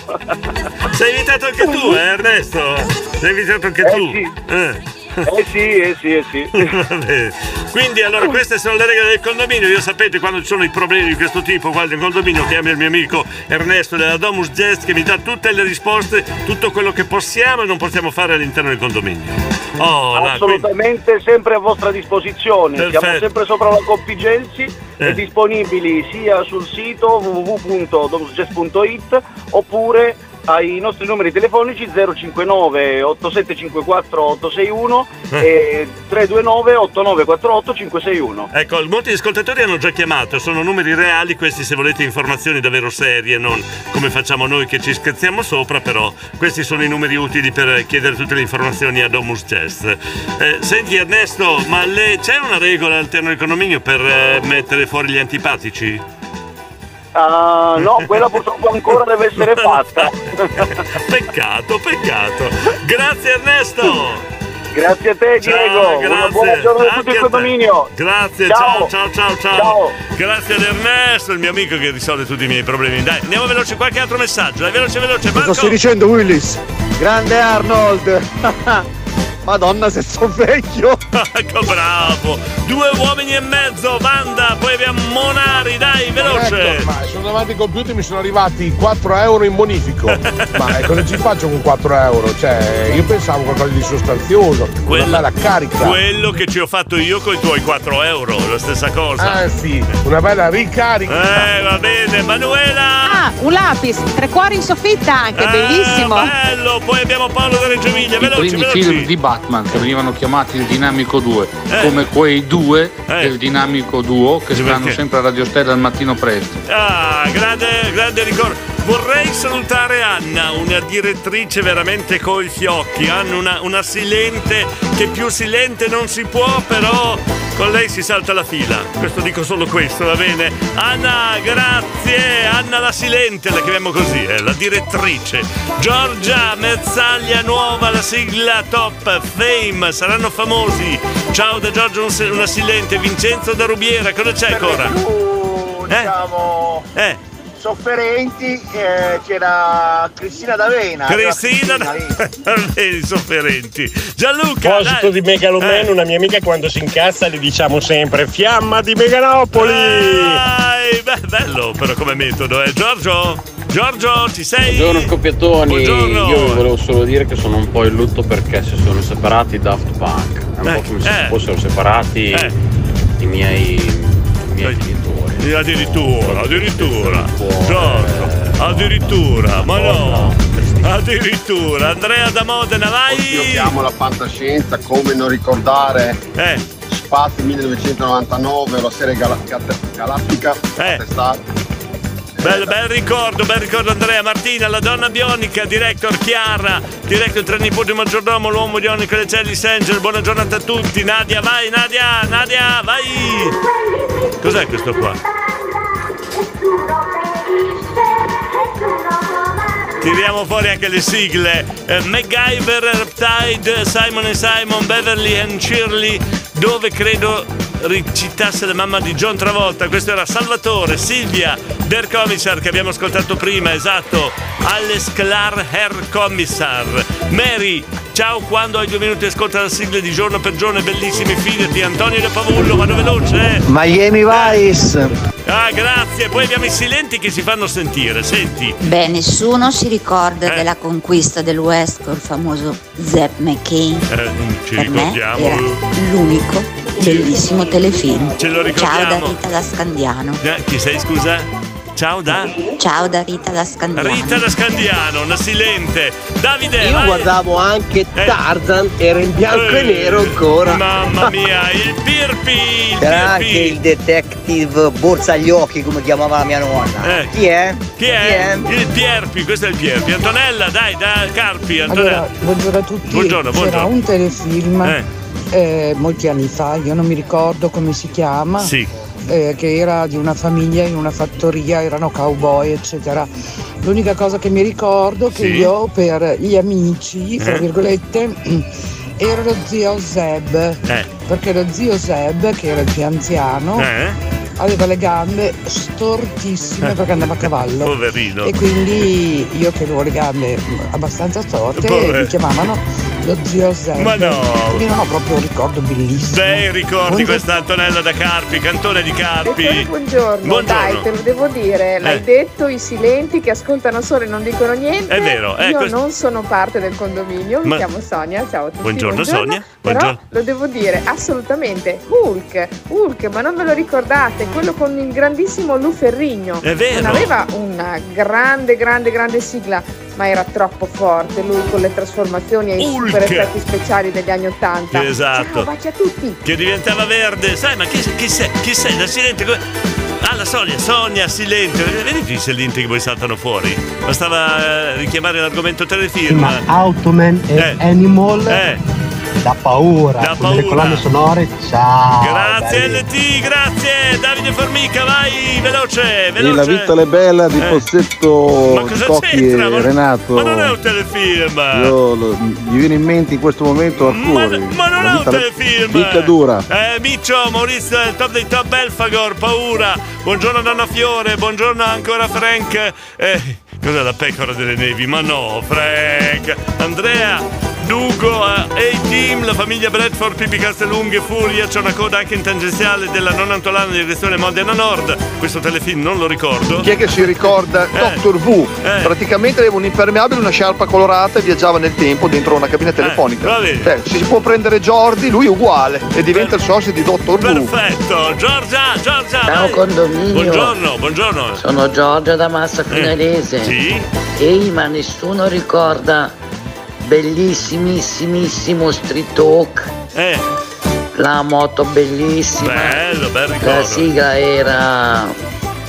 Speaker 1: Sei invitato anche tu, eh, Ernesto? Sei invitato anche tu? Eh.
Speaker 20: Eh sì, eh sì, eh
Speaker 1: <laughs> sì. Quindi allora queste sono le regole del condominio. Io sapete quando ci sono i problemi di questo tipo qua nel condominio chiamo il mio amico Ernesto della Domus Gest che mi dà tutte le risposte, tutto quello che possiamo e non possiamo fare all'interno del condominio. Oh, là, quindi-
Speaker 20: Assolutamente sempre a vostra disposizione, siamo
Speaker 1: Perfetto.
Speaker 20: sempre sopra la Coppigensi
Speaker 1: Eh.
Speaker 20: e disponibili sia sul sito www.domsgest.it oppure ai nostri numeri telefonici 059 8754 861
Speaker 1: Eh.
Speaker 20: e 329 8948 561.
Speaker 1: Ecco, molti ascoltatori hanno già chiamato, sono numeri reali questi se volete informazioni davvero serie, non come facciamo noi che ci scherziamo sopra, però questi sono i numeri utili per chiedere tutte le informazioni a Domus Chest. Eh, senti Ernesto, ma le- c'è una regola all'interno del condominio per eh, mettere fuori gli antipatici? <laughs>
Speaker 20: Ah, no, quella purtroppo ancora deve
Speaker 1: <laughs>
Speaker 20: essere fatta.
Speaker 1: Peccato, peccato. Grazie Ernesto!
Speaker 20: Grazie a te Diego, una buona giornata a tutto il condominio.
Speaker 1: Grazie, ciao, ciao, ciao, ciao. Grazie ad Ernesto, il mio amico che risolve tutti i miei problemi. Dai, andiamo veloce, qualche altro messaggio. Dai, veloce, veloce.
Speaker 13: Cosa stai dicendo Willis? Grande Arnold! Madonna se sono
Speaker 1: <laughs>
Speaker 13: vecchio!
Speaker 1: Ecco, bravo. Due uomini e mezzo, Vanda, poi abbiamo Monari, dai, <laughs> veloce.
Speaker 16: Corretto, Ecco, ma sono davanti ai computer e mi sono arrivati 4 euro in
Speaker 1: <laughs>
Speaker 16: bonifico. ma eh, cosa ci faccio con 4 euro? Cioè, io pensavo qualcosa di sostanzioso, una bella carica.
Speaker 1: Quello che ci ho fatto io con i tuoi 4 euro, la stessa cosa.
Speaker 16: Anzi, una bella ricarica.
Speaker 1: Eh, va bene, Manuela.
Speaker 2: Ah, un lapis, tre cuori in soffitta anche,
Speaker 1: Ah,
Speaker 2: bellissimo.
Speaker 1: Bello, poi abbiamo Paolo da Reggio Emilia,
Speaker 30: I
Speaker 1: veloci,
Speaker 30: primi
Speaker 1: veloci. Eh.
Speaker 30: film di Batman che venivano chiamati il Dinamico 2, come quei due del Dinamico Duo che stanno sempre a Radio Stella al mattino presto.
Speaker 1: Ah, grande, grande ricordo. Vorrei salutare Anna, una direttrice veramente coi fiocchi. Anna, una, una silente che più silente non si può, però con lei si salta la fila. Questo dico solo questo, va bene? Anna, grazie. Anna la silente, la chiamiamo così, eh, la direttrice. Giorgia Mezzaglia nuova, la sigla top fame, saranno famosi. Ciao da Giorgio, un se- una silente. Vincenzo da Rubiera, cosa c'è ancora?
Speaker 29: diciamo
Speaker 1: Eh.
Speaker 29: sofferenti eh, c'era Cristina D'Avena
Speaker 1: Cristina dei sofferenti. Gianluca! Eh.
Speaker 28: A proposito di Megaloman, una mia amica quando si incazza le diciamo sempre Fiamma di Megalopoli!
Speaker 1: Eh. Dai, beh, bello però come metodo, eh. Giorgio? Giorgio, ci sei?
Speaker 4: Buongiorno scoppiatoni,
Speaker 1: Buongiorno.
Speaker 4: io vi volevo solo dire che sono un po' in lutto perché si sono separati i Daft Punk, è un po' come se si fossero separati i miei, i miei genitori.
Speaker 1: Addirittura, addirittura. Giorgio, addirittura, ma no. Addirittura, Andrea da Modena, vai!
Speaker 19: Chiamo la fantascienza, come non ricordare?
Speaker 1: Eh.
Speaker 19: Spazio 1999, la serie gala- gat- galattica. Eh.
Speaker 1: Bel, bel ricordo, bel ricordo Andrea, Martina, la donna bionica, director Chiara, director tra nipoti maggiordomo, l'uomo bionico delle Celli Sanger, buona giornata a tutti, Nadia, vai, Nadia, Nadia, vai! Cos'è questo qua? Tiriamo fuori anche le sigle. Eh, MacGyver, Reptide, Simon Simon, Beverly and Shirley, dove credo recitasse la mamma di John Travolta. Questo era Salvatore, Silvia, Der Commissar che abbiamo ascoltato prima, esatto. Alles klar, Herr Kommissar. Mary, Ciao, quando hai due minuti ascolta la sigla di giorno per giorno, bellissimi, fidati. Antonio De Pavullo, vado veloce. eh.
Speaker 9: Miami Vice.
Speaker 1: Ah, grazie. Poi abbiamo i silenti che si fanno sentire. Senti.
Speaker 10: Beh, nessuno si
Speaker 1: Eh.
Speaker 10: ricorda della conquista del West col famoso Zeb McCain.
Speaker 1: Eh, ci
Speaker 10: per me
Speaker 1: ricordiamo.
Speaker 10: era l'unico bellissimo telefilm.
Speaker 1: Ce lo
Speaker 10: Ciao da
Speaker 1: ricordiamo.
Speaker 10: Rita da Scandiano.
Speaker 1: Eh, chi sei, scusa? Ciao da
Speaker 10: Ciao da Rita da Scandiano.
Speaker 1: Rita da Scandiano, una silente. Davide,
Speaker 9: Io
Speaker 1: vai.
Speaker 9: guardavo anche
Speaker 1: Eh.
Speaker 9: Tarzan, era in bianco e nero ancora.
Speaker 1: Mamma mia, il Pirpi!
Speaker 55: C'era anche il detective Borsagliocchi, come chiamava mia nonna.
Speaker 1: Eh.
Speaker 55: Chi è?
Speaker 1: Chi è? Il Pierpi, questo è il Pierpi. Antonella, dai, da Carpi, Antonella.
Speaker 16: Allora, buongiorno a tutti.
Speaker 1: Buongiorno,
Speaker 16: C'era
Speaker 1: buongiorno.
Speaker 16: un telefilm
Speaker 1: Eh.
Speaker 16: eh, molti anni fa, io non mi ricordo come si chiama.
Speaker 1: Sì.
Speaker 16: eh, che era di una famiglia in una fattoria, erano cowboy, eccetera. L'unica cosa che mi ricordo è che
Speaker 56: Sì.
Speaker 16: io per gli amici, fra
Speaker 56: Eh.
Speaker 16: virgolette, ero lo zio Zeb.
Speaker 54: Eh.
Speaker 16: Perché lo zio Zeb, che era il più anziano,
Speaker 1: Eh?
Speaker 16: aveva le gambe
Speaker 1: <laughs>
Speaker 16: stortissime perché andava a cavallo.
Speaker 1: Poverino.
Speaker 16: E quindi io che avevo le gambe abbastanza storte
Speaker 1: Povero.
Speaker 16: mi chiamavano lo zio Zeb.
Speaker 1: Ma no.
Speaker 16: Quindi non eh, ho proprio un ricordo bellissimo.
Speaker 1: Bei ricordi questa Antonella da Carpi, cantone di Carpi.
Speaker 11: Buongiorno. dai, te lo devo dire, l'hai
Speaker 1: Eh.
Speaker 11: detto, i silenti che ascoltano solo e non dicono niente.
Speaker 1: È vero, eh,
Speaker 11: Io
Speaker 1: questo-
Speaker 11: non sono parte del condominio, mi
Speaker 1: Ma-
Speaker 11: chiamo Sonia, ciao a tutti.
Speaker 1: Buongiorno, Sonia,
Speaker 11: Però
Speaker 1: buongiorno.
Speaker 11: lo devo dire, assolutamente, Hulk, Hulk, ma non ve lo ricordate, quello con il grandissimo Lu Ferrigno.
Speaker 1: È vero.
Speaker 11: Non aveva una grande, grande, grande sigla, ma era troppo forte lui con le trasformazioni e i
Speaker 1: Hulk.
Speaker 11: super effetti speciali degli anni Ottanta.
Speaker 1: Esatto.
Speaker 11: Ciao, baci a tutti.
Speaker 1: Che diventava verde, sai, ma chi, chi sei? Chi sei? Da silente. come- Ah, la Sonia, Sonia, silente. Eh, Vedi i silenti che poi saltano fuori. Bastava eh, richiamare l'argomento telefilm.
Speaker 9: Ma Automan e Animal
Speaker 1: Eh.
Speaker 9: da paura,
Speaker 1: Da
Speaker 9: con le
Speaker 1: paura.
Speaker 9: colonne sonore. Ciao.
Speaker 1: Grazie
Speaker 9: belli.
Speaker 1: LT, grazie Davide Formica, vai eh, veloce,
Speaker 57: E la
Speaker 1: veloce.
Speaker 57: vita è bella di
Speaker 1: Eh. Ma
Speaker 57: Pozzetto
Speaker 1: cosa
Speaker 57: Tocchi
Speaker 1: c'entra? Ma-
Speaker 57: e Renato.
Speaker 1: Ma non è un telefilm.
Speaker 57: Io lo- mi viene in mente in questo momento Arcuri.
Speaker 1: Ma non
Speaker 57: La
Speaker 1: è un
Speaker 57: vita-
Speaker 1: telefilm!
Speaker 57: Vita dura.
Speaker 1: Eh, Miccio, Maurizio, il top dei top Belfagor, paura! Buongiorno Donna Fiore, buongiorno ancora Frank! Eh, cos'è la pecora delle nevi? Ma no, Frank! Andrea, Dugo, A-Team, la famiglia Bradford, Pippi Castellunghe, Furia, c'è una coda anche in tangenziale della nonna Antolana di direzione Modena Nord. Questo telefilm non lo ricordo.
Speaker 13: Chi è che si ricorda
Speaker 1: Eh.
Speaker 13: Doctor V? Praticamente aveva un impermeabile, una sciarpa colorata e viaggiava nel tempo dentro una
Speaker 1: Eh,
Speaker 13: cabina telefonica.
Speaker 1: va bene.
Speaker 13: Cioè, si può prendere Jordi, lui è uguale e diventa il socio di Doctor V.
Speaker 1: Perfetto, Giorgia, Giorgia!
Speaker 2: Ciao
Speaker 1: vai.
Speaker 2: condominio.
Speaker 1: Buongiorno, buongiorno!
Speaker 2: Sono Giorgia da Massa Finalese.
Speaker 1: Eh. sì.
Speaker 2: Ehi, ma nessuno ricorda bellissimissimissimo Street Talk.
Speaker 1: Eh.
Speaker 2: La moto bellissima.
Speaker 1: Bello, bel
Speaker 2: La
Speaker 1: ricordo.
Speaker 2: sigla era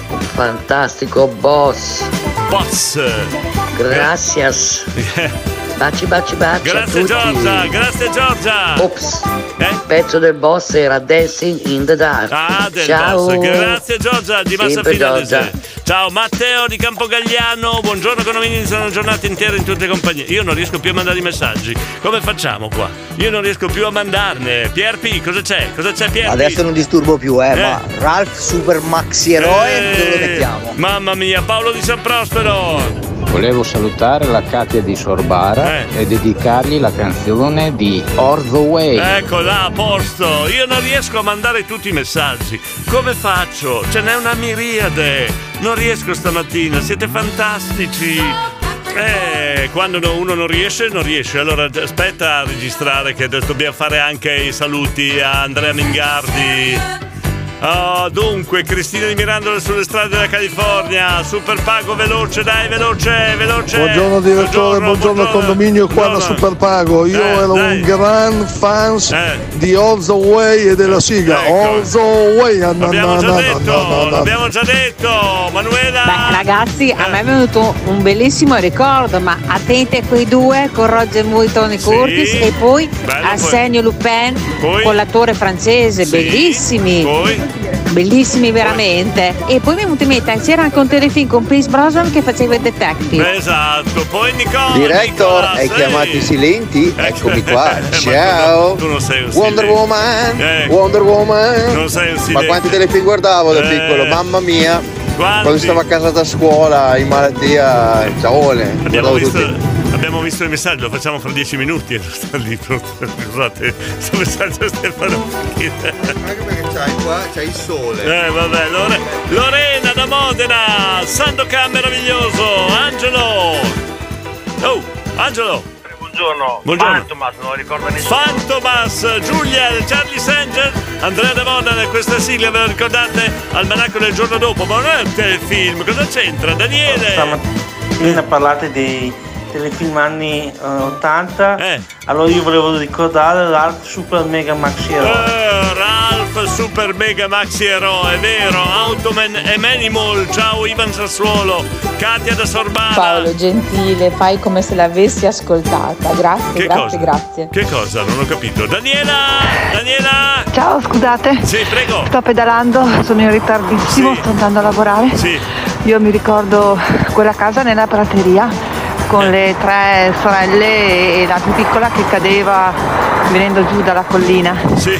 Speaker 2: un fantastico boss.
Speaker 1: Boss. Eh.
Speaker 2: Gracias. Baci, baci, baci.
Speaker 1: Grazie
Speaker 2: a tutti.
Speaker 1: Giorgia, grazie Giorgia.
Speaker 2: Ops.
Speaker 1: Eh?
Speaker 2: Il pezzo del boss era Dancing in the Dark.
Speaker 1: Ah, del
Speaker 2: Ciao.
Speaker 1: boss. Grazie Giorgia di Massa
Speaker 2: Sempre
Speaker 1: Finalese.
Speaker 2: Giorgia.
Speaker 1: Ciao Matteo di Campogagliano, buongiorno condomini, sono una giornata intera in tutte le compagnie. Io non riesco più a mandare i messaggi. Come facciamo qua? Io non riesco più a mandarne. Pierpi, cosa c'è? Cosa c'è Pierpi?
Speaker 55: Adesso non disturbo più, eh,
Speaker 1: Eh.
Speaker 55: ma Ralph Super Maxi Eroe
Speaker 1: Eh,
Speaker 55: dove lo mettiamo?
Speaker 1: Mamma mia, Paolo di San Prospero.
Speaker 25: Volevo salutare la Katia di
Speaker 1: Eh.
Speaker 25: Sorbara e dedicargli la canzone di Orzo Way.
Speaker 1: Ecco là, a posto. Io non riesco a mandare tutti i messaggi. Come faccio? Ce n'è una miriade. Non riesco stamattina, siete fantastici. Eh, quando no- uno non riesce, non riesce. Allora d- aspetta a registrare che do- dobbiamo fare anche i saluti a Andrea Mingardi. Ah, dunque, Cristina di Mirandola sulle strade della California. Super pago veloce, dai, veloce, veloce.
Speaker 57: Buongiorno direttore, buongiorno, condominio qua da Superpago. Io
Speaker 1: Eh,
Speaker 57: ero un gran fan di All the Way e della sigla. All the Way. na, na,
Speaker 1: L'abbiamo Eh, ecco. già
Speaker 57: na, na,
Speaker 1: detto,
Speaker 57: na, na, na.
Speaker 1: l'abbiamo già detto, Manuela.
Speaker 3: Beh, ragazzi, a me è venuto un bellissimo ricordo, ma attenti a quei due con Roger Moore e Tony Curtis e poi
Speaker 1: Bello,
Speaker 3: Arsenio Lupin
Speaker 1: Poi.
Speaker 3: con l'attore francese, bellissimi. Bellissimi veramente. E poi mi è venuto in mente, c'era anche un telefilm con Pierce Brosnan che faceva il detective.
Speaker 1: Esatto, poi Nicola.
Speaker 58: Director,
Speaker 1: Nicola,
Speaker 58: hai
Speaker 1: sì.
Speaker 58: chiamato i silenti? Eccomi qua.
Speaker 1: Ma
Speaker 58: Ciao.
Speaker 1: Tu non sei un
Speaker 58: Wonder
Speaker 1: silente.
Speaker 58: Woman,
Speaker 1: Eh,
Speaker 58: Wonder Woman.
Speaker 1: Non sei un
Speaker 58: Ma
Speaker 1: silente.
Speaker 58: quanti telefilm guardavo da
Speaker 1: Eh.
Speaker 58: piccolo, mamma mia.
Speaker 1: Quanti?
Speaker 58: Quando stavo a casa da scuola, in malattia, ciao.
Speaker 1: Abbiamo visto, abbiamo abbiamo visto il messaggio, lo facciamo fra dieci minuti e lo sta lì. Scusate, sto messaggio Stefano.
Speaker 48: Anche perché c'hai qua, c'hai il sole.
Speaker 1: Eh vabbè, Lore- Lorena da Modena, Sandocan meraviglioso, Angelo. Oh, Angelo.
Speaker 4: Buongiorno.
Speaker 1: Buongiorno.
Speaker 4: Fantomas, non lo ricordo nessuno.
Speaker 1: Fantomas, Giulia, Charlie Sanger, Andrea De Modena, questa sigla ve la ricordate al manacco del giorno dopo, ma non è un telefilm, cosa c'entra? Daniele!
Speaker 9: Stamattina parlate dei telefilm anni eh, 80.
Speaker 1: Eh.
Speaker 9: Allora io volevo ricordare l'Art Super Mega Maxi Eroe.
Speaker 1: Eh, Ralph Super Mega Maxi Eroe, vero? Automan e Manimal, ciao Ivan Sassuolo, Katia da Sorbara.
Speaker 16: Paolo Gentile, fai come se l'avessi ascoltata. Grazie,
Speaker 1: Che
Speaker 16: grazie,
Speaker 1: cosa?
Speaker 16: grazie.
Speaker 1: Che cosa? Non ho capito. Daniela! Daniela!
Speaker 3: Ciao, scusate.
Speaker 1: Sì, prego.
Speaker 3: Sto pedalando, sono in ritardissimo, sto andando a lavorare.
Speaker 1: Sì.
Speaker 3: Io mi ricordo quella casa nella prateria con
Speaker 1: Eh.
Speaker 3: le tre sorelle e la più piccola che cadeva venendo giù dalla collina.
Speaker 1: Sì.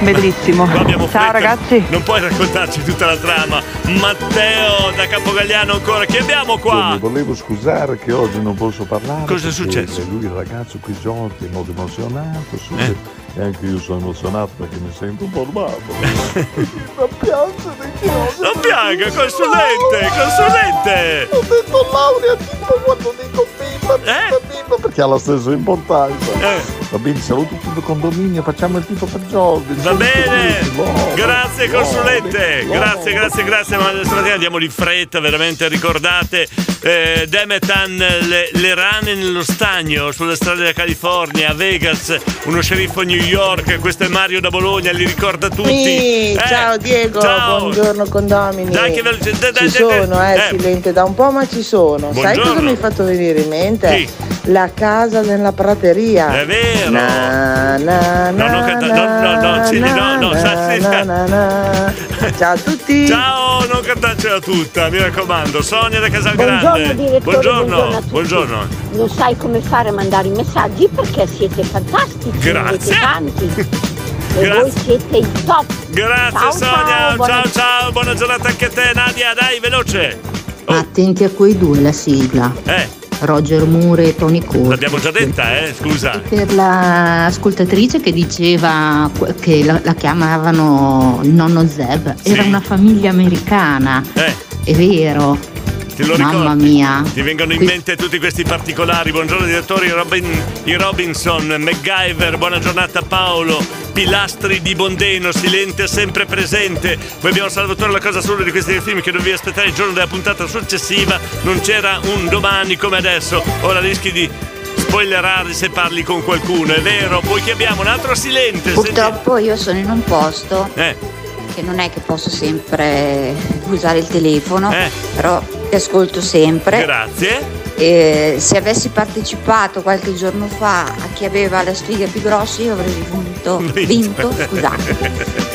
Speaker 3: Bellissimo. Ciao ragazzi.
Speaker 1: Non puoi raccontarci tutta la trama. Matteo da Capogagliano ancora, chi abbiamo qua?
Speaker 17: Mi volevo scusare che oggi non posso parlare.
Speaker 1: Cosa è
Speaker 17: perché
Speaker 1: successo?
Speaker 17: Lui, il ragazzo qui giorni, è molto emozionato.
Speaker 1: Eh.
Speaker 17: scusa. E anche io sono emozionato perché mi sento un po'
Speaker 1: <laughs>
Speaker 17: armato.
Speaker 1: Non pianga, consulente, consulente!
Speaker 48: Ho detto Laurea, tipo quando dico bimba,
Speaker 1: Eh?
Speaker 48: bimba, bimba,
Speaker 17: perché ha la stessa importanza. Va bene, saluto tutto il condominio, facciamo il tipo per Jordi.
Speaker 1: Va bene, grazie consulente, grazie, grazie, grazie. Ma stamattina andiamo di fretta, veramente. Ricordate eh, Demetan, le, le rane nello stagno sulle strade della California, a Vegas, uno sceriffo a New York. Questo è Mario da Bologna, li ricorda tutti.
Speaker 16: Sì,
Speaker 1: Eh,
Speaker 16: ciao Diego,
Speaker 1: ciao.
Speaker 16: buongiorno condomini.
Speaker 1: Dai, che veloce- dai, dai,
Speaker 16: ci
Speaker 1: dai,
Speaker 16: sono, eh,
Speaker 1: eh.
Speaker 16: silente da un po', ma ci sono. Sai
Speaker 1: Buongiorno.
Speaker 16: cosa mi hai fatto venire in mente? La casa nella prateria.
Speaker 1: È vero.
Speaker 16: Na, na,
Speaker 1: No, no,
Speaker 16: na,
Speaker 1: canta- no, no, no, sì, no, no, sa- sì, sa-
Speaker 16: Ciao a tutti.
Speaker 1: Ciao, non cantarcela tutta, mi raccomando. Sonia da Casalgrande.
Speaker 59: Buongiorno, direttore, buongiorno a
Speaker 1: buongiorno.
Speaker 59: tutti.
Speaker 1: buongiorno.
Speaker 59: Non sai come fare a mandare i messaggi perché siete fantastici,
Speaker 1: Grazie.
Speaker 59: siete
Speaker 1: <laughs>
Speaker 59: tanti. E voi siete i top.
Speaker 1: Grazie
Speaker 59: Oh, Ciao,
Speaker 1: Sonia,
Speaker 59: ciao,
Speaker 1: ciao,
Speaker 59: buona-
Speaker 1: ciao buona giornata anche a te Nadia, dai veloce.
Speaker 10: Attenti a quei due la sigla.
Speaker 1: Eh,
Speaker 10: Roger Moore e Tony Corti.
Speaker 1: l'abbiamo già detta, eh, scusa.
Speaker 10: per l'ascoltatrice che diceva que- che la, la chiamavano il nonno Zeb, era una famiglia americana,
Speaker 1: Eh,
Speaker 10: è vero.
Speaker 1: Te lo
Speaker 10: Mamma
Speaker 1: ricordi?
Speaker 10: mia.
Speaker 1: ti vengono in
Speaker 10: Qui-
Speaker 1: mente tutti questi particolari. Buongiorno direttori Robin, i Robinson, MacGyver, buona giornata Paolo, pilastri di Bondeno, silente sempre presente. Poi abbiamo Salvatore la cosa sola di questi film che dovevi aspettare il giorno della puntata successiva. Non c'era un domani come adesso. Ora rischi di spoilerare se parli con qualcuno, è vero? Poi che abbiamo un altro silente.
Speaker 10: Purtroppo io sono in un posto
Speaker 1: Eh.
Speaker 10: che non è che posso sempre usare il telefono, però ti ascolto sempre.
Speaker 1: Eh. Grazie.
Speaker 10: E se avessi partecipato qualche giorno fa a chi aveva la sfiga più grossa, io avrei vinto,
Speaker 1: Eh, <laughs>
Speaker 10: vinto scusate,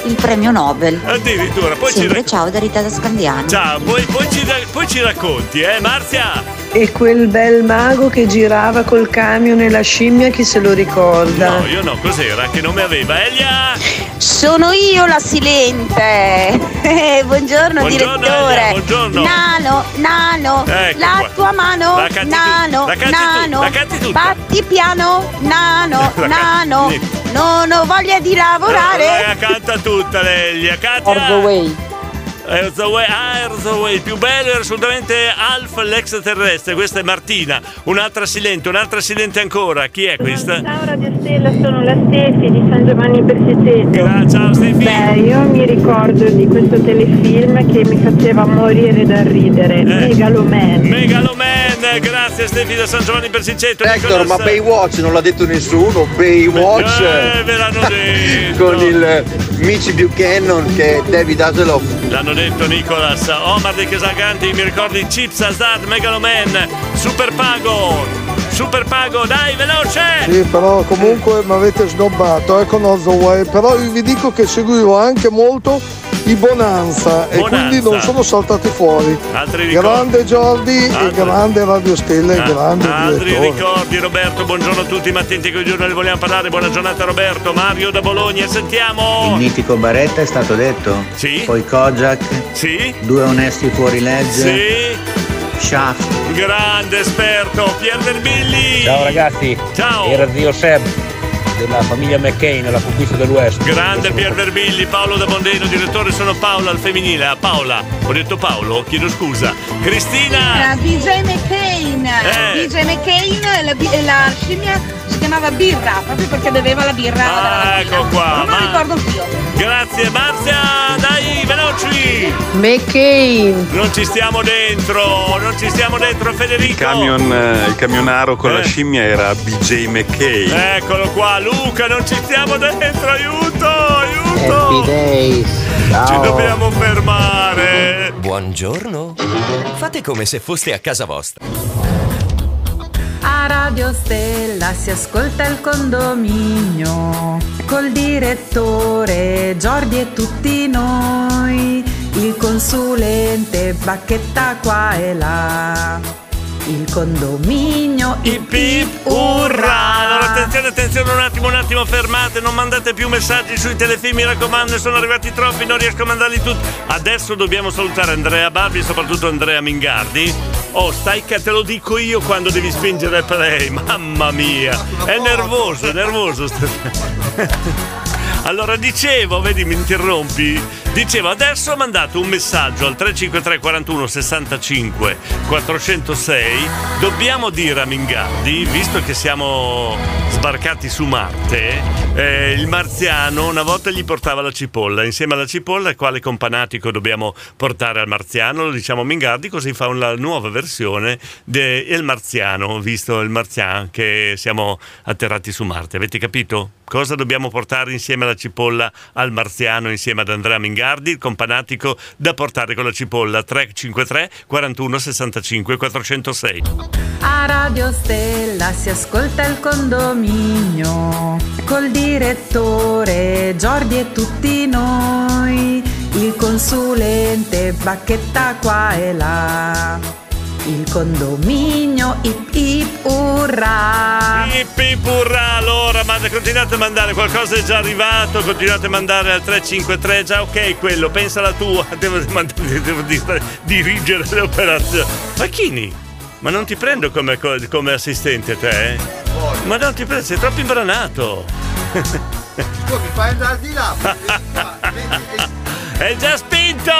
Speaker 10: il premio Nobel.
Speaker 1: Addirittura, Ah, poi ci,
Speaker 10: Sempre
Speaker 1: rac-
Speaker 10: ciao da Rita da Scandiano.
Speaker 1: ciao, poi, poi ci ra- poi ci racconti, eh Marzia?
Speaker 60: E quel bel mago che girava col camion e la scimmia, chi se lo ricorda?
Speaker 1: No, io no, cos'era? Che nome aveva? Elia!
Speaker 2: Sono io la silente.
Speaker 10: Eh, <laughs>
Speaker 2: buongiorno,
Speaker 1: Buongiorno,
Speaker 2: direttore.
Speaker 1: Elia, buongiorno.
Speaker 2: Nano, nano,
Speaker 1: Ecco
Speaker 2: la
Speaker 1: qua.
Speaker 2: tua mano,
Speaker 1: La canti tu,
Speaker 2: nano,
Speaker 1: la canti tu,
Speaker 2: nano.
Speaker 1: la canti tutta.
Speaker 2: Batti piano, nano,
Speaker 1: <laughs> <laughs> La canti- Eh,
Speaker 2: nano.
Speaker 1: niente.
Speaker 2: Non ho voglia di lavorare.
Speaker 1: La canta tutta Elia, Katia!
Speaker 2: Orzoway.
Speaker 1: Erzaway, ah, Erzaway, il più bello era assolutamente Alf l'extraterrestre, questa è Martina, un'altra silente, un'altra silente ancora, chi è questa?
Speaker 22: Ciao Radio Stella, sono la Stefi di San Giovanni Persiceto.
Speaker 1: Ciao Stefi.
Speaker 22: Beh, io mi ricordo di questo telefilm che mi faceva morire dal ridere,
Speaker 1: Eh.
Speaker 22: Megaloman.
Speaker 1: Megaloman, grazie Stefi da San Giovanni Persiceto.
Speaker 61: Hector, ma
Speaker 1: Nicolas-
Speaker 61: Baywatch non l'ha detto nessuno, Baywatch
Speaker 1: Eh,
Speaker 61: <laughs>
Speaker 1: ve l'hanno detto.
Speaker 61: con il Mitch Buchanan che è David Hasselhoff.
Speaker 1: L'hanno detto Nicolas, Omar di Casaganti, mi ricordi Chips, Hazard, Megaloman, Super Pago, Super Pago, dai veloce!
Speaker 13: Sì, però comunque mi avete snobbato, eh, con Way, però io vi dico che seguivo anche molto i Bonanza, e
Speaker 1: Bonanza.
Speaker 13: quindi non sono saltati fuori.
Speaker 1: Altri ricordi?
Speaker 13: Grande Jordi e
Speaker 1: Altri-
Speaker 13: grande Radio Stella e
Speaker 1: Ah,
Speaker 13: grande
Speaker 1: altri
Speaker 13: direttore.
Speaker 1: ricordi Roberto, buongiorno a tutti, ma attenti che giorno ne vogliamo parlare, buona giornata Roberto, Mario da Bologna,
Speaker 62: Il
Speaker 1: sentiamo!
Speaker 62: mitico Baretta è stato detto? Sì. Poi Kojak?
Speaker 1: Sì.
Speaker 62: Due onesti fuori legge?
Speaker 1: Sì.
Speaker 63: Shaft.
Speaker 1: Grande esperto, Pier Vermilli.
Speaker 64: Ciao ragazzi.
Speaker 1: Ciao.
Speaker 64: Era zio Seb della famiglia McCain, la conquista del West.
Speaker 1: Grande Pier Vermilli, Paolo da Bondeno, direttore sono Paola al femminile. Ah, Paola, ho detto Paolo, chiedo scusa. Cristina!
Speaker 2: Era DJ McCain.
Speaker 1: Eh.
Speaker 2: DJ McCain, la, bi- la scimmia si chiamava Birra, proprio perché beveva la birra.
Speaker 1: Ah, ecco qua.
Speaker 2: non me lo
Speaker 1: Ma-
Speaker 2: ricordo più.
Speaker 1: Grazie Marzia, dai, veloci!
Speaker 65: McCain.
Speaker 1: Non ci stiamo dentro, non ci stiamo dentro Federico.
Speaker 28: Camion, eh, il camionaro con la scimmia era BJ McKay.
Speaker 1: Eccolo qua, Luca, non ci stiamo dentro, aiuto,
Speaker 28: Eh,
Speaker 1: aiuto! Ci
Speaker 28: oh.
Speaker 1: dobbiamo fermare.
Speaker 28: Buongiorno. Fate come se foste a casa vostra.
Speaker 3: A Radio Stella si ascolta il condominio col direttore Giordi e tutti noi, il consulente Bacchetta qua e là. Il condominio
Speaker 1: Ip ip urra! Allora, attenzione, attenzione, un attimo, un attimo, fermate, non mandate più messaggi sui telefilm, mi raccomando, sono arrivati troppi, non riesco a mandarli tutti. Adesso dobbiamo salutare Andrea Barbi e soprattutto Andrea Mingardi. Oh, stai che te lo dico io quando devi spingere il play, mamma mia! È nervoso, è nervoso. Allora dicevo, vedi mi interrompi, dicevo adesso mandate un messaggio al 353 41 65 406, dobbiamo dire a Mingardi, visto che siamo sbarcati su Marte, eh, il marziano una volta gli portava la cipolla, insieme alla cipolla quale companatico dobbiamo portare al marziano, lo diciamo a Mingardi così fa una nuova versione del marziano, visto il marziano che siamo atterrati su Marte, avete capito? Cosa dobbiamo portare insieme alla cipolla al marziano, insieme ad Andrea Mingardi, il companatico da portare con la cipolla 353 41 65 406.
Speaker 3: A Radio Stella si ascolta il condominio col direttore Giordi e tutti noi, il consulente Bacchetta qua e là. Il condominio ip ip urra.
Speaker 1: Pipipurra, allora ma- continuate a mandare, qualcosa è già arrivato, continuate a mandare al 353, già ok quello, pensa alla tua, <laughs> devo, mandare- devo di- dirigere le operazioni. Facchini, ma non ti prendo come, co- come assistente te? eh? Ma non ti prendo, sei troppo imbranato. <laughs>
Speaker 9: Scusa, mi fai andare di là.
Speaker 1: È già spinto!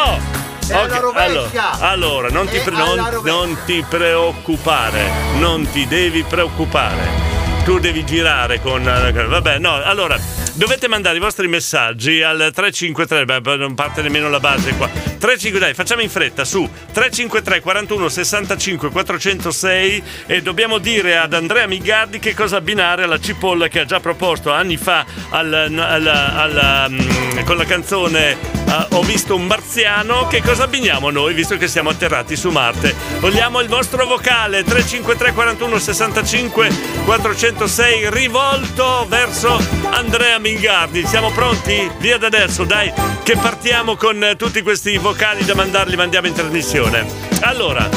Speaker 9: È alla
Speaker 1: Ok,
Speaker 9: rovescia!
Speaker 1: allora, allora, non, ti
Speaker 9: È
Speaker 1: pre-
Speaker 9: alla
Speaker 1: non-
Speaker 9: rovescia!
Speaker 1: non ti preoccupare, non ti devi preoccupare. Tu devi girare con. Vabbè, no, allora dovete mandare i vostri messaggi al 353. beh, beh, non parte nemmeno la base qua. 353, dai, facciamo in fretta su 353 41 65 406 e dobbiamo dire ad Andrea Migardi che cosa abbinare alla cipolla che ha già proposto anni fa al- al- al- mm, con la canzone eh, Ho visto un marziano. Che cosa abbiniamo noi visto che siamo atterrati su Marte? Vogliamo il vostro vocale 353 41 65 406 rivolto verso Andrea Mingardi. Siamo pronti? Via da adesso, dai, che partiamo con eh, tutti questi vocali da mandarli, mandiamo in trasmissione. Allora,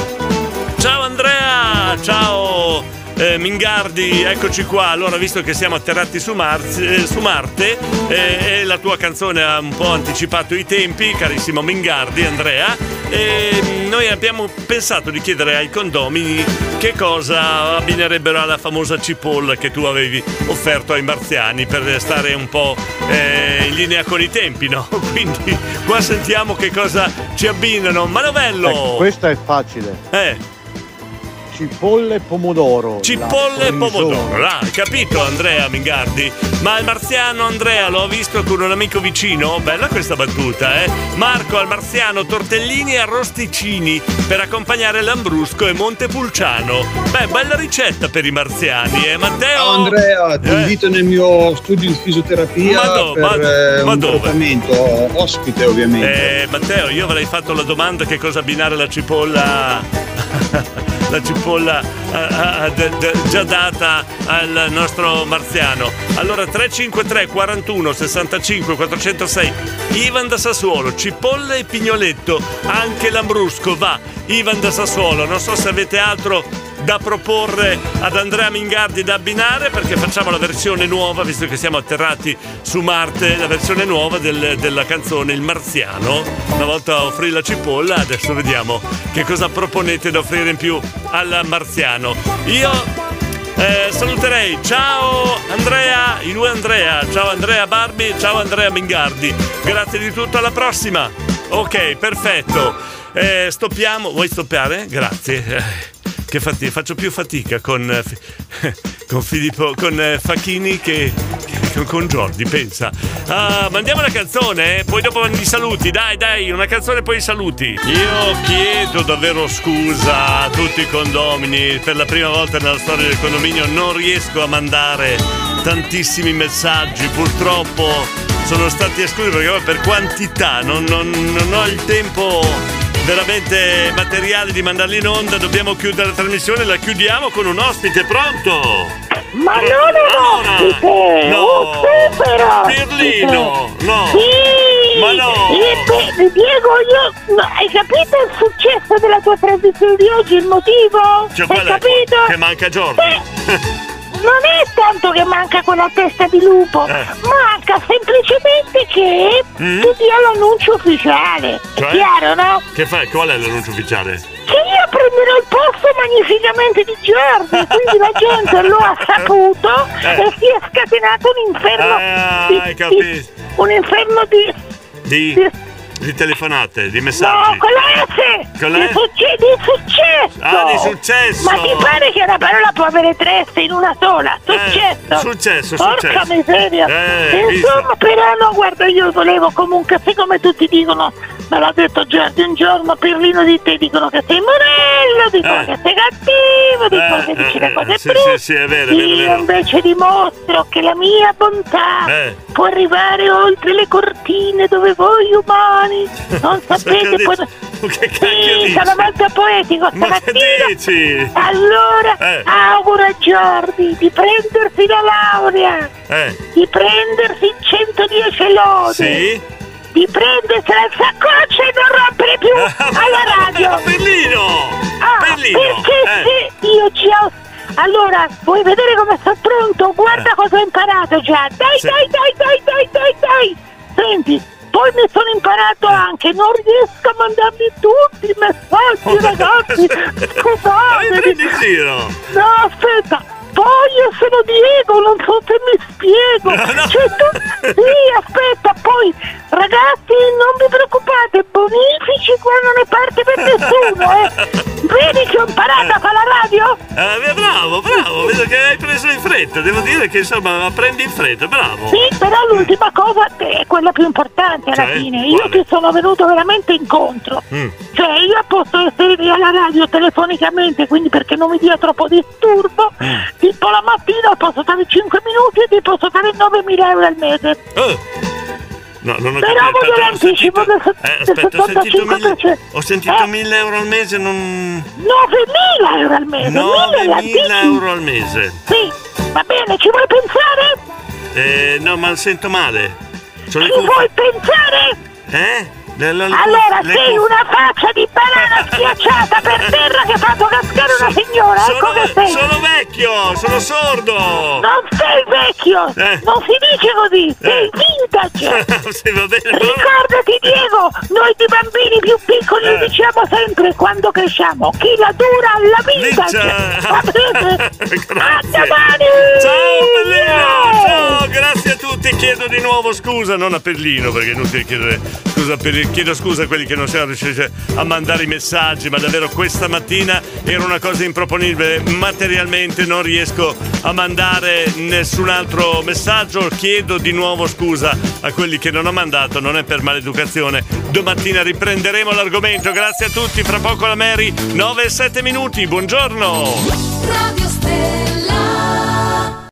Speaker 1: Ciao Andrea, ciao eh, Mingardi, eccoci qua. Allora, visto che siamo atterrati su, Mars- eh, su Marte eh, e la tua canzone ha un po' anticipato i tempi, carissimo Mingardi, Andrea, e noi abbiamo pensato di chiedere ai condomini che cosa abbinerebbero alla famosa cipolla che tu avevi offerto ai marziani per stare un po' eh, in linea con i tempi, no? <laughs> Quindi qua sentiamo che cosa ci abbinano. Manovello!
Speaker 30: Ecco, Questa è facile.
Speaker 1: Eh.
Speaker 30: Cipolle e pomodoro.
Speaker 1: Cipolle e
Speaker 30: La sorrisone.
Speaker 1: pomodoro, là, hai capito Andrea Mingardi? Ma il marziano Andrea l'ho visto con un amico vicino, bella questa battuta, eh? Marco al marziano tortellini e arrosticini per accompagnare Lambrusco e Montepulciano. Beh, bella ricetta per i marziani, eh Matteo?
Speaker 13: Ciao Andrea, ti invito nel mio studio di fisioterapia
Speaker 1: Eh. Ma do-
Speaker 13: per
Speaker 1: ma-
Speaker 13: eh,
Speaker 1: ma
Speaker 13: un
Speaker 1: dove?
Speaker 13: trattamento ospite ovviamente.
Speaker 1: Eh, Matteo, io avrei fatto la domanda che cosa abbinare la cipolla. <laughs> la cipolla eh, eh, d- d- già data al nostro marziano. Allora 353 41 65 406 Ivan da Sassuolo, cipolla e pignoletto, anche l'ambrusco va. Ivan da Sassuolo, non so se avete altro da proporre ad Andrea Mingardi da abbinare perché facciamo la versione nuova, visto che siamo atterrati su Marte, la versione nuova del- della canzone Il Marziano. Una volta offrì la cipolla, adesso vediamo che cosa proponete da offrire in più al Marziano. Io eh, saluterei, ciao Andrea, il lui Andrea, ciao Andrea Barbi, ciao Andrea Mingardi, grazie di tutto, alla prossima. Ok, perfetto. Eh, stoppiamo, vuoi stoppare? Grazie. Eh, Che fati- faccio più fatica con, eh, fi- <laughs> con Filippo, con eh, Facchini che, che con, con Giordi, pensa. Ah, mandiamo la canzone, eh, poi dopo vanno i saluti, dai dai, una canzone e poi i saluti. Io chiedo davvero scusa a tutti i condomini, per la prima volta nella storia del condominio non riesco a mandare tantissimi messaggi, purtroppo sono stati esclusi perché poi per quantità non, non- non ho il tempo veramente materiale di mandarli in onda, dobbiamo chiudere la trasmissione, la chiudiamo con un ospite pronto.
Speaker 2: Ma non è un ospite,
Speaker 1: Eh, No.
Speaker 2: un supero!
Speaker 1: Pirlino, Oh, no.
Speaker 2: Sì!
Speaker 1: Ma no.
Speaker 2: Eh, beh, Diego, io... no, hai capito il successo della tua trasmissione di oggi, il motivo?
Speaker 1: Cioè,
Speaker 2: hai
Speaker 1: qual è?
Speaker 2: capito? Eh,
Speaker 1: Che manca Giorgio.
Speaker 2: Non è tanto che manca quella testa di lupo,
Speaker 1: Eh.
Speaker 2: manca semplicemente che
Speaker 1: Mm.
Speaker 2: tu dia l'annuncio ufficiale.
Speaker 1: Cioè?
Speaker 2: È chiaro, no?
Speaker 1: Che fai? Qual è l'annuncio ufficiale?
Speaker 2: Che io prenderò il posto magnificamente di
Speaker 1: <laughs>
Speaker 2: Giorgio, quindi la gente lo ha saputo
Speaker 1: Eh.
Speaker 2: e si è scatenato un inferno.
Speaker 1: Ah,
Speaker 2: di-
Speaker 1: hai
Speaker 2: di-
Speaker 1: capito.
Speaker 2: un inferno di.
Speaker 1: Di, di telefonate, di messaggi.
Speaker 2: No, con la S!
Speaker 1: Con la
Speaker 2: Di,
Speaker 1: S?
Speaker 2: succe- di successo!
Speaker 1: Ah, di successo!
Speaker 2: Ma ti pare che è una parola può avere tre S in una sola? Successo!
Speaker 1: successo,
Speaker 2: Porca
Speaker 1: Eh, successo.
Speaker 2: miseria!
Speaker 1: Eh,
Speaker 2: Insomma, però no, guarda, io volevo comunque, siccome tutti dicono, me l'ha detto Giorgio un giorno, Pirlino di te dicono che sei morello,
Speaker 1: Eh.
Speaker 2: dicono che sei cattivo, dicono che dici le cose
Speaker 1: sì, sì, sì, è Eh, vero, è vero, è
Speaker 2: io
Speaker 1: vero.
Speaker 2: invece dimostro che la mia bontà
Speaker 1: Eh.
Speaker 2: può arrivare oltre le cortine dove voi
Speaker 1: <laughs>
Speaker 2: umani non sapete
Speaker 1: dici?
Speaker 2: cosa...
Speaker 1: Che
Speaker 2: cacchio sì,
Speaker 1: dici?
Speaker 2: sono molto poetico
Speaker 1: Ma che
Speaker 2: stamattina.
Speaker 1: dici? Eh.
Speaker 2: Allora, auguro a Giordi di prendersi la laurea,
Speaker 1: Eh.
Speaker 2: di prendersi 110 lodi,
Speaker 1: Sì?
Speaker 2: di prendersi il saccoccio e non rompere
Speaker 1: <laughs>
Speaker 2: più alla radio.
Speaker 1: Ah, Bellino!
Speaker 2: Ah,
Speaker 1: Bellino, eh.
Speaker 2: perché sì, io già... Allora, vuoi vedere come sono pronto? Guarda cosa ho imparato già. Dai,
Speaker 1: Eh. Sì.
Speaker 2: dai, dai, dai, dai, dai, dai. Senti, poi mi sono
Speaker 1: Eh.
Speaker 2: imparato anche, non riesco a mandarmi tutti i
Speaker 1: <laughs>
Speaker 2: messaggi, ragazzi.
Speaker 1: Prendi in
Speaker 2: Scusate.
Speaker 1: giro!
Speaker 2: No, aspetta. Poi io sono Diego, non so se mi spiego. Cioè, tu... Sì, aspetta, poi ragazzi, non vi preoccupate, bonifici quando ne parte per nessuno, eh. Vedi che ho imparato a fare la radio?
Speaker 1: Ah, beh, bravo, bravo, vedo che hai preso in fretta, devo dire che insomma la prendi in fretta, bravo.
Speaker 2: Sì, però l'ultima cosa è quella più importante alla
Speaker 1: Cioè,
Speaker 2: fine. Io ti sono venuto veramente incontro.
Speaker 1: Mm.
Speaker 2: Cioè, io posso essere alla radio telefonicamente, quindi perché non mi dia troppo disturbo,
Speaker 1: Mm.
Speaker 2: tipo la mattina posso dare 5 minuti e ti posso dare 9.000 euro al mese.
Speaker 1: Oh. No, non ho
Speaker 2: Però
Speaker 1: capito.
Speaker 2: voglio
Speaker 1: aspetta, ho
Speaker 2: l'anticipo
Speaker 1: sentito-
Speaker 2: del
Speaker 1: eh, aspetta, ho
Speaker 2: 75%.
Speaker 1: sentito mille, ho sentito
Speaker 2: Eh.
Speaker 1: 1000 euro al mese, non...
Speaker 2: 9.000 euro al mese! 1000 è
Speaker 1: 9000
Speaker 2: l'anticipo.
Speaker 1: euro al mese.
Speaker 2: Sì, va bene, ci vuoi pensare?
Speaker 1: Eh, no, ma sento male. Sono le
Speaker 2: Ci vuoi
Speaker 1: cuffie.
Speaker 2: pensare?
Speaker 1: Eh? Le- le- le
Speaker 2: Allora
Speaker 1: cuffie- le
Speaker 2: sei
Speaker 1: cuffie-
Speaker 2: una faccia di banana schiacciata per terra che ha fatto cascare una signora,
Speaker 1: sono-
Speaker 2: ecco che sei!
Speaker 1: sono vecchio, sono sordo. Eh.
Speaker 2: Non sei vecchio! Non si dice così! Sei vintage!
Speaker 1: <laughs> Sì, va bene.
Speaker 2: Ricordati Diego, noi di bambini più piccoli
Speaker 1: Eh.
Speaker 2: diciamo sempre quando cresciamo, chi la dura la vintage! Va
Speaker 1: <laughs>
Speaker 2: bene? A domani!
Speaker 1: Ciao Pellino! Ciao, Oh, grazie a tutti. Chiedo di nuovo scusa, non a Pellino, perché è inutile chiedere scusa per chiedo scusa a quelli che non siano riusciti a mandare i messaggi, ma davvero questa mattina era una cosa improponibile. Materialmente non riesco a mandare nessun altro messaggio. Chiedo di nuovo scusa a quelli che non ho mandato, non è per maleducazione. Domattina riprenderemo l'argomento. Grazie a tutti, fra poco la Mary, 9 e 7 minuti, buongiorno!
Speaker 3: Radio Stella.